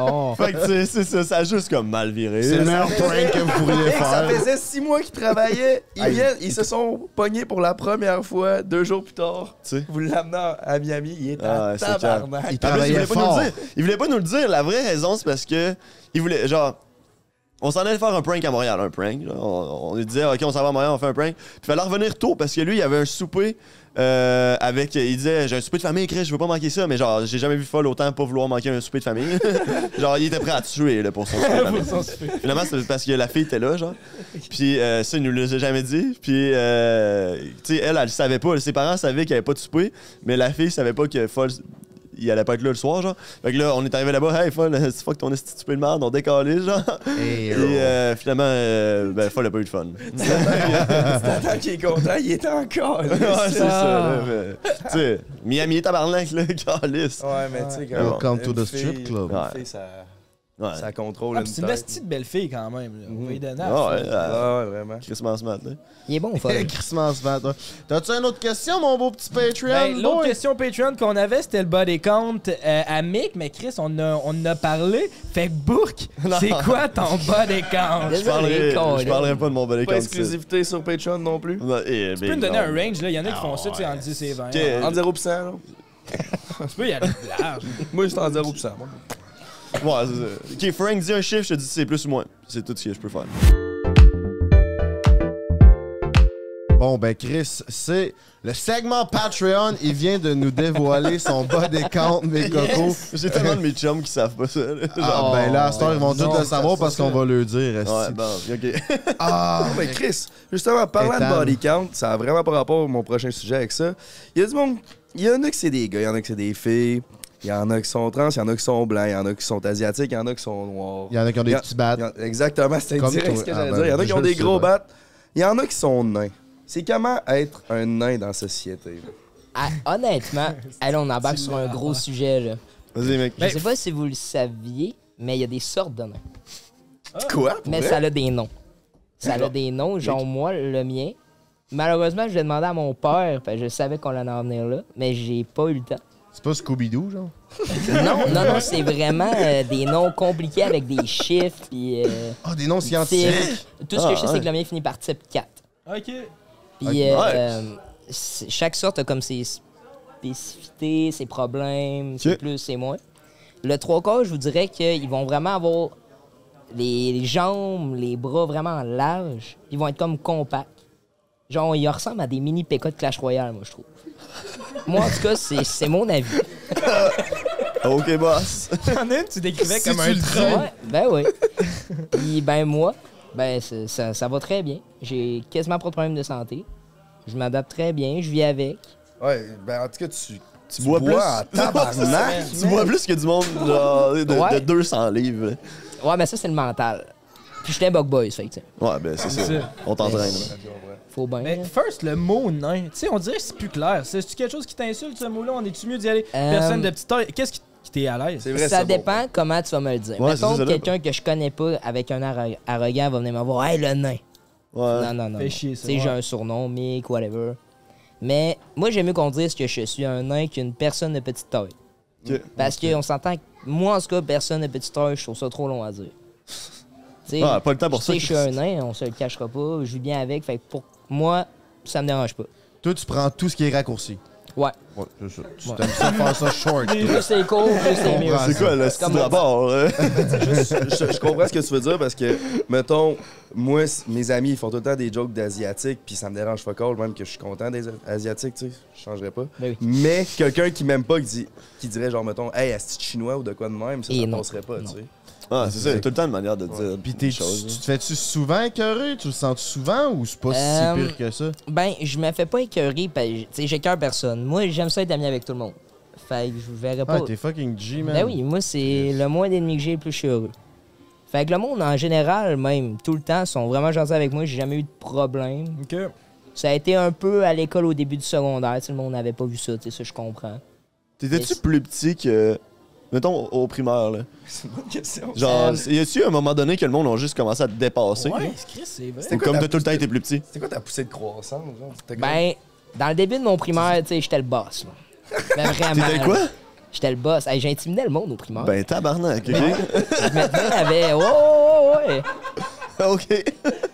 Speaker 10: Oh.
Speaker 3: Fait que tu sais, c'est ça, ça a juste comme mal viré.
Speaker 5: C'est le meilleur prank que vous pourriez
Speaker 1: Mec, ça
Speaker 5: faire.
Speaker 1: faisait six mois qu'ils travaillaient. Ils,
Speaker 5: Aïe.
Speaker 1: viennent, ils se sont pognés pour la première fois deux jours plus tard.
Speaker 3: Tu sais.
Speaker 1: Vous l'amenez à Miami, il est
Speaker 3: Ah
Speaker 1: en
Speaker 3: ouais, c'est
Speaker 1: tabarnak.
Speaker 3: clair.
Speaker 5: Il
Speaker 3: En plus, il
Speaker 5: travaillait
Speaker 3: voulait pas nous
Speaker 5: fort.
Speaker 3: le dire. Il voulait pas nous le dire. La vraie raison, c'est parce que il voulait, genre, on s'en allait faire un prank à Montréal, un prank. là. On, on lui disait, OK, on s'en va à Montréal, on fait un prank. Puis il fallait revenir tôt parce que lui, il avait un souper euh, avec. Il disait, j'ai un souper de famille, Chris, je veux pas manquer ça. Mais genre, j'ai jamais vu folle autant pas vouloir manquer un souper de famille. genre, il était prêt à tuer là, pour son souper. de famille. Finalement, c'est parce que la fille était là, genre. Puis euh, ça, il nous l'a jamais dit. Puis, euh, tu sais, elle, elle le savait pas. Ses parents savaient qu'il n'y avait pas de souper, mais la fille savait pas que Folle, il allait pas être là le soir, genre. Fait que là, on est arrivé là-bas, hey, Folle, c'est fuck ton esti de souper de merde, on décalé, genre. Et
Speaker 10: oh.
Speaker 3: euh, finalement, euh, ben, Folle a pas eu de fun.
Speaker 1: T'attends qu'il est content, il est encore.
Speaker 3: ouais, c'est ça, là. mais, Tu sais, Miami, tabarnak, là, calice.
Speaker 1: Ouais, mais tu sais, quand
Speaker 5: Welcome
Speaker 1: une
Speaker 5: to the
Speaker 1: fille-
Speaker 5: strip club.
Speaker 1: Une
Speaker 3: Ouais.
Speaker 1: fille, ça,
Speaker 3: Ouais.
Speaker 1: ça contrôle
Speaker 10: Ah,
Speaker 1: une
Speaker 10: puis c'est une
Speaker 1: tête.
Speaker 10: petite belle fille quand même. là. On va lui donner.
Speaker 3: Ah,
Speaker 10: la
Speaker 3: ouais,
Speaker 10: fille.
Speaker 3: euh,
Speaker 1: Ah ouais, vraiment.
Speaker 3: Christmas mat, là.
Speaker 2: Il est bon, folle.
Speaker 5: Christmas Vat, ouais. T'as-tu une autre question, mon beau petit Patreon?
Speaker 10: Ben, L'autre
Speaker 5: boy?
Speaker 10: question Patreon qu'on avait, c'était le body count euh, à Mick, mais Chris, on a- on en a parlé. Fait que Bourque, c'est quoi ton body count?
Speaker 3: Je parlerai, je parlerai pas de mon balai
Speaker 1: Pas
Speaker 3: comme ça.
Speaker 1: exclusivité sur Patreon non plus.
Speaker 10: Tu peux me donner un hein? range, là. Il y en a qui font ça, tu sais,
Speaker 2: Ah,
Speaker 10: en 10 et 20.
Speaker 3: ben, Ok.
Speaker 1: En 0%, là.
Speaker 10: Tu peux y aller large.
Speaker 1: Moi, je suis en 0%. moi.
Speaker 3: Ouais, c'est ça. Ok, Frank, dis un chiffre, je te dis si c'est plus ou moins. C'est tout ce que je peux faire.
Speaker 5: Bon, ben, Chris, c'est le segment Patreon. Il vient de nous dévoiler son bas des comptes, mes cocos.
Speaker 3: J'ai tellement de mes chums qui savent pas ça. là.
Speaker 5: Ah,
Speaker 3: Genre,
Speaker 5: ben là, à cette heure, ils vont
Speaker 3: non,
Speaker 5: tous le savoir
Speaker 3: ça,
Speaker 5: parce
Speaker 3: ça.
Speaker 5: qu'on va le dire. esti.
Speaker 3: Ouais, bon, ok.
Speaker 5: Ah,
Speaker 1: Ah, ben Chris, justement, parlant de
Speaker 5: Étable.
Speaker 1: body count, ça a vraiment pas rapport à mon prochain sujet avec ça. Il y a du monde. Il y en a que c'est des gars, il y en a que c'est des filles. Il y en a qui sont trans, il y en a qui sont blancs, il y en a qui sont asiatiques, il y en a qui sont noirs.
Speaker 5: Il y en a qui ont
Speaker 1: Il
Speaker 5: des
Speaker 1: y en-
Speaker 5: petits battes.
Speaker 1: il y en- Exactement, c'est
Speaker 5: Comme
Speaker 1: indirect
Speaker 5: toi.
Speaker 1: ce que
Speaker 5: Ah
Speaker 1: j'allais
Speaker 5: ben,
Speaker 1: dire. Il y en a qui
Speaker 5: je
Speaker 1: ont
Speaker 5: le
Speaker 1: des
Speaker 5: sais,
Speaker 1: gros
Speaker 5: ouais.
Speaker 1: battes, il y en a qui sont nains. C'est comment être un nain dans la société?
Speaker 2: Ah, honnêtement, allez, on embarque sur un gros sujet, là.
Speaker 3: Vas-y, mec.
Speaker 1: Ben,
Speaker 2: Je sais pas si vous le saviez, mais il y a des sortes de noms.
Speaker 1: Quoi? pour
Speaker 2: Mais
Speaker 1: vrai?
Speaker 2: ça a des noms. Ça
Speaker 1: Genre-
Speaker 2: a des noms, genre moi, le mien. Malheureusement, je l'ai demandé à mon père, parce que je savais qu'on allait en venir là, mais j'ai pas eu le temps.
Speaker 5: C'est pas Scooby-Doo, genre?
Speaker 2: Non, non, non, c'est vraiment euh, des noms compliqués avec des chiffres. Puis, euh,
Speaker 5: Ah, des noms scientifiques.
Speaker 2: types. Tout ce que
Speaker 5: Ah,
Speaker 2: je sais, c'est
Speaker 5: ouais.
Speaker 2: que le mien finit par type 4.
Speaker 10: Ok.
Speaker 2: Puis
Speaker 10: Ok.
Speaker 2: euh, c'est- chaque sorte a comme ses spécificités, ses problèmes, ses plus, ses moins. Le trois quarts, je vous dirais qu'ils vont vraiment avoir les, les jambes, les bras vraiment larges. Ils vont être comme compacts. Genre, ils ressemblent à des mini PK de Clash Royale, moi, je trouve. moi, en tout cas, c'est c'est mon avis.
Speaker 3: ok, boss.
Speaker 10: T'en as une, tu décrivais comme un
Speaker 2: train.
Speaker 10: train.
Speaker 2: ben oui. Puis ben moi, ben c'est- ça, ça va très bien. J'ai quasiment pas de problème de santé. Je m'adapte très bien, je vis avec.
Speaker 1: Ouais, ben en tout cas, tu,
Speaker 3: Tu bois plus.
Speaker 2: bois en tabarnak,
Speaker 3: tu
Speaker 2: man.
Speaker 3: bois plus que du monde genre, de, de
Speaker 2: Ouais.
Speaker 3: 200 livres.
Speaker 2: Ouais, mais ça, c'est le mental. Puis je suis un bug boy, fait que, tu sais.
Speaker 3: Ouais, ben c'est
Speaker 10: C'est
Speaker 3: ça.
Speaker 10: ça.
Speaker 3: On t'entraîne.
Speaker 2: Faut bien.
Speaker 10: Mais first, le mot nain, tu sais, on dirait que c'est plus clair. C'est-tu quelque chose qui t'insulte, ce mot-là? On est-tu mieux d'y aller?
Speaker 2: Euh,
Speaker 10: Personne de petite taille. Qu'est-ce qui qui t'est à l'aise?
Speaker 2: ça dépend comment tu vas me le dire.
Speaker 10: Ouais,
Speaker 2: Mettons
Speaker 10: c'est ça,
Speaker 2: que
Speaker 10: là.
Speaker 2: quelqu'un que je connais pas avec un arro- arrogant va venir me voir Hey le nain!
Speaker 3: Ah.
Speaker 2: Non, non, non.
Speaker 10: Fait
Speaker 2: non.
Speaker 10: chier, ça,
Speaker 2: Tu sais, j'ai
Speaker 10: ouais.
Speaker 2: un surnom, Mick, whatever. Mais moi j'aime mieux qu'on dise que je suis un nain qu'une personne de petite taille.
Speaker 3: Ok.
Speaker 2: Parce qu'on s'entend que moi en tout cas, personne de petite taille, je trouve ça trop long à dire. Tu sais,
Speaker 3: Ah, pas le temps pour
Speaker 2: je
Speaker 3: ça.
Speaker 2: sais, Je suis un nain, on se le cachera pas, je vis bien avec, fait que pour moi, ça me dérange pas.
Speaker 5: Toi, tu prends tout ce qui est raccourci.
Speaker 2: Ouais.
Speaker 5: Ouais, c'est ça. Tu t'aimes ça faire ça short.
Speaker 2: Plus
Speaker 5: toi.
Speaker 2: c'est court, plus c'est mieux.
Speaker 3: C'est quoi le
Speaker 2: Comme
Speaker 3: style
Speaker 2: on dit.
Speaker 3: d'abord? hein?
Speaker 1: je, je- je comprends ce que tu veux dire parce que, mettons, moi, c- mes amis, ils font tout le temps des jokes d'asiatiques, puis ça me dérange pas cool, même que je suis content des A- asiatiques, tu sais, je changerais pas. Mais quelqu'un qui m'aime pas, qui, dit, qui dirait, genre, mettons, hey, est chinois ou de quoi de même, ça, ça passerait pas, tu sais.
Speaker 3: Ah, c'est ça, il y a tout le temps une manière de dire. hein.
Speaker 5: Puis t'es- tu, tu te fais-tu souvent écœurer? Tu le sens-tu souvent ou c'est pas
Speaker 2: Euh,
Speaker 5: si pire que ça?
Speaker 2: Ben, je me fais pas écœurer, parce que, tu sais, j'écœure personne. Moi, j'aime ça être ami avec tout le monde. Fait que je verrais pas.
Speaker 5: Ah, t'es fucking G, man.
Speaker 2: Ben oui, moi, c'est le moins d'ennemis que j'ai, le plus je suis heureux. Fait que le monde, en général, même, tout le temps, sont vraiment gentils avec moi. J'ai jamais eu de problème. Ça a été un peu à l'école au début du secondaire. tu sais, le monde n'avait pas vu ça, tu sais, ça, je comprends.
Speaker 3: T'étais-tu plus petit que. Mettons, au primaire, là.
Speaker 1: C'est une bonne question.
Speaker 3: Genre,
Speaker 1: Euh,
Speaker 3: y a-tu un moment donné que le monde a juste commencé à te dépasser?
Speaker 1: Ouais,
Speaker 3: là?
Speaker 10: Chris, c'est vrai.
Speaker 3: Ou
Speaker 1: quoi
Speaker 3: comme
Speaker 1: ta
Speaker 3: t'as tout le temps été plus petit?
Speaker 1: C'est quoi ta poussée de croissance, genre? T'as comme-
Speaker 2: Ben, dans le début de mon primaire, tu sais, j'étais le boss. là. Ben, vraiment.
Speaker 3: T'étais quoi?
Speaker 2: là. J'étais le boss. Hey, J'intimidais le monde au primaire.
Speaker 3: Ben, tabarnak, ok?
Speaker 2: Maintenant, elle avait. Ouais, ouais, ouais,
Speaker 3: ouais. OK.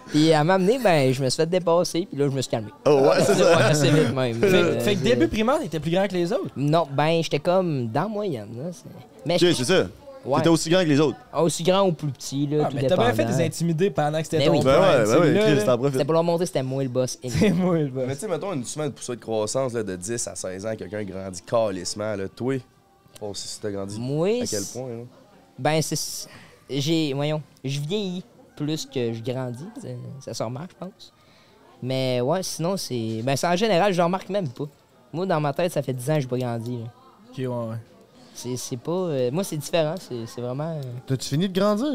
Speaker 2: Puis elle m'a amené, ben, je me suis fait dépasser, puis là, je me suis calmé.
Speaker 3: Oh, ouais, c'est ça.
Speaker 2: assez vite même.
Speaker 10: Fait,
Speaker 2: Euh,
Speaker 10: fait que
Speaker 2: j'ai-
Speaker 10: début primaire, t'étais plus grand que les autres.
Speaker 2: Non, ben, j'étais comme dans la moyenne. Là. c'est- Mais
Speaker 3: Ok, c'est ça.
Speaker 2: Ouais.
Speaker 3: T'étais aussi grand que les autres.
Speaker 2: Aussi grand ou plus petit, là,
Speaker 10: Ah,
Speaker 2: tout
Speaker 10: mais t'as bien fait
Speaker 2: dépendant.
Speaker 10: des intimider pendant que c'était
Speaker 2: Ben
Speaker 10: ton
Speaker 2: oui.
Speaker 3: Ben ouais,
Speaker 10: friend,
Speaker 3: ben ouais,
Speaker 10: celui-là,
Speaker 3: Chris,
Speaker 10: là.
Speaker 3: t'en profites.
Speaker 2: C'était pour leur montrer que c'était moi le boss. et
Speaker 10: C'est moi le boss.
Speaker 1: Mais tu sais, mettons, une semaine de poussée de croissance, là, de 10 à 16 ans, quelqu'un grandit calissement, là, toi. Oh, si si t'as grandi.
Speaker 2: Moi,
Speaker 1: À quel
Speaker 2: c'est-
Speaker 1: point, là?
Speaker 2: Ben, c'est. J'ai. Voyons, je vieillis plus que je grandis. Ça, ça se remarque, je pense. Mais ouais, sinon, c'est. Ben, c'est en général, je le remarque même pas. Moi, dans ma tête, ça fait 10 ans que j'ai pas grandi. là.
Speaker 10: Ok, ouais, ouais.
Speaker 2: C'est c'est pas. euh, moi, c'est différent. C'est c'est vraiment. euh,
Speaker 5: T'as-tu fini de grandir?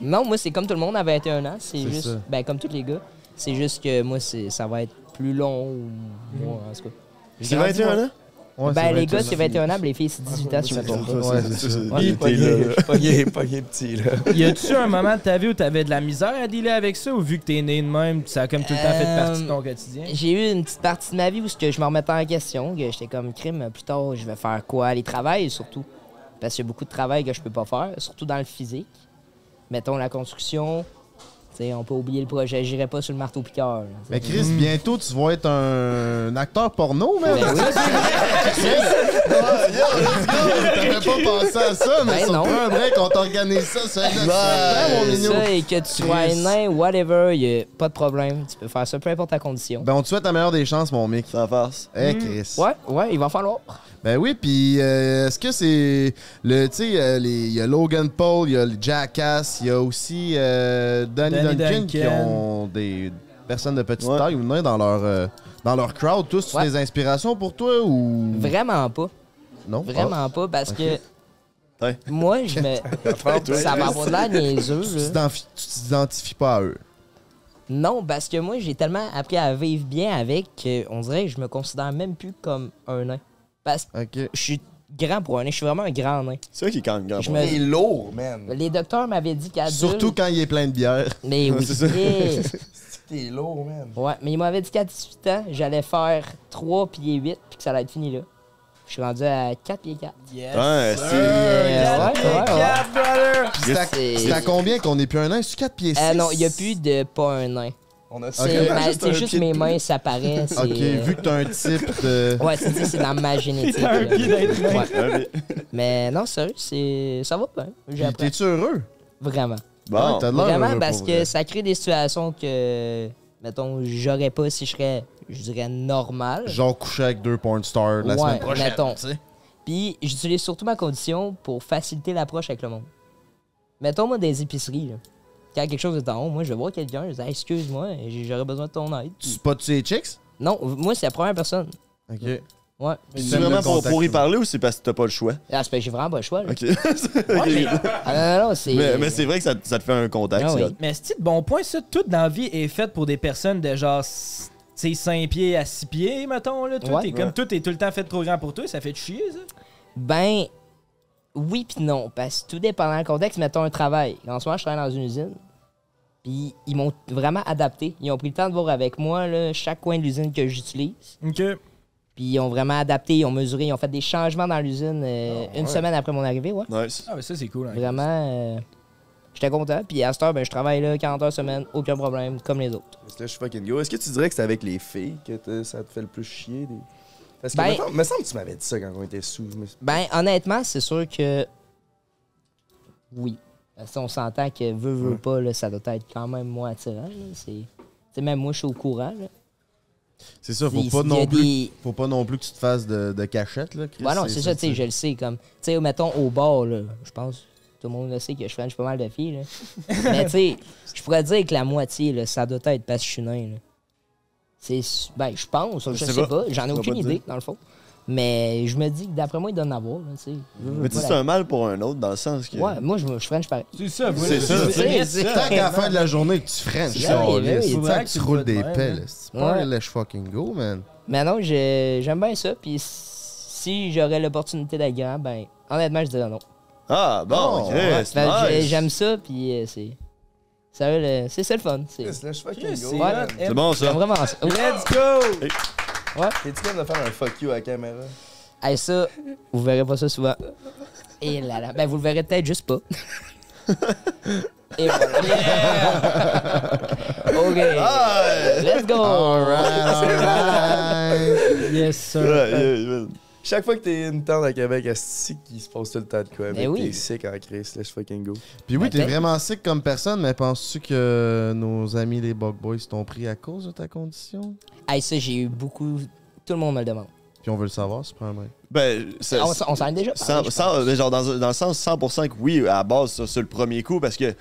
Speaker 2: Non, moi, c'est comme tout le monde à 21 ans. C'est
Speaker 5: C'est
Speaker 2: juste.
Speaker 5: ça.
Speaker 2: Ben, comme tous les gars. C'est juste que moi, c'est- ça va être plus long ou moins, en tout cas. Je
Speaker 3: C'est
Speaker 2: grandis
Speaker 3: 21
Speaker 2: moins.
Speaker 3: ans?
Speaker 5: Ouais,
Speaker 2: ben,
Speaker 5: c'est
Speaker 2: les
Speaker 5: 21
Speaker 2: gars, c'est 21 ans, ben, les filles, c'est 18 ans, si je me trompe pas.
Speaker 3: Ouais, c'est ça.
Speaker 2: Ouais.
Speaker 3: Il était là.
Speaker 1: Pogné, pogné petit, là.
Speaker 10: Y a-tu un moment de ta vie où t'avais de la misère à dealer avec ça ou vu que t'es né de même, ça a comme tout le temps fait
Speaker 2: Euh,
Speaker 10: partie de ton quotidien?
Speaker 2: J'ai eu une petite partie de ma vie où ce que je me remettais en question, que j'étais comme crime, plus tard, je vais faire quoi? Les travails, surtout. Parce qu'il y a beaucoup de travail que je peux pas faire, surtout dans le physique. Mettons la construction. Tu sais, on peut oublier le projet, j'irai pas sur le marteau piqueur. là, tu sais.
Speaker 5: Mais Chris, bientôt, tu vas être un, un acteur porno, man.
Speaker 2: Ben oui.
Speaker 5: Ouais, yo, let's go. T'avais pas pensé à ça, mais
Speaker 2: Ben
Speaker 5: sur
Speaker 2: non.
Speaker 5: un break, on t'organise ça sur un autre
Speaker 2: Euh,
Speaker 5: segment, mon mignon.
Speaker 2: ça, et que tu sois
Speaker 5: Chris.
Speaker 2: nain, whatever, y a pas de problème. Tu peux faire ça, peu importe ta condition.
Speaker 5: Ben, on te souhaite la meilleure des chances, mon mec.
Speaker 3: Ça passe.
Speaker 5: Eh, Chris.
Speaker 2: Mm. Ouais, ouais, il va falloir.
Speaker 5: Ben oui, puis euh, est-ce que c'est le tu sais euh, les- il y a Logan Paul, il y a le Jackass, il y a aussi euh, Danny,
Speaker 10: Danny
Speaker 5: Duncan,
Speaker 10: Duncan.
Speaker 5: qui ont des personnes de petite taille ou non dans leur euh, dans leur crowd tous c'est
Speaker 2: Ouais.
Speaker 5: des inspirations pour toi ou
Speaker 2: Vraiment pas.
Speaker 5: Non?
Speaker 2: Vraiment
Speaker 5: Ah.
Speaker 2: pas, parce
Speaker 5: Ok.
Speaker 2: que moi, je me. ça va avoir de l'air niaiseux.
Speaker 5: Tu
Speaker 2: là.
Speaker 5: t'identifies- Tu t'identifies pas à eux.
Speaker 2: Non, parce que moi, j'ai tellement appris à vivre bien avec qu'on dirait que je me considère même plus comme un nain. Parce que je suis grand pour un nain. Je suis vraiment un grand nain.
Speaker 3: C'est vrai qu'il est quand même grand.
Speaker 2: Je
Speaker 3: pour
Speaker 2: me-
Speaker 3: vrai.
Speaker 1: man.
Speaker 2: Les docteurs m'avaient dit qu'à
Speaker 5: Ah Surtout quand il est plein de bière.
Speaker 2: Mais oui.
Speaker 5: C'est ça.
Speaker 2: Yeah.
Speaker 1: T'es lourd, man.
Speaker 2: Ouais, mais ils m'avaient dit qu'à 18 ans, j'allais faire 3 pieds 8 puis que ça allait être fini là. Je suis rendu à 4 pieds 4.
Speaker 3: Ouais, c'est-
Speaker 2: Yeah, Euh, ouais, ouais, ouais.
Speaker 5: Puis C'est à-
Speaker 2: C'est-
Speaker 5: c'est à combien qu'on est plus un an? C'est 4 pieds 6?
Speaker 2: Ah non, il n'y a plus de pas un nain.
Speaker 1: a-
Speaker 2: C'est
Speaker 5: Ok,
Speaker 2: ma-
Speaker 5: ben,
Speaker 2: c'est
Speaker 5: juste
Speaker 2: juste,
Speaker 5: un pied de
Speaker 2: mes
Speaker 5: plus.
Speaker 2: mains, ça paraît. c'est,
Speaker 5: Ok,
Speaker 2: euh,
Speaker 5: vu que t'as un type de...
Speaker 2: Ouais, c'est c'est dans ma génétique.
Speaker 5: T'as un
Speaker 2: là.
Speaker 5: pied d'être humain.
Speaker 2: Ouais. Mais non, sérieux, c'est ça va pas. J'ai
Speaker 5: Puis
Speaker 2: appris.
Speaker 5: T'es-tu heureux?
Speaker 2: Vraiment.
Speaker 5: Bon. Ouais, t'as de l'air heureux,
Speaker 2: Vraiment parce
Speaker 5: pour
Speaker 2: que
Speaker 5: vrai.
Speaker 2: ça crée des situations que mettons j'aurais pas si je serais je dirais normal.
Speaker 5: Genre couché avec deux porn stars la
Speaker 2: ouais,
Speaker 5: semaine prochaine.
Speaker 2: mettons. Puis j'utilise surtout ma condition pour faciliter l'approche avec le monde. Mettons moi des épiceries là. Quand quelque chose est en haut, moi je vais voir quelqu'un, je dis Hey, excuse-moi, j'aurais besoin de ton aide.
Speaker 5: Tu spots les chicks?
Speaker 2: Non, moi c'est la première personne.
Speaker 5: Ok.
Speaker 2: Ouais.
Speaker 3: C'est vraiment pour, pour y parler ou c'est parce que t'as pas le choix?
Speaker 2: Ah, c'est parce que j'ai vraiment pas le choix. là.
Speaker 3: Ok.
Speaker 2: Ouais, mais- Ah, non, non, c'est.
Speaker 3: Mais, mais c'est vrai que ça, ça te fait un contact.
Speaker 2: Ah
Speaker 3: c'est
Speaker 2: oui.
Speaker 3: hot.
Speaker 10: Mais c'est de bon point, ça. Toute dans la vie est faite pour des personnes de genre. s- Tu sais, 5 pieds à 6 pieds, mettons. Là. Tout,
Speaker 2: Ouais.
Speaker 10: est comme,
Speaker 2: Ouais.
Speaker 10: tout est tout le temps fait trop grand pour toi. Ça fait te chier, ça.
Speaker 2: Ben, oui puis non, parce que tout dépendant du contexte, mettons un travail. En ce moment, je travaille dans une usine, puis ils m'ont vraiment adapté. Ils ont pris le temps de voir avec moi là, chaque coin de l'usine que j'utilise.
Speaker 10: OK.
Speaker 2: Puis ils ont vraiment adapté, ils ont mesuré, ils ont fait des changements dans l'usine euh,
Speaker 5: Ah,
Speaker 2: une
Speaker 10: ouais.
Speaker 2: semaine après mon arrivée, ouais.
Speaker 10: Ah, mais ça, c'est cool. hein.
Speaker 2: Vraiment, euh, j'étais content. Puis à cette heure, ben, je travaille là 40 heures semaine, aucun problème, comme les autres.
Speaker 1: Parce que là, je suis fucking go. Est-ce que tu dirais que c'est avec les filles que t'as- ça te fait le plus chier? Des... Parce que,
Speaker 2: Ben-
Speaker 1: mettons, me semble que tu m'avais dit ça quand on était sous. je me-
Speaker 2: Ben, honnêtement, c'est sûr que. Oui. Parce qu'on s'entend que veut, veut
Speaker 1: Ouais.
Speaker 2: pas, là, ça doit être quand même moins attirant. là. C'est... Tu sais, même moi, je suis au courant. là.
Speaker 5: C'est ça, faut
Speaker 2: Il-
Speaker 5: pas,
Speaker 2: il y a
Speaker 5: non plus,
Speaker 2: des-
Speaker 5: faut pas non plus que tu te fasses de, de cachette, là, Chris.
Speaker 2: Ouais, non, c'est ça, tu sais, je le sais. Comme, tu sais, mettons au bar, là, je pense, tout le monde le sait que je french pas mal de filles. Là. Mais tu sais, je pourrais dire que la moitié, là, ça doit être parce que je suis nain. Là. C'est, ben, je pense, je, sais, pas, j'en ai
Speaker 3: Je pourrais
Speaker 2: aucune
Speaker 3: pas te
Speaker 2: idée,
Speaker 3: dire.
Speaker 2: dans le fond. Mais je me dis que d'après moi, il doit en avoir. Là, tu sais. Veux, veux
Speaker 3: Mais tu
Speaker 2: pas, la-
Speaker 3: sais, c'est un mal pour un autre dans le sens que.
Speaker 2: Ouais, moi, je, me- je french pareil.
Speaker 10: C'est ça,
Speaker 3: moi, C'est ça,
Speaker 2: c'est-
Speaker 5: C'est
Speaker 2: c'est-
Speaker 5: tant qu'à la fin de la journée que tu freines,
Speaker 2: C'est
Speaker 5: c'est
Speaker 2: vrai, oui,
Speaker 5: horrible.
Speaker 2: oui,
Speaker 5: C'est
Speaker 2: c'est
Speaker 5: tant
Speaker 2: vrai que
Speaker 5: que tu
Speaker 2: tu
Speaker 5: roules
Speaker 2: peux
Speaker 5: des
Speaker 2: te
Speaker 5: pelles.
Speaker 2: faire,
Speaker 5: là. C'est pas
Speaker 2: Ouais.
Speaker 5: un lèche fucking go, man.
Speaker 2: Mais non, je- j'aime bien ça. Puis si j'aurais l'opportunité d'être grand, ben, honnêtement, je dirais non.
Speaker 3: Ah, bon,
Speaker 2: Oh,
Speaker 3: Chris,
Speaker 2: ouais.
Speaker 3: nice.
Speaker 2: Fait que j'ai- J'aime ça, puis euh, c'est. Sérieux, le- c'est ça le fun. C'est
Speaker 1: Chris, lèche fucking go,
Speaker 2: Ouais,
Speaker 1: man.
Speaker 3: C'est bon, ça.
Speaker 2: j'aime vraiment ça. Oups.
Speaker 10: Let's go!
Speaker 2: Ouais.
Speaker 1: T'es-tu capable de faire un fuck you à la caméra?
Speaker 2: Hey, ça, vous verrez pas ça souvent. Et là là. Ben, vous le verrez peut-être juste pas. Et voilà. OK. Let's go!
Speaker 10: Yes,
Speaker 1: sir. Chaque fois que t'es une tente à Québec, est-ce qu'il se passe tout le temps de quoi? mec?
Speaker 2: Ben oui.
Speaker 1: T'es sick en Chris, lèche fucking go.
Speaker 5: Puis oui,
Speaker 1: Ben,
Speaker 5: t'es
Speaker 1: peut-être.
Speaker 5: vraiment sick comme personne, mais penses-tu que nos amis les Bug Boys t'ont pris à cause de ta condition?
Speaker 2: Hey, ça, j'ai eu beaucoup. Tout le monde me le demande.
Speaker 5: Puis on veut le savoir, c'est pas un vrai.
Speaker 3: Ben, ça-
Speaker 2: On s- on s'en est déjà parlé,
Speaker 3: sans-
Speaker 2: ah, je
Speaker 3: sans- mais genre dans, dans le sens 100% que oui, à la base, ça, sur le premier coup, parce que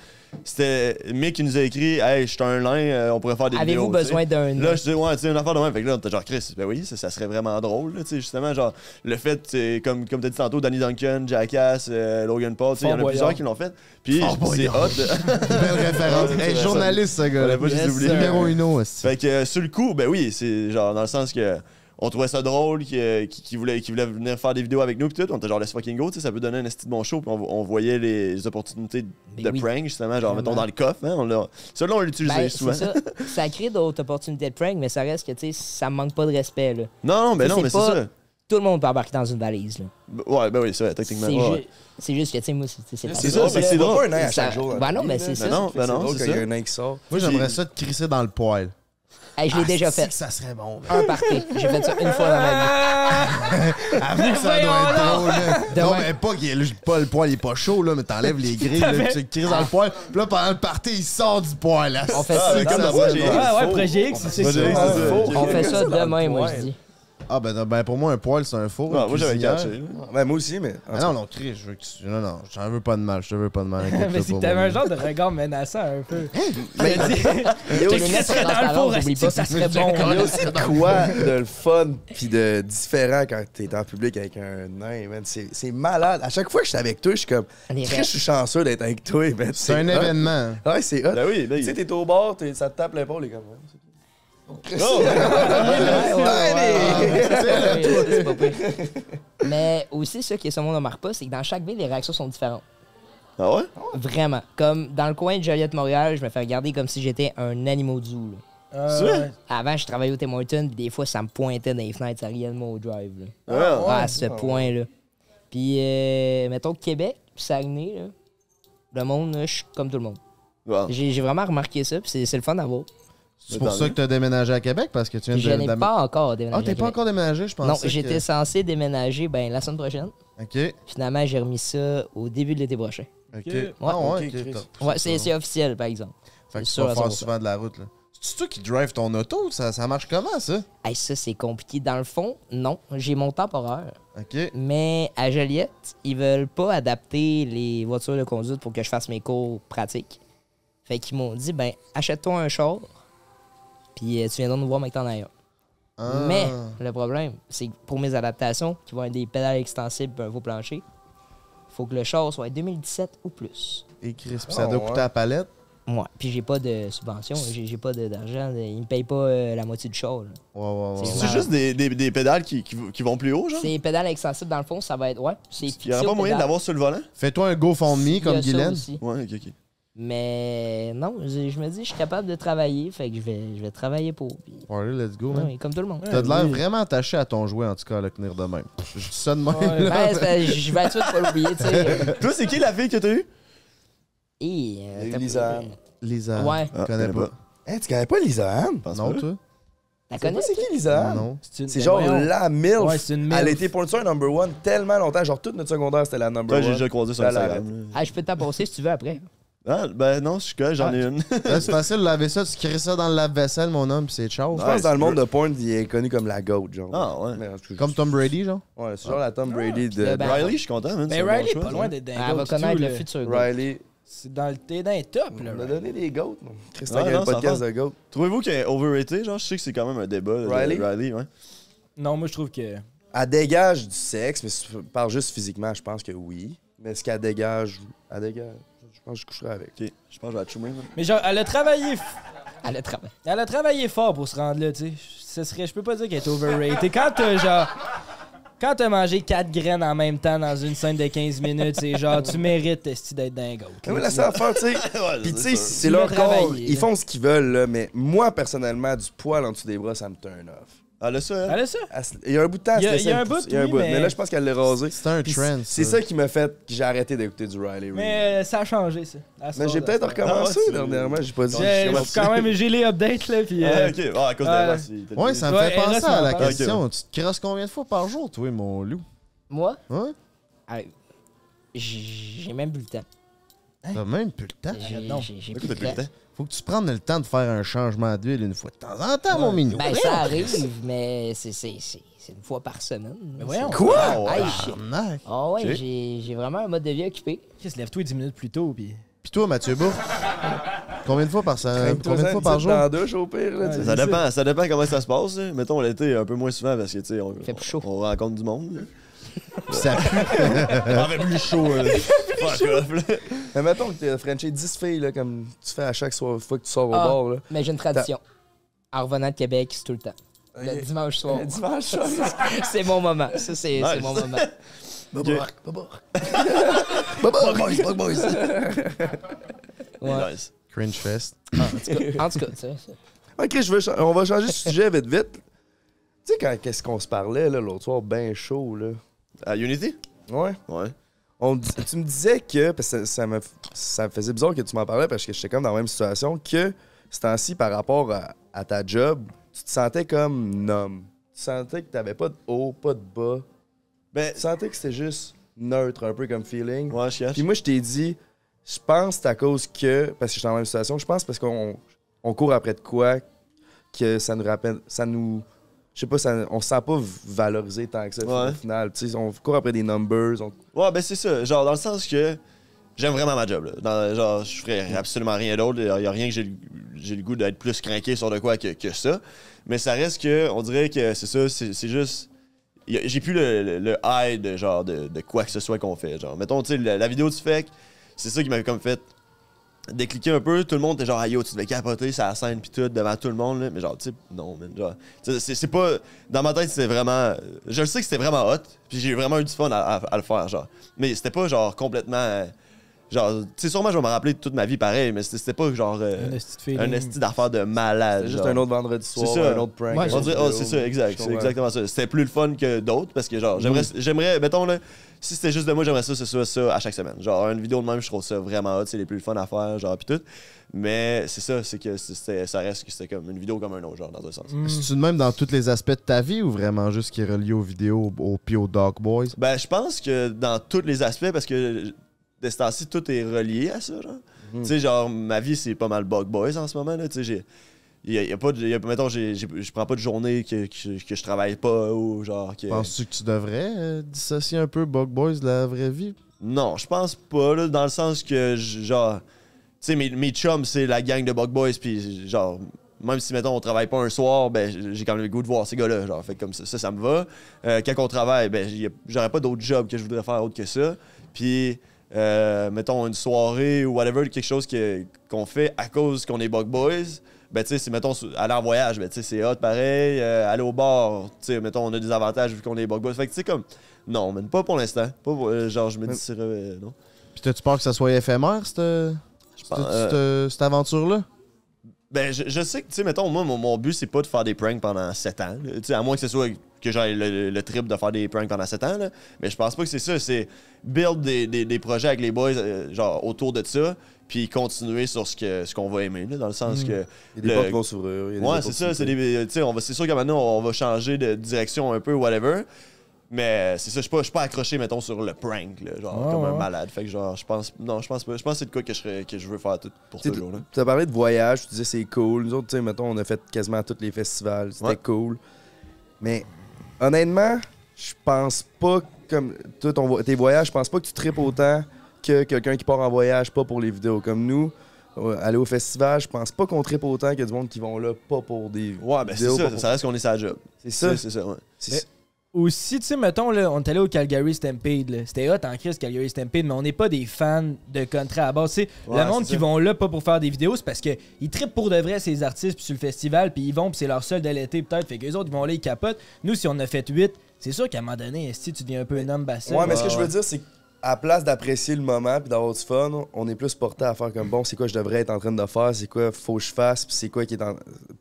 Speaker 3: c'était Mick qui nous a écrit Hey, je suis un lin, euh, on pourrait faire des vidéos.
Speaker 2: Avez-vous
Speaker 3: tu sais.
Speaker 2: besoin d'un nain?
Speaker 3: Là, je dis Ouais, tu sais, une affaire de même. Fait que là, on était genre Chris, ben oui, ça, ça serait vraiment drôle, là, tu sais, justement. Genre, le fait, tu sais, comme, comme t'as dit tantôt, Danny Duncan, Jackass, euh, Logan Paul, tu sais, il y en
Speaker 5: Fort
Speaker 3: a plusieurs
Speaker 5: Boyard.
Speaker 3: qui l'ont fait. Puis
Speaker 5: Fort
Speaker 3: c'est
Speaker 5: Boyard.
Speaker 3: hot. de-
Speaker 5: Belle référence.
Speaker 3: Ouais,
Speaker 5: Hey,
Speaker 3: c'est
Speaker 5: journaliste,
Speaker 3: vrai, ça.
Speaker 5: ce gars-là.
Speaker 3: On l'a pas juste
Speaker 5: Yes,
Speaker 3: oublié.
Speaker 5: sir. Numéro uno, aussi.
Speaker 3: Fait que euh, sur le coup, ben oui, c'est genre dans le sens que on trouvait ça drôle que- qu'il qu'il voulait, qu'il voulait venir faire des vidéos avec nous pis tout. On était genre let's fucking go, tu sais, ça peut donner un esti de bon show. Puis on, vo- on voyait les opportunités de prank justement, genre mettons dans le coffre. Hein, on l'a- ça là on l'utilisait
Speaker 2: Ben,
Speaker 3: souvent.
Speaker 2: c'est ça. ça crée d'autres opportunités de prank, mais ça reste que, tu sais, ça me manque pas de respect, là.
Speaker 3: Non, non, ben
Speaker 2: Tu sais,
Speaker 3: non, mais c'est
Speaker 2: pas-
Speaker 3: ça.
Speaker 2: Tout le monde peut embarquer dans une valise, là.
Speaker 3: B- Ouais, ben oui, c'est vrai, techniquement.
Speaker 2: C'est
Speaker 3: ouais,
Speaker 2: ju-
Speaker 3: ouais.
Speaker 2: c'est juste que, tu sais, moi, c'est- c'est
Speaker 3: C'est ça, c'est que c'est drôle.
Speaker 1: un an à
Speaker 2: Ça-
Speaker 1: chaque jour. dans
Speaker 2: ben
Speaker 1: le
Speaker 2: non,
Speaker 1: pays,
Speaker 2: mais
Speaker 1: là.
Speaker 2: c'est ça.
Speaker 3: non, ben
Speaker 1: C'est
Speaker 3: non,
Speaker 1: drôle
Speaker 3: c'est
Speaker 1: qu'il y
Speaker 3: ça.
Speaker 1: a un an qui sort.
Speaker 5: Moi, j'aimerais ça te crisser dans le poil.
Speaker 2: Hey, je l'ai
Speaker 5: Ah,
Speaker 2: déjà
Speaker 5: c'est
Speaker 2: fait.
Speaker 5: que ça serait bon.
Speaker 2: Un party. J'ai fait ça une fois dans ma
Speaker 10: Ah!
Speaker 5: Avoue que ça doit être drôle. là.
Speaker 2: De
Speaker 5: Non,
Speaker 2: même.
Speaker 5: mais pas qu'il est pas le poil, il est pas chaud, là, mais t'enlèves les grilles, là, puis tu le crises dans le poil. Puis là, pendant le party, il sort du poil. Là.
Speaker 2: On fait
Speaker 5: Ah,
Speaker 2: ça.
Speaker 5: mais comme
Speaker 2: Ah,
Speaker 5: dans
Speaker 2: ouais,
Speaker 5: Projet X.
Speaker 10: ouais, Projet X, c'est
Speaker 5: Projet X,
Speaker 10: ça.
Speaker 5: c'est ça.
Speaker 2: vie. On fait ça
Speaker 10: dans le
Speaker 2: demain, moi,
Speaker 10: coin.
Speaker 2: je dis.
Speaker 5: Ah, ben, ben, pour moi, un poêle, c'est un four.
Speaker 1: Ah,
Speaker 5: une
Speaker 1: moi, j'avais
Speaker 5: cuisinière.
Speaker 1: catché, là. Ben, moi aussi, mais-
Speaker 5: Ah, non, non, Chris, je veux que tu. Non, non, je t'en veux pas de mal, je te veux pas de mal.
Speaker 10: Mais c'est que t'avais un genre de regard menaçant un peu. Mais dit,
Speaker 1: Yo,
Speaker 10: tu serait dans le four, asti, que ça serait bon.
Speaker 1: Il y a aussi quoi de le fun pis de différent quand t'es en public avec un nain, man. C'est c'est malade. À chaque fois que je suis avec toi, je suis comme,
Speaker 10: est
Speaker 1: Chris,
Speaker 10: raide.
Speaker 1: je suis chanceux d'être avec toi, man.
Speaker 5: C'est
Speaker 1: hot.
Speaker 5: un événement.
Speaker 1: Ouais, c'est hot.
Speaker 5: Ben oui, ben
Speaker 1: tu sais, t'es au bord, t'es- ça te tape l'épaule, les gars.
Speaker 2: Oh!
Speaker 1: Ouais,
Speaker 2: pas pire. Mais aussi, ce que ce monde ne remarque pas, c'est que dans chaque ville, les réactions sont différentes.
Speaker 3: Ah ouais?
Speaker 2: Vraiment. Comme dans le coin de Joliette-Montréal, je me fais regarder comme si j'étais un animal du zoo. là.
Speaker 10: Ah, C'est vrai? ouais.
Speaker 2: Avant, je travaillais au Tim Hortons, puis des fois, ça me pointait dans les fenêtres, ça riait de mon drive. là.
Speaker 3: Ah ouais?
Speaker 2: à ce
Speaker 3: Ah ouais.
Speaker 2: point-là. Puis, euh, mettons, Québec, puis Saguenay, là, le monde, là, je suis comme tout le monde.
Speaker 3: Wow.
Speaker 2: J'ai j'ai vraiment remarqué ça, puis c'est c'est le fun à voir.
Speaker 5: C'est pour ça que t'as déménagé à Québec parce que tu viens de.
Speaker 2: Je n'ai
Speaker 5: d'am-
Speaker 2: pas encore déménagé.
Speaker 5: Ah, t'es
Speaker 2: à
Speaker 5: pas
Speaker 2: Québec.
Speaker 5: encore déménagé, je pense.
Speaker 2: Non, j'étais censé déménager ben, la semaine prochaine.
Speaker 5: OK.
Speaker 2: Finalement, j'ai remis ça au début de l'été prochain.
Speaker 5: OK.
Speaker 2: Ouais,
Speaker 5: Ah ouais,
Speaker 2: Ok,
Speaker 5: ok,
Speaker 2: Chris.
Speaker 5: t'as repoussé
Speaker 2: Ouais, c'est
Speaker 5: ça.
Speaker 2: c'est officiel, par exemple.
Speaker 5: Fait que
Speaker 2: C'est
Speaker 5: tu vas
Speaker 2: sûr à
Speaker 5: faire
Speaker 2: 100%.
Speaker 5: souvent de la route, là. C'est toi qui drive ton auto? Ça, ça marche comment, ça?
Speaker 2: Hey, ça, c'est compliqué. Dans le fond, non. J'ai mon temporaire.
Speaker 5: OK.
Speaker 2: Mais à Joliette, ils veulent pas adapter les voitures de conduite pour que je fasse mes cours pratiques. Fait qu'ils m'ont dit, ben, achète-toi un char, puis euh, tu viendras nous voir maintenant d'ailleurs.
Speaker 10: Ah.
Speaker 2: Mais le problème, c'est que pour mes adaptations, qui vont être des pédales extensibles et un faux plancher, faut que le char soit 2017 ou plus.
Speaker 5: Et Chris, puis ça doit coûter à la palette?
Speaker 2: Ouais, puis j'ai pas de subvention, j'ai j'ai pas de- d'argent, de- ils me payent pas euh, la moitié du char. là. ouais,
Speaker 3: C'est
Speaker 2: ouais.
Speaker 3: juste des, des, des pédales qui, qui, qui vont plus haut, genre?
Speaker 2: C'est pédales extensibles, dans le fond, ça va être. Ouais, c'est
Speaker 3: Ah. Il n'y aurait pas moyen de l'avoir sur le volant?
Speaker 5: Fais-toi un GoFundMe
Speaker 2: Il y
Speaker 5: comme
Speaker 2: a ça
Speaker 5: Guylaine.
Speaker 2: aussi.
Speaker 3: Ouais, ok, ok.
Speaker 2: Mais non, je, je me dis, je suis capable de travailler, fait que je vais, je vais travailler pour. Puis,
Speaker 5: Party, let's go,
Speaker 2: Ouais,
Speaker 5: man.
Speaker 2: oui, comme tout le monde.
Speaker 5: T'as de l'air
Speaker 2: Oui.
Speaker 5: vraiment attaché à ton jouet, en tout cas, à le tenir de même. Je dis ça de même.
Speaker 2: Ouais,
Speaker 5: là.
Speaker 2: ben, c'est parce que je vais tout pas l'oublier, tu sais.
Speaker 3: Toi, c'est qui la fille que t'as eue?
Speaker 2: Et. euh, t'as-
Speaker 5: Lisa.
Speaker 2: Ouais.
Speaker 5: Je connais pas.
Speaker 1: Hey, Eh, tu connais pas Lisa Anne?
Speaker 5: Non,
Speaker 1: pas. Ah.
Speaker 5: toi?
Speaker 2: La
Speaker 1: Tu sais pas
Speaker 2: connais,
Speaker 1: c'est
Speaker 2: toi?
Speaker 1: qui Lisa Anne?
Speaker 5: Non.
Speaker 10: une-
Speaker 1: C'est
Speaker 10: ben
Speaker 1: genre
Speaker 10: voyons.
Speaker 1: la MILF.
Speaker 10: Ouais, c'est une
Speaker 1: Elle
Speaker 10: MILF.
Speaker 1: a été pour number one tellement longtemps. Genre toute notre secondaire, c'était la number
Speaker 3: Ouais,
Speaker 1: one.
Speaker 3: Ben, j'ai déjà croisé sur
Speaker 1: Elle
Speaker 3: Instagram,
Speaker 1: arrête.
Speaker 2: Ah, je peux t'en passer si tu veux après.
Speaker 3: Ah, ben non, je suis correct, j'en ai une.
Speaker 5: Là, c'est facile de laver ça. Tu crées ça dans le lave-vaisselle, mon homme, puis c'est ciao.
Speaker 1: Je pense que dans le monde de porn, il est connu comme la GOAT, genre.
Speaker 3: Ah, ouais. Ben,
Speaker 1: Mais en tout cas,
Speaker 5: Comme Tom Brady, genre?
Speaker 1: Ouais, c'est genre la Tom Brady de.
Speaker 2: le Riley, je suis
Speaker 3: content,
Speaker 10: Mais ben, Riley, pas loin d'être dingue.
Speaker 2: Elle va connaître le futur. gars.
Speaker 1: Riley.
Speaker 10: C'est dans le thé d'un top, là.
Speaker 1: On a donné des GOATs, non? Christian,
Speaker 3: Ouais,
Speaker 1: il y a
Speaker 3: non,
Speaker 1: un
Speaker 3: ça
Speaker 1: podcast
Speaker 3: va.
Speaker 1: de GOAT.
Speaker 3: Trouvez-vous qu'elle est overrated? Genre, je sais que c'est quand même un débat. là, de
Speaker 1: Riley?
Speaker 3: Riley, ouais.
Speaker 10: Non, moi, je trouve que.
Speaker 1: Elle dégage du sexe, mais si tu parles juste physiquement, je pense que oui. Mais ce qu'elle dégage, elle dégage. Je pense que je coucherai avec.
Speaker 3: Ok, je pense que je vais la choumer.
Speaker 10: Mais genre, elle a travaillé. f-
Speaker 2: Elle a travaillé.
Speaker 10: Elle a travaillé fort pour se rendre là, tu sais. Ce serait, je peux pas dire qu'elle est overrated. Quand t'as genre. Quand t'as mangé 4 graines en même temps dans une scène de 15 minutes, c'est genre, tu mérites esti, d'être dingo.
Speaker 1: Mais oui, Ah la seule affaire, tu sais. Puis tu sais, c'est
Speaker 10: Tu
Speaker 1: leur
Speaker 10: l'as
Speaker 1: corps,
Speaker 10: travaillé,
Speaker 1: ils
Speaker 10: là.
Speaker 1: font ce qu'ils veulent, là, mais moi, personnellement, du poil en dessous des bras, ça me turn off.
Speaker 3: Elle a ça,
Speaker 1: hein?
Speaker 10: Elle a ça.
Speaker 1: se- Il y a un bout de temps, elle
Speaker 10: Il y a-
Speaker 1: se laissait
Speaker 10: il y a un
Speaker 1: pousser-
Speaker 10: bout,
Speaker 1: il y a un
Speaker 10: oui,
Speaker 1: bout.
Speaker 10: mais-
Speaker 1: Mais là, je pense qu'elle l'a rasé.
Speaker 5: C'est un
Speaker 1: Puis
Speaker 5: trend,
Speaker 1: C'est
Speaker 5: ça.
Speaker 1: ça qui m'a fait que j'ai arrêté d'écouter du Riley Reid.
Speaker 10: Mais euh, ça a changé, ça. À ce
Speaker 1: Mais j'ai
Speaker 10: stade-là.
Speaker 1: peut-être recommencé
Speaker 10: Ah ouais,
Speaker 1: dernièrement, j'ai pas dit.
Speaker 10: tu- J'ai j'ai quand même, j'ai les updates, là, puis.
Speaker 3: Ah,
Speaker 10: euh,
Speaker 3: ok. Ah, à cause de
Speaker 10: ouais.
Speaker 3: la voix, c'est-
Speaker 5: Ouais, ça me
Speaker 10: Ouais,
Speaker 5: fait
Speaker 10: elle
Speaker 5: penser
Speaker 10: reste
Speaker 5: à
Speaker 10: en
Speaker 5: la
Speaker 10: parle.
Speaker 5: question.
Speaker 10: Ok, ouais.
Speaker 5: Tu te crosses combien de fois par jour, toi, mon loup?
Speaker 2: Moi,
Speaker 5: Hein?
Speaker 2: Hey, j'ai j'ai même plus le temps.
Speaker 5: T'as même plus le temps?
Speaker 2: J'ai- Non. j'ai- j'ai plus le temps.
Speaker 5: Faut que tu prennes le temps de faire un changement d'huile une fois de temps en temps, mon minou.
Speaker 2: Ben, ça arrive, mais c'est- c'est c'est- c'est une fois par semaine. Mais
Speaker 10: voyons.
Speaker 5: Quoi?
Speaker 2: Ah,
Speaker 5: Tabarnak.
Speaker 2: ouais,
Speaker 5: Ok.
Speaker 2: j'ai j'ai vraiment un mode de vie occupé.
Speaker 10: Chris, lève-toi 10 minutes plus tôt, puis.
Speaker 5: Pis toi, Mathieu Bourg, combien de fois par, sa-
Speaker 1: Traîne-toi
Speaker 5: combien de
Speaker 1: ça,
Speaker 5: fois par
Speaker 1: une
Speaker 5: jour?
Speaker 1: petite dans la douche, au pire, là, tu
Speaker 3: Ça
Speaker 1: sais.
Speaker 3: dépend, ça dépend comment ça se passe. là. Mettons l'été un peu moins souvent parce que tu sais, on, on rencontre du monde.
Speaker 5: Ça pue.
Speaker 3: On fait plus chaud. là. Fuck off, là.
Speaker 1: Mais mettons que t'as Frenché 10 filles, là, comme tu fais à chaque soir- fois que tu sors au
Speaker 2: Ah,
Speaker 1: bord. Là.
Speaker 2: Mais j'ai une tradition. En revenant de Québec, c'est tout le temps. Le dimanche soir.
Speaker 1: Le dimanche soir.
Speaker 2: c'est mon moment. Ça, c'est c'est
Speaker 1: Nice.
Speaker 2: mon moment.
Speaker 1: Bye-bye,
Speaker 2: Ok.
Speaker 1: Bye-bye. Bye-bye,
Speaker 2: Ouais.
Speaker 3: Nice.
Speaker 5: Cringe fest.
Speaker 2: En tout cas, en tout cas, tu sais, ça.
Speaker 1: Ok, je veux cha- on va changer de sujet vite vite. Tu sais, quand qu'est-ce qu'on se parlait là, l'autre soir, ben chaud là.
Speaker 3: À Unity?
Speaker 1: Ouais.
Speaker 3: Ouais.
Speaker 1: On, dis- tu me disais que, parce que ça, ça me, f- ça me faisait bizarre que tu m'en parlais parce que j'étais comme dans la même situation, que ce temps-ci, par rapport à, à ta job, tu te sentais comme un homme. Tu sentais que t'avais pas de haut, pas de bas.
Speaker 3: Ben,
Speaker 1: tu sentais que c'était juste neutre un peu comme feeling.
Speaker 3: Ouais, je
Speaker 1: Puis moi, je t'ai dit, je pense que c'est à cause que, parce que j'étais dans la même situation, je pense parce qu'on on court après de quoi que ça nous rappelle, ça nous je sais pas, ça, on se sent pas valorisé tant que ça au final. Tu sais, on court après des numbers. On...
Speaker 3: Ouais, ben c'est ça. Genre, dans le sens que j'aime vraiment ma job. Là. Dans- genre, je ferais absolument rien d'autre. Il n'y a rien que j'ai le- j'ai le goût d'être plus craqué sur de quoi que, que ça. Mais ça reste que, on dirait que c'est ça, c'est c'est juste. y a- J'ai plus le, le, le high de, genre, de, de quoi que ce soit qu'on fait. Genre, mettons, tu sais, la, la vidéo du fake, c'est ça qui m'avait comme fait décliquer un peu, tout le monde était genre, ah, yo, tu devais capoter sur la scène pis tout, devant tout le monde, là. Mais genre, tu sais, non, man. Genre, tu sais, c'est c'est pas. Dans ma tête, c'était vraiment. Je le sais que c'était vraiment hot, puis j'ai vraiment eu du fun à, à- à le faire, genre. Mais c'était pas, genre, complètement. euh, Genre, tu sais, sûrement, je vais me rappeler de toute ma vie pareil, mais c'était c'était pas, genre. euh,
Speaker 1: Un esti de feeling.
Speaker 3: Un esti d'affaire de malade.
Speaker 1: C'était juste
Speaker 3: genre.
Speaker 1: un autre vendredi soir,
Speaker 3: C'est ça.
Speaker 1: un autre prank, un
Speaker 3: On
Speaker 1: autre
Speaker 3: dirait, oh,
Speaker 1: vidéo,
Speaker 3: c'est ça,
Speaker 1: je
Speaker 3: exact. C'est
Speaker 1: comprends.
Speaker 3: exactement ça. C'était plus le fun que d'autres, parce que, genre, j'aimerais,
Speaker 1: Mm.
Speaker 3: j'aimerais, mettons, là, si c'était juste de moi, j'aimerais ça, c'est ça, ça, à chaque semaine. Genre, une vidéo de même, je trouve ça vraiment hot, c'est les plus fun à faire, genre, pis tout. Mais c'est ça, c'est que c'était- ça reste que c'était comme une vidéo comme un autre, genre, dans un sens.
Speaker 5: C'est-tu de même dans tous les aspects de ta vie ou vraiment juste qui est relié aux vidéos, au, puis aux Dog Boys?
Speaker 3: Ben, je pense que dans tous les aspects, parce que de ce temps-ci, tout est relié à ça, genre. Tu sais, genre, ma vie, c'est pas mal Bug Boys en ce moment, là. Tu sais, j'ai. Il y a, y a pas de. y a- mettons, j'ai- j'ai- je prends pas de journée que, que, que je travaille pas ou genre. Que...
Speaker 5: Penses-tu que tu devrais euh, dissocier un peu Bug Boys de la vraie vie?
Speaker 3: Non, je pense pas, là, dans le sens que, j- genre, tu sais, mes, mes chums, c'est la gang de Bug Boys, puis genre, même si, mettons, on travaille pas un soir, ben, j- j'ai quand même le goût de voir ces gars-là, genre, fait que comme ça, ça, ça me va. Euh, quand on travaille, ben, j'y- j'aurais pas d'autres jobs que je voudrais faire autre que ça. Puis, euh, mettons, une soirée ou whatever, quelque chose que- qu'on fait à cause qu'on est Bug Boys, ben, tu sais, c'est, mettons, sou- aller en voyage, ben, tu sais, c'est hot, pareil, euh, aller au bar, tu sais, mettons, on a des avantages vu qu'on est Bug Boys. Fait que, tu sais, comme, non, mais pas pour l'instant. Pas pour- euh, genre, je me dis, non.
Speaker 5: Puis t'as-tu peur que ça soit éphémère, cette, cette-
Speaker 3: pense, euh,
Speaker 5: cette- cette aventure-là?
Speaker 3: Ben, je, je sais que, tu sais, mettons, moi, mon, mon but, c'est pas de faire des pranks pendant 7 ans. là. Tu sais, à moins que ce soit que j'aille le, le trip de faire des pranks pendant 7 ans, là. Mais je pense pas que c'est ça. C'est build des, des- des projets avec les boys, euh, genre, autour de ça, puis continuer sur ce que ce qu'on va aimer, là, dans le sens
Speaker 1: Mm.
Speaker 3: que.
Speaker 1: Il y a des
Speaker 3: le-
Speaker 1: portes qui vont s'ouvrir, il y a des
Speaker 3: Ouais, c'est ça. C'est des- tu sais, on va- c'est sûr que maintenant, on va changer de direction un peu, whatever. Mais c'est ça, je suis pas, je suis pas accroché, mettons, sur le prank, là, genre,
Speaker 1: Ouais,
Speaker 3: comme un
Speaker 1: ouais.
Speaker 3: malade. Fait que, genre, je pense. Non, je pense pas. Je pense que c'est de quoi que je, serais- que je veux faire tout pour
Speaker 1: Tu sais,
Speaker 3: toujours, là.
Speaker 1: Tu as parlé de voyage, tu disais c'est cool. Nous autres, tu sais, mettons, on a fait quasiment tous les festivals, c'était
Speaker 3: Ouais.
Speaker 1: cool. Mais honnêtement, je pense pas comme toi, ton vo- tes voyages, je pense pas que tu tripes autant que quelqu'un qui part en voyage pas pour les vidéos comme nous. euh, Aller au festival, je pense pas qu'on tripe autant que du monde qui vont là pas pour des
Speaker 3: Ouais, ben c'est
Speaker 1: vidéos, pas
Speaker 3: ça,
Speaker 1: pour-
Speaker 3: ça reste qu'on est sa job.
Speaker 1: C'est ça.
Speaker 3: C'est ça, ouais.
Speaker 10: Mais Aussi, tu sais, mettons, là, on est allé au Calgary Stampede. là. C'était hot en crise, Calgary Stampede, mais on n'est pas des fans de country à la base. Tu sais,
Speaker 3: Ouais,
Speaker 10: le monde
Speaker 3: c'est
Speaker 10: qui
Speaker 3: ça.
Speaker 10: vont là pas pour faire des vidéos, c'est parce que ils trippent pour de vrai ces artistes puis sur le festival, puis ils vont, puis c'est leur seul de l'été peut-être. Fait que les autres, ils vont là, ils capotent. Nous, si on en a fait 8, c'est sûr qu'à un moment donné, si tu deviens un peu un homme bassin.
Speaker 1: Ouais, mais ce que je veux dire, c'est qu'à place d'apprécier le moment puis d'avoir du fun, on est plus porté à faire comme bon, c'est quoi je devrais être en train de faire, c'est quoi faut que je fasse, puis c'est quoi qui est en.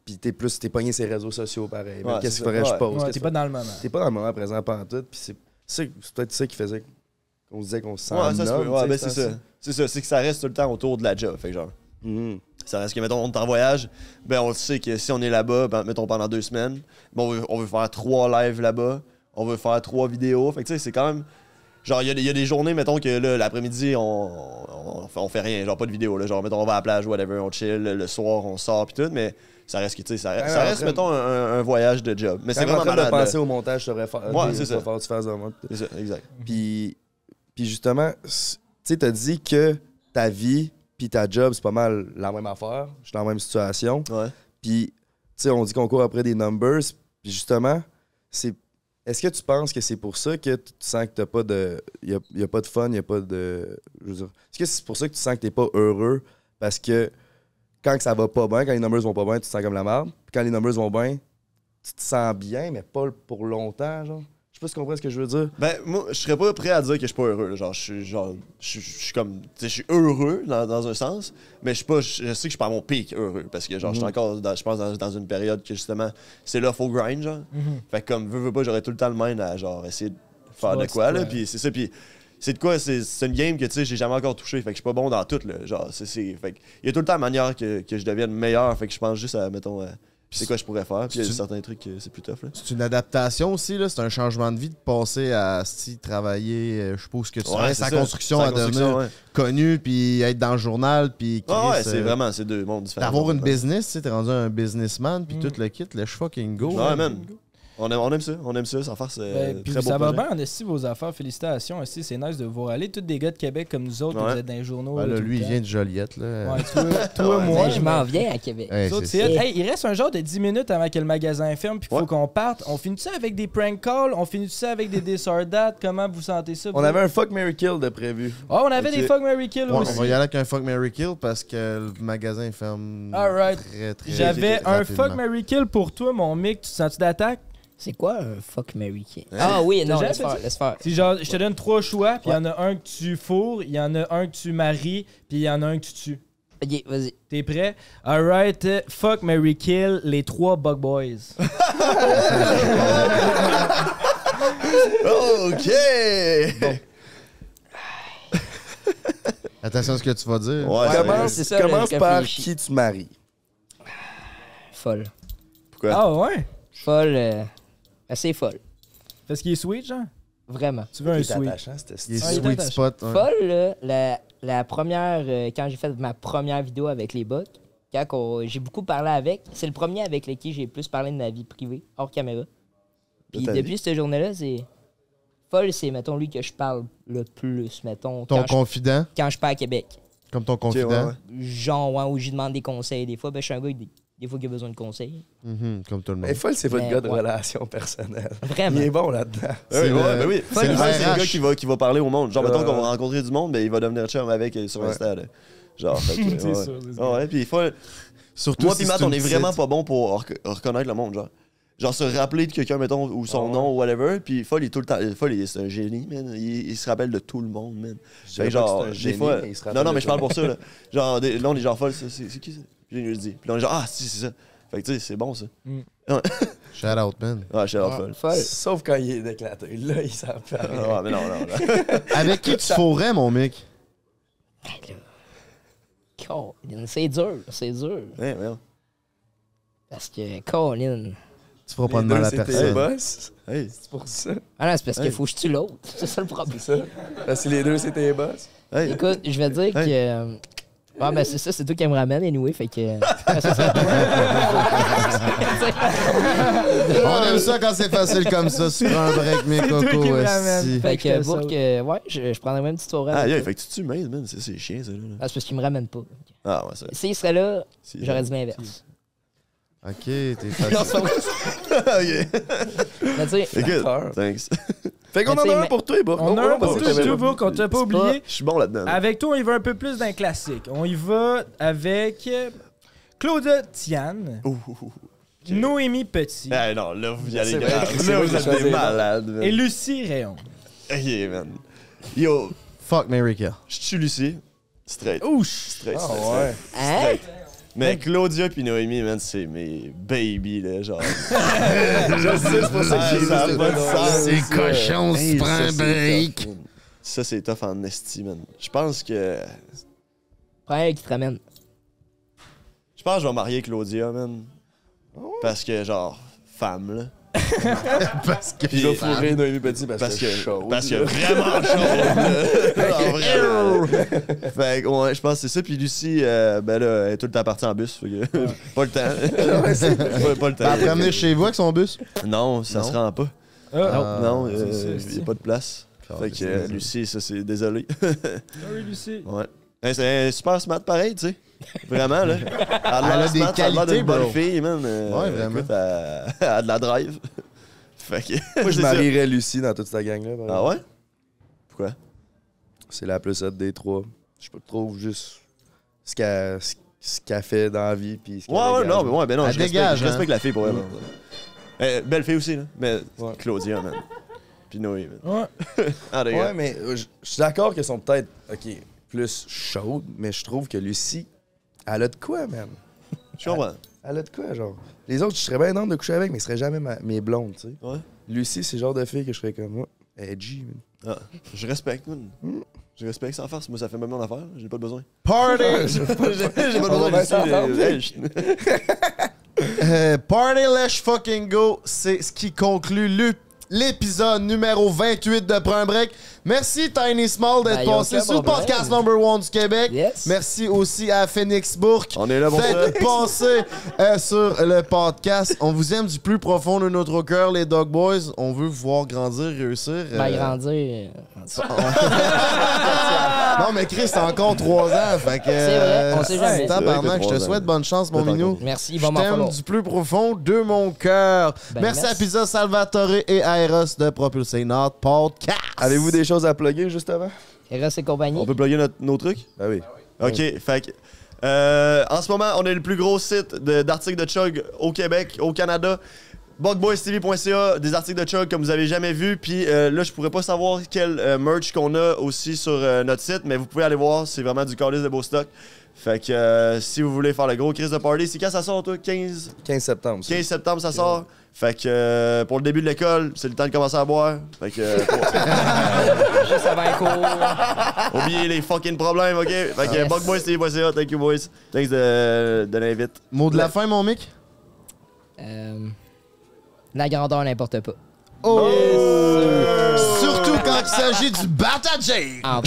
Speaker 1: Puis t'es plus, t'es pogné ces réseaux sociaux pareil.
Speaker 10: Ouais,
Speaker 1: Mais Qu'est-ce
Speaker 10: c'est
Speaker 1: qu'il faudrait que
Speaker 10: ça.
Speaker 1: je pose
Speaker 10: Ouais,
Speaker 1: qu'est-ce
Speaker 10: t'es
Speaker 1: que-
Speaker 10: pas dans le moment.
Speaker 1: T'es pas dans le moment présent pendant tout, puis c'est c'est- c'est peut-être ça qui faisait qu'on se disait qu'on se sent.
Speaker 3: Ouais, ça se
Speaker 1: un
Speaker 3: peut.
Speaker 1: homme,
Speaker 3: Ouais,
Speaker 1: tu
Speaker 3: ben
Speaker 1: sais,
Speaker 3: c'est ça. C'est ça, c'est que ça reste tout le temps autour de la job, fait que genre.
Speaker 1: hum,
Speaker 3: Ça reste que, mettons, on est en voyage, ben on le sait que si on est là-bas, ben, mettons pendant deux semaines, ben on veut, on veut faire trois lives là-bas, on veut faire trois vidéos, fait que tu sais, c'est quand même. Genre, il y, a des- il y a des journées, mettons, que là, l'après-midi, on, on, on fait- on fait rien, genre pas de vidéo, là. Genre, mettons, on va à la plage, whatever, on chill, le soir, on sort, pis tout, mais ça reste que, tu sais, ça,
Speaker 1: Ouais,
Speaker 3: ça
Speaker 1: en
Speaker 3: reste,
Speaker 1: train-
Speaker 3: mettons, un, un- un voyage de job. Mais
Speaker 1: Quand
Speaker 3: c'est
Speaker 1: on est en
Speaker 3: vraiment
Speaker 1: train
Speaker 3: malade.
Speaker 1: de penser
Speaker 3: là.
Speaker 1: au montage, j'aurais fait.
Speaker 3: Ouais, c'est ça.
Speaker 1: Faire, tu fasses un montage.
Speaker 3: C'est ça, exact.
Speaker 1: Puis, puis justement, s- tu sais, t'as dit que ta vie puis ta job, c'est pas mal la même affaire. Je suis dans la même situation. Puis, tu sais, on dit qu'on court après des numbers. Puis justement, c'est... Est-ce que tu penses que c'est pour ça que tu tu sens que t'as pas de... Il y a, y a pas de fun, il a pas de... je veux dire, Est-ce que c'est pour ça que tu sens que t'es pas heureux? Parce que quand que ça va pas bien, quand les numbers vont pas bien, tu te sens comme la merde. Puis quand les numbers vont bien, tu te sens bien, mais pas pour longtemps, genre. Je sais pas si tu comprends ce que je veux dire.
Speaker 3: Ben, moi, je serais pas prêt à dire que je suis pas heureux. là. Genre, je suis genre, je, je- je suis comme, tu sais, je suis heureux dans, dans un sens, mais je suis pas, je, je sais que je suis pas à mon pic heureux parce que genre, je suis
Speaker 1: Mhm.
Speaker 3: encore, dans- je pense dans, dans une période que justement, c'est là faut grind, genre.
Speaker 1: Mhm.
Speaker 3: Fait que comme veux, veux pas, j'aurais tout le temps le mind à genre essayer de
Speaker 1: vas
Speaker 3: faire de
Speaker 1: voir
Speaker 3: quoi
Speaker 1: si
Speaker 3: là.
Speaker 1: toi-
Speaker 3: Puis c'est ça, puis c'est de quoi, c'est c'est une game que tu sais, j'ai jamais encore touché. Fait que je suis pas bon dans tout là. Genre, c'est, c'est- fait que il y a tout le temps manière que, que je devienne meilleur. Fait que je pense juste à mettons, à, c'est quoi je pourrais faire. Puis il y a
Speaker 5: c'est-
Speaker 3: certains trucs que c'est plus tough là.
Speaker 5: C'est une adaptation aussi, là. C'est un changement de vie de passer à si travailler, euh, je suppose que tu
Speaker 3: Ouais,
Speaker 5: travailles
Speaker 3: c'est
Speaker 5: sa
Speaker 3: ça.
Speaker 5: construction
Speaker 3: Sa
Speaker 5: à devenir
Speaker 3: construction, ouais.
Speaker 5: connu, puis être dans le journal, puis.
Speaker 3: Ah ouais,
Speaker 5: Chris,
Speaker 3: c'est
Speaker 5: euh,
Speaker 3: vraiment, c'est deux mondes différents.
Speaker 5: D'avoir une
Speaker 3: Ouais.
Speaker 10: Mm.
Speaker 5: business, tu sais, t'es rendu un businessman, puis tout le kit, le fucking go.
Speaker 3: Ouais,
Speaker 5: man.
Speaker 3: man. On aime, on aime ça, on aime ça, sans farce. euh,
Speaker 10: Ben, puis
Speaker 3: très beau
Speaker 10: ça va
Speaker 3: projet.
Speaker 10: bien, on aussi vos affaires. Félicitations, aussi, c'est nice de vous râler. Tous des gars de Québec comme nous autres,
Speaker 3: Ouais.
Speaker 10: vous êtes dans les journaux.
Speaker 5: Ben là,
Speaker 10: tout le
Speaker 5: lui, il
Speaker 10: temps.
Speaker 5: vient de Joliette, là.
Speaker 10: Ouais, toi, toi,
Speaker 5: Ouais,
Speaker 10: moi.
Speaker 5: je
Speaker 10: mais-
Speaker 5: m'en viens à Québec. Hey,
Speaker 10: Nous autres,
Speaker 5: c'est
Speaker 10: c'est
Speaker 5: ça.
Speaker 10: hot. Hey, il reste un genre de 10 minutes avant que le magasin ferme puis qu'il faut qu'on parte. On finit ça avec des prank calls, on finit ça avec des disordats. Comment vous sentez ça?
Speaker 1: On avait un fuck Mary Kill de prévu.
Speaker 10: Ah, on avait des fuck Mary Kill
Speaker 5: Ouais, on
Speaker 10: aussi.
Speaker 5: va y aller avec un Fuck Mary Kill parce que le magasin ferme
Speaker 10: Alright.
Speaker 5: très très
Speaker 10: J'avais
Speaker 5: très
Speaker 10: un
Speaker 5: rapidement.
Speaker 10: fuck Mary Kill pour toi, mon Mick. Tu te sens-tu d'attaque?
Speaker 2: C'est quoi un fuck Mary Kill? Ah oui, non, laisse faire, laisse faire.
Speaker 10: C'est genre, je te donne trois choix, puis il y en a un que tu fourres, il y en a un que tu maries, puis il y en a un que tu tues.
Speaker 2: Ok, vas-y.
Speaker 10: T'es prêt? Alright, euh, fuck Mary Kill, les trois Bug Boys.
Speaker 3: OK!
Speaker 5: Attention à ce que tu vas dire.
Speaker 3: Ouais,
Speaker 1: Commence- commence par qui tu maries.
Speaker 2: Folle.
Speaker 3: Pourquoi?
Speaker 10: Ah ouais?
Speaker 2: Folle. euh, assez folle.
Speaker 10: Parce qu'il est sweet, genre?
Speaker 2: Vraiment.
Speaker 10: Tu veux un
Speaker 1: Il est
Speaker 10: sweet?
Speaker 1: attachant, ce
Speaker 5: Il est
Speaker 10: Ah, il est
Speaker 5: sweet
Speaker 10: attaché.
Speaker 5: spot. hein. ouais.
Speaker 2: Folle, là, la, la première, euh, quand j'ai fait ma première vidéo avec les bots, quand qu'on- j'ai beaucoup parlé avec, c'est le premier avec lequel j'ai plus parlé de ma vie privée, hors caméra. Puis
Speaker 3: ta
Speaker 2: depuis cette journée-là, c'est. Folle, c'est, mettons, lui que je parle le plus, mettons.
Speaker 5: Ton
Speaker 2: quand je-
Speaker 5: confident,
Speaker 2: quand je pars à Québec.
Speaker 5: comme ton
Speaker 3: ouais,
Speaker 5: confident.
Speaker 2: Genre, ouais, où je lui demande des conseils des fois. Ben, je suis un gars, des, des fois, qui a besoin de conseils.
Speaker 5: Mhm, comme tout le monde.
Speaker 1: Mais folle, c'est votre
Speaker 2: Mais
Speaker 1: gars de
Speaker 2: ouais.
Speaker 1: relation personnelle.
Speaker 2: Vraiment.
Speaker 1: Il est bon là-dedans.
Speaker 3: Ouais, ouais,
Speaker 5: le-
Speaker 3: ben oui.
Speaker 5: c'est
Speaker 3: C'est
Speaker 5: le
Speaker 3: le, c'est le
Speaker 5: RH. Euh.
Speaker 3: gars qui va, qui va parler au monde. Genre, mettons
Speaker 1: Ouais.
Speaker 3: qu'on va rencontrer du monde, mais il va devenir chum avec euh, sur
Speaker 1: Ouais.
Speaker 3: Insta. là. Genre, fait que,
Speaker 1: C'est
Speaker 3: ouais. Ah
Speaker 1: sûr, c'est sûr.
Speaker 3: Ouais, puis il faut.
Speaker 5: Surtout
Speaker 3: Moi,
Speaker 5: si
Speaker 3: puis
Speaker 5: c'est
Speaker 3: Matt, on
Speaker 5: une
Speaker 3: est vraiment
Speaker 5: petite.
Speaker 3: pas bon pour rec- reconnaître le monde, genre. Genre, se rappeler de quelqu'un, mettons, ou
Speaker 5: Ah
Speaker 3: son nom, ou whatever. Puis Foll, il est tout le temps. Foll, il est c'est un génie, man. Il, il se rappelle de tout le monde, man.
Speaker 1: Je
Speaker 3: Fait
Speaker 1: dirais pas que
Speaker 3: que, genre,
Speaker 1: c'est un
Speaker 3: des
Speaker 1: génie,
Speaker 3: fois.
Speaker 1: mais il se rappelle
Speaker 3: non, non,
Speaker 1: de
Speaker 3: mais je
Speaker 1: tout le
Speaker 3: parle pour ça,
Speaker 1: monde.
Speaker 3: là. Genre, des- là, on est genre Foll, c'est c'est- c'est qui ça? Puis là, il nous le dit. Puis là, on est genre, ah, si, c'est ça. Fait que, tu sais, c'est bon, ça.
Speaker 10: Mm.
Speaker 3: Ouais,
Speaker 5: Shout out, man.
Speaker 3: Ouais, je suis
Speaker 2: Ouais,
Speaker 3: Foll.
Speaker 2: Ah, folle.
Speaker 1: Sauf quand il est éclaté. Là, il s'en fait.
Speaker 3: Ah, mais non, non, non.
Speaker 5: Avec qui tu fourrais, mon mec?
Speaker 2: Colin, c'est dur, c'est dur.
Speaker 3: Ouais, ouais.
Speaker 2: Parce que, Colin.
Speaker 5: Tu feras pas de mal à personne.
Speaker 1: boss.
Speaker 3: Hey.
Speaker 1: C'est pour ça.
Speaker 2: Ah non, c'est parce qu'il
Speaker 3: Hey.
Speaker 2: faut que je tue l'autre. C'est ça le problème.
Speaker 1: Parce que les deux, c'était les boss.
Speaker 3: Hey. Ah,
Speaker 2: Écoute, je vais dire
Speaker 3: Hey.
Speaker 2: que. euh, Ah, ben c'est ça, c'est toi qui me ramène, anyway, fait que.
Speaker 5: On
Speaker 3: Ah,
Speaker 5: aime ça quand c'est facile comme ça. Tu prends un break, mes
Speaker 10: toi qui
Speaker 5: cocos.
Speaker 10: me
Speaker 5: esti.
Speaker 10: ramène.
Speaker 2: fait
Speaker 10: je
Speaker 2: que,
Speaker 10: te
Speaker 2: pour
Speaker 10: sauve.
Speaker 2: que. Ouais, je, je prendrais même une petite soirée.
Speaker 3: Ah,
Speaker 2: avec
Speaker 3: yeah,
Speaker 2: toi.
Speaker 3: fait que tu tues, man, man. C'est- C'est chiant, ça, là.
Speaker 2: Ah, c'est parce qu'il me ramène pas.
Speaker 3: Ah, ouais, ça.
Speaker 2: S'il serait là,
Speaker 3: Si.
Speaker 2: j'aurais dit l'inverse.
Speaker 5: Ok, t'es
Speaker 2: Non,
Speaker 5: facile.
Speaker 2: c'est pas vrai.
Speaker 3: Ok.
Speaker 2: Mais tu sais,
Speaker 3: Écoute,
Speaker 1: D'accord.
Speaker 3: thanks.
Speaker 1: Fait qu'on
Speaker 2: Mais
Speaker 1: en
Speaker 2: tu sais,
Speaker 1: a un
Speaker 2: mais-
Speaker 1: pour toi,
Speaker 5: Oh,
Speaker 1: Bourg.
Speaker 10: On a un pour
Speaker 3: c'est
Speaker 10: toi,
Speaker 3: vrai.
Speaker 10: je qu'on t'a pas oublié.
Speaker 3: Je suis bon là-dedans. là.
Speaker 10: Avec toi, on y va un peu plus d'un classique. On y va avec euh, Claudia Tiane,
Speaker 3: Ouh, ouh, ouh.
Speaker 10: Noémie Petit
Speaker 5: Ah,
Speaker 3: Eh non, là, vous y allez
Speaker 1: C'est vrai,
Speaker 3: grave.
Speaker 1: c'est
Speaker 3: Là,
Speaker 1: vrai
Speaker 3: vous
Speaker 1: que
Speaker 3: êtes
Speaker 1: ça,
Speaker 3: des
Speaker 1: c'est-
Speaker 3: malades, man.
Speaker 5: euh,
Speaker 10: et Lucie Rayon.
Speaker 3: Ok, man. Yo,
Speaker 5: Fuck Mary Kill.
Speaker 3: je tue Lucie. Straight.
Speaker 10: Ouch!
Speaker 3: Straight,
Speaker 1: Ah
Speaker 3: straight,
Speaker 1: ouais.
Speaker 3: straight.
Speaker 2: hein?
Speaker 3: Mais Claudia puis Noémie, man, c'est mes baby, là, genre.
Speaker 1: Je sais, c'est pour ça que j'ai
Speaker 3: Ah, ça a
Speaker 1: dit
Speaker 3: pas de
Speaker 1: non.
Speaker 3: sens.
Speaker 5: C'est cochon,
Speaker 3: Hey,
Speaker 5: se prend
Speaker 3: ça,
Speaker 5: un
Speaker 3: c'est
Speaker 5: break.
Speaker 3: tough, man. Ça, c'est tough en esti, man. Je pense que...
Speaker 2: Prends un qui te ramène.
Speaker 3: Je pense que je vais marier Claudia, man.
Speaker 5: Oh.
Speaker 3: Parce que, genre, femme, là.
Speaker 5: Parce que
Speaker 3: Puis-
Speaker 1: Je vais fourrer Noémie Petit parce,
Speaker 3: Parce
Speaker 1: que,
Speaker 3: que,
Speaker 1: chaud.
Speaker 3: parce que vraiment chaud. là. Genre, vraiment. fait que, ouais, je pense que c'est ça. Puis Lucie, euh, ben là, elle est tout le temps partie en bus. Fait que, pas le temps. pas, pas le temps.
Speaker 5: T'as ramené Bah, chez vous avec son bus?
Speaker 3: Non, ça
Speaker 5: Non.
Speaker 3: se rend pas.
Speaker 10: Ah,
Speaker 5: Ah,
Speaker 3: non, euh, il
Speaker 10: c'est ça, c'est
Speaker 3: n'y a
Speaker 10: ça.
Speaker 3: pas de place. Fait que, euh, Lucie, ça, c'est désolé.
Speaker 10: sorry, Ah Lucie.
Speaker 3: ouais. Elle, C'est un super smart pareil, tu sais. Vraiment, là. Elle a, de l'air
Speaker 5: Elle a des
Speaker 3: smart, elle a l'air
Speaker 5: qualités,
Speaker 3: d'une bonne
Speaker 5: bro.
Speaker 3: fille, man. Euh,
Speaker 5: Ouais, vraiment.
Speaker 3: écoute, elle, elle a de la drive. Fait que.
Speaker 1: Moi, je
Speaker 3: c'est ça.
Speaker 1: marierais Lucie dans toute cette gang-là. par
Speaker 3: Ah
Speaker 1: exemple.
Speaker 3: ouais? Pourquoi?
Speaker 1: C'est la plus hot des trois. Je trouve juste ce qu'elle ce- ce qu'elle fait dans la vie. Puis ce qu'elle
Speaker 3: Ouais, ouais,
Speaker 1: dégage.
Speaker 3: non, mais ouais, ben non,
Speaker 5: Elle
Speaker 3: je, respecte-
Speaker 5: dégage,
Speaker 3: je
Speaker 5: hein.
Speaker 3: respecte, la fille pour elle. hein. Euh, belle fille aussi, là. Mais
Speaker 1: Ouais.
Speaker 3: Claudia, man. Puis Noé, man.
Speaker 10: Ouais.
Speaker 3: Ah, les
Speaker 1: Ouais,
Speaker 3: gars.
Speaker 1: mais euh, je je suis d'accord qu'elles sont peut-être ok plus chaudes, mais je trouve que Lucie, elle a de quoi, man.
Speaker 3: Je comprends.
Speaker 1: Elle a de quoi, genre. Les autres, je serais bien honnête de coucher avec, mais ce serait jamais ma- mes blondes, tu sais.
Speaker 3: Ouais.
Speaker 1: Lucie, c'est le genre de fille que je serais comme moi. Edgy, man.
Speaker 3: Ah, je respecte, man.
Speaker 5: Mm.
Speaker 3: Je respecte sans farce. Moi, ça fait même mon affaire. là. J'ai pas de besoin.
Speaker 5: Party!
Speaker 1: J'ai pas
Speaker 3: J'ai pas
Speaker 1: On va
Speaker 3: de
Speaker 1: bien
Speaker 3: besoin.
Speaker 1: s'entendre.
Speaker 3: Lucie, euh, hey,
Speaker 5: Euh, party, let's fucking go. C'est ce qui conclut le- l'épisode numéro 28 de Prends un Break. Merci Tiny Small d'être
Speaker 3: Ben, y'a
Speaker 5: passé
Speaker 3: aucun
Speaker 5: sur le
Speaker 3: problème.
Speaker 5: podcast number one du Québec. Merci aussi à Phoenix Bourque
Speaker 3: On est là pour ça.
Speaker 5: d'être passé euh, sur le podcast. On vous aime du plus profond de notre cœur, les Dog Boys. On veut vous voir grandir, réussir. euh,
Speaker 2: Ben,
Speaker 3: euh,
Speaker 2: grandir.
Speaker 5: non, mais Chris, t'as encore 3 ans. Fait que.
Speaker 2: C'est vrai, on sait
Speaker 5: euh,
Speaker 2: jamais.
Speaker 5: tabarnak,
Speaker 2: C'est vrai que t'as
Speaker 5: je te
Speaker 2: trois ans.
Speaker 5: souhaite bonne chance, mon
Speaker 2: Peut-être
Speaker 5: minou.
Speaker 2: encore. Merci, il
Speaker 5: je
Speaker 2: va m'en
Speaker 5: t'aime
Speaker 2: falloir.
Speaker 5: du plus profond de mon cœur.
Speaker 2: Ben,
Speaker 5: merci, à
Speaker 2: merci.
Speaker 5: Pizza Salvatore et à Eros de propulser notre podcast.
Speaker 3: Avez-vous des
Speaker 5: choses à plugger juste avant?
Speaker 2: Eros et compagnie.
Speaker 3: On peut plugger notre- nos trucs? Ah oui.
Speaker 2: Oui.
Speaker 3: OK, fait que, euh, en ce moment, on est le plus gros site de- d'articles de Chug au Québec, au Canada. BugboysTV.ca, des articles de Chug comme vous avez jamais vu. Puis euh, là, je pourrais pas savoir quel euh, merch qu'on a aussi sur euh, notre site, mais vous pouvez aller voir, c'est vraiment du calice de beau stock. Fait que euh, si vous voulez faire le gros crise de party, c'est quand ça sort, toi? 15?
Speaker 1: 15 septembre.
Speaker 3: 15 septembre, ça sort. Fait que euh, pour le début de l'école, c'est le temps de commencer à boire. Fait que. euh,
Speaker 2: Juste avant les
Speaker 3: cours. Oubliez les fucking problèmes, ok? Fait que
Speaker 5: Yes.
Speaker 3: Bug Boys, c'est boys, c'est Thank you, boys. Thanks de, de l'invite.
Speaker 5: Mot de la fin, mon mic?
Speaker 2: Euh, la grandeur n'importe pas.
Speaker 5: Oh! Surtout quand il s'agit du Bata Jake!
Speaker 2: En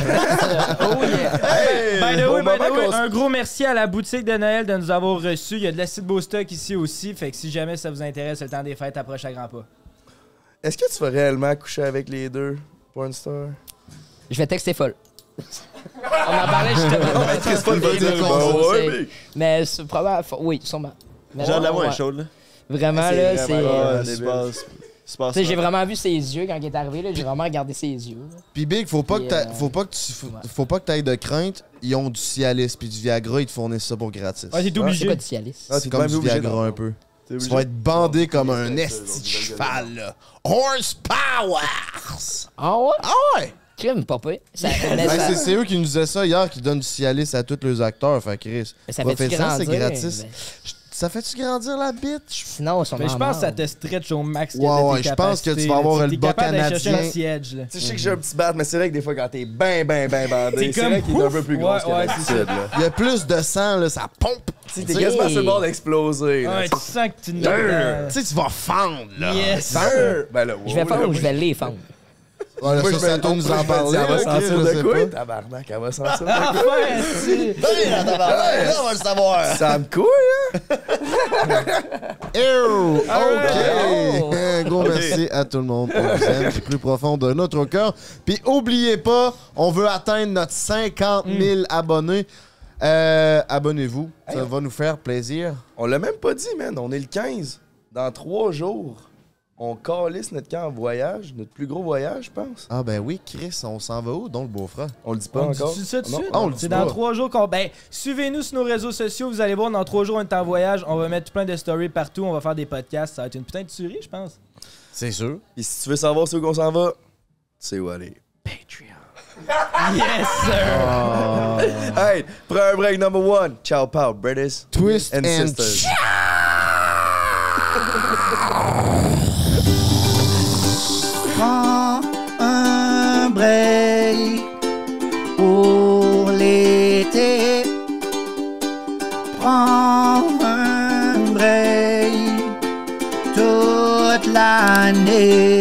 Speaker 3: Oh,
Speaker 10: By the
Speaker 5: Au
Speaker 10: way, by
Speaker 5: moment
Speaker 10: the way,
Speaker 5: qu'on se-
Speaker 10: un gros merci à la boutique de Noël de nous avoir reçus. Il y a de l'acide beau stock ici aussi. Fait que si jamais ça vous intéresse, le temps des fêtes approche à grands pas.
Speaker 1: Est-ce que tu vas réellement coucher avec les deux, Pornstar?
Speaker 2: Je vais texter folle. On en parlait justement.
Speaker 1: mais Chris, faut le
Speaker 2: Des
Speaker 1: dire,
Speaker 2: deux
Speaker 1: bah
Speaker 2: consoles,
Speaker 1: ouais,
Speaker 2: c'est-
Speaker 1: mais-
Speaker 2: Mais c'est probable. faut- Oui, sûrement. Mais
Speaker 3: Genre de la voix
Speaker 2: ouais.
Speaker 3: est chaude, là.
Speaker 2: Vraiment,
Speaker 3: C'est
Speaker 2: là,
Speaker 3: vraiment
Speaker 5: là,
Speaker 2: c'est. euh,
Speaker 5: débile.
Speaker 10: Ah,
Speaker 2: Tu sais, j'ai vraiment vu ses yeux quand il est arrivé, là. J'ai vraiment regardé ses yeux. là.
Speaker 5: Puis Big, faut pas que
Speaker 2: Puis,
Speaker 5: t'a-
Speaker 2: euh,
Speaker 5: faut pas que tu faut, faut pas que t'ailles de crainte, ils ont du Cialis puis du Viagra, ils te fournissent ça pour gratis.
Speaker 2: Ah, t'es Ouais. obligé. C'est quoi du Cialis? Ah,
Speaker 5: c'est
Speaker 2: t'es
Speaker 5: comme
Speaker 2: même
Speaker 5: du
Speaker 2: obligé
Speaker 5: Viagra
Speaker 2: d'en-
Speaker 5: un peu.
Speaker 2: T'es
Speaker 5: Tu
Speaker 2: obligé.
Speaker 5: vas être bandé comme un esti de cheval. là. Horsepower!
Speaker 2: Ah ouais?
Speaker 5: Ah ouais!
Speaker 2: Crime, pas peu. Ça
Speaker 5: Ben,
Speaker 2: reconnaît ça.
Speaker 5: c'est- c'est eux qui nous disaient ça hier, qui donnent du Cialis à tous les acteurs. Fait Chris,
Speaker 2: Mais ça
Speaker 5: va
Speaker 2: fait-tu
Speaker 5: faire ça, c'est
Speaker 2: grandir?
Speaker 5: gratis.
Speaker 2: Ben-
Speaker 5: Je- Ça fait-tu grandir la bite?
Speaker 2: Sinon, son
Speaker 10: Mais Ben, je pense que ça te stretch au max.
Speaker 5: Ouais, ouais, je pense que tu vas avoir le bas canadien.
Speaker 10: siège.
Speaker 1: Tu sais, je sais que j'ai un petit bat, mais c'est vrai que des fois, quand t'es ben, ben, ben bandé,
Speaker 5: T'es
Speaker 1: c'est
Speaker 5: comme
Speaker 1: vrai qu'il est un
Speaker 5: ouf.
Speaker 1: peu plus gros
Speaker 5: Ouais,
Speaker 1: que
Speaker 5: ouais, c'est
Speaker 1: d'habitude,
Speaker 5: ça.
Speaker 1: là.
Speaker 5: Il y a plus de sang, là, ça pompe.
Speaker 1: Tu sais, t'es quasiment sur le bord d'exploser. là.
Speaker 10: Ouais, tu sens que tu n'as
Speaker 1: Durr.
Speaker 10: pas.
Speaker 5: Tu sais, tu vas fendre, là.
Speaker 10: Yes.
Speaker 1: Durr. Ben là,
Speaker 10: Oh,
Speaker 2: Je vais
Speaker 1: wow, là,
Speaker 2: fendre ou
Speaker 1: moi,
Speaker 2: je vais les fendre?
Speaker 5: Ouais, là,
Speaker 1: Moi,
Speaker 5: ça,
Speaker 1: je me-
Speaker 5: c'est à toi de nous
Speaker 1: moi, je
Speaker 5: en
Speaker 1: me dis,
Speaker 5: parler.
Speaker 1: Elle va
Speaker 5: ok,
Speaker 1: sentir
Speaker 5: je sais
Speaker 1: de quoi?
Speaker 5: pas.
Speaker 1: Tabarnak, elle va sentir
Speaker 10: Ah,
Speaker 1: de quoi?
Speaker 10: ouais, si.
Speaker 3: Ben, là, tabarnak, là, on va le savoir.
Speaker 1: Ça me couille, hein?
Speaker 5: Ew, OK.
Speaker 1: Alright.
Speaker 5: Un gros
Speaker 1: Ok.
Speaker 5: merci à tout le monde. On vous aime du plus profond de notre cœur. Puis oubliez pas, on veut atteindre notre 50 000 abonnés. Euh, Abonnez-vous, ça va nous faire plaisir.
Speaker 1: On l'a même pas dit, man. On est le 15. Dans trois jours, on calisse notre camp en voyage, notre plus gros voyage, je pense.
Speaker 5: Ah ben oui, Chris, on s'en va où, donc le beau-frère?
Speaker 1: On le dit pas
Speaker 10: On
Speaker 1: encore.
Speaker 10: dit ça tout de
Speaker 1: Non, Ah,
Speaker 10: suite?
Speaker 1: on le dit
Speaker 10: C'est
Speaker 1: pas.
Speaker 10: dans trois jours qu'on. Ben, suivez-nous sur nos réseaux sociaux. Vous allez voir, dans trois jours, on est en voyage. On va mettre plein de stories partout. On va faire des podcasts. Ça va être une putain de tuerie, je pense.
Speaker 5: C'est sûr.
Speaker 1: Et si tu veux savoir c'est où qu'on s'en va, c'est où aller.
Speaker 10: Yes, sir!
Speaker 1: hey, prends un break number one. Ciao, pow, brothers.
Speaker 5: Twist
Speaker 1: and,
Speaker 5: and
Speaker 1: sisters.
Speaker 8: Prends un break pour l'été. Prends un break toute l'année.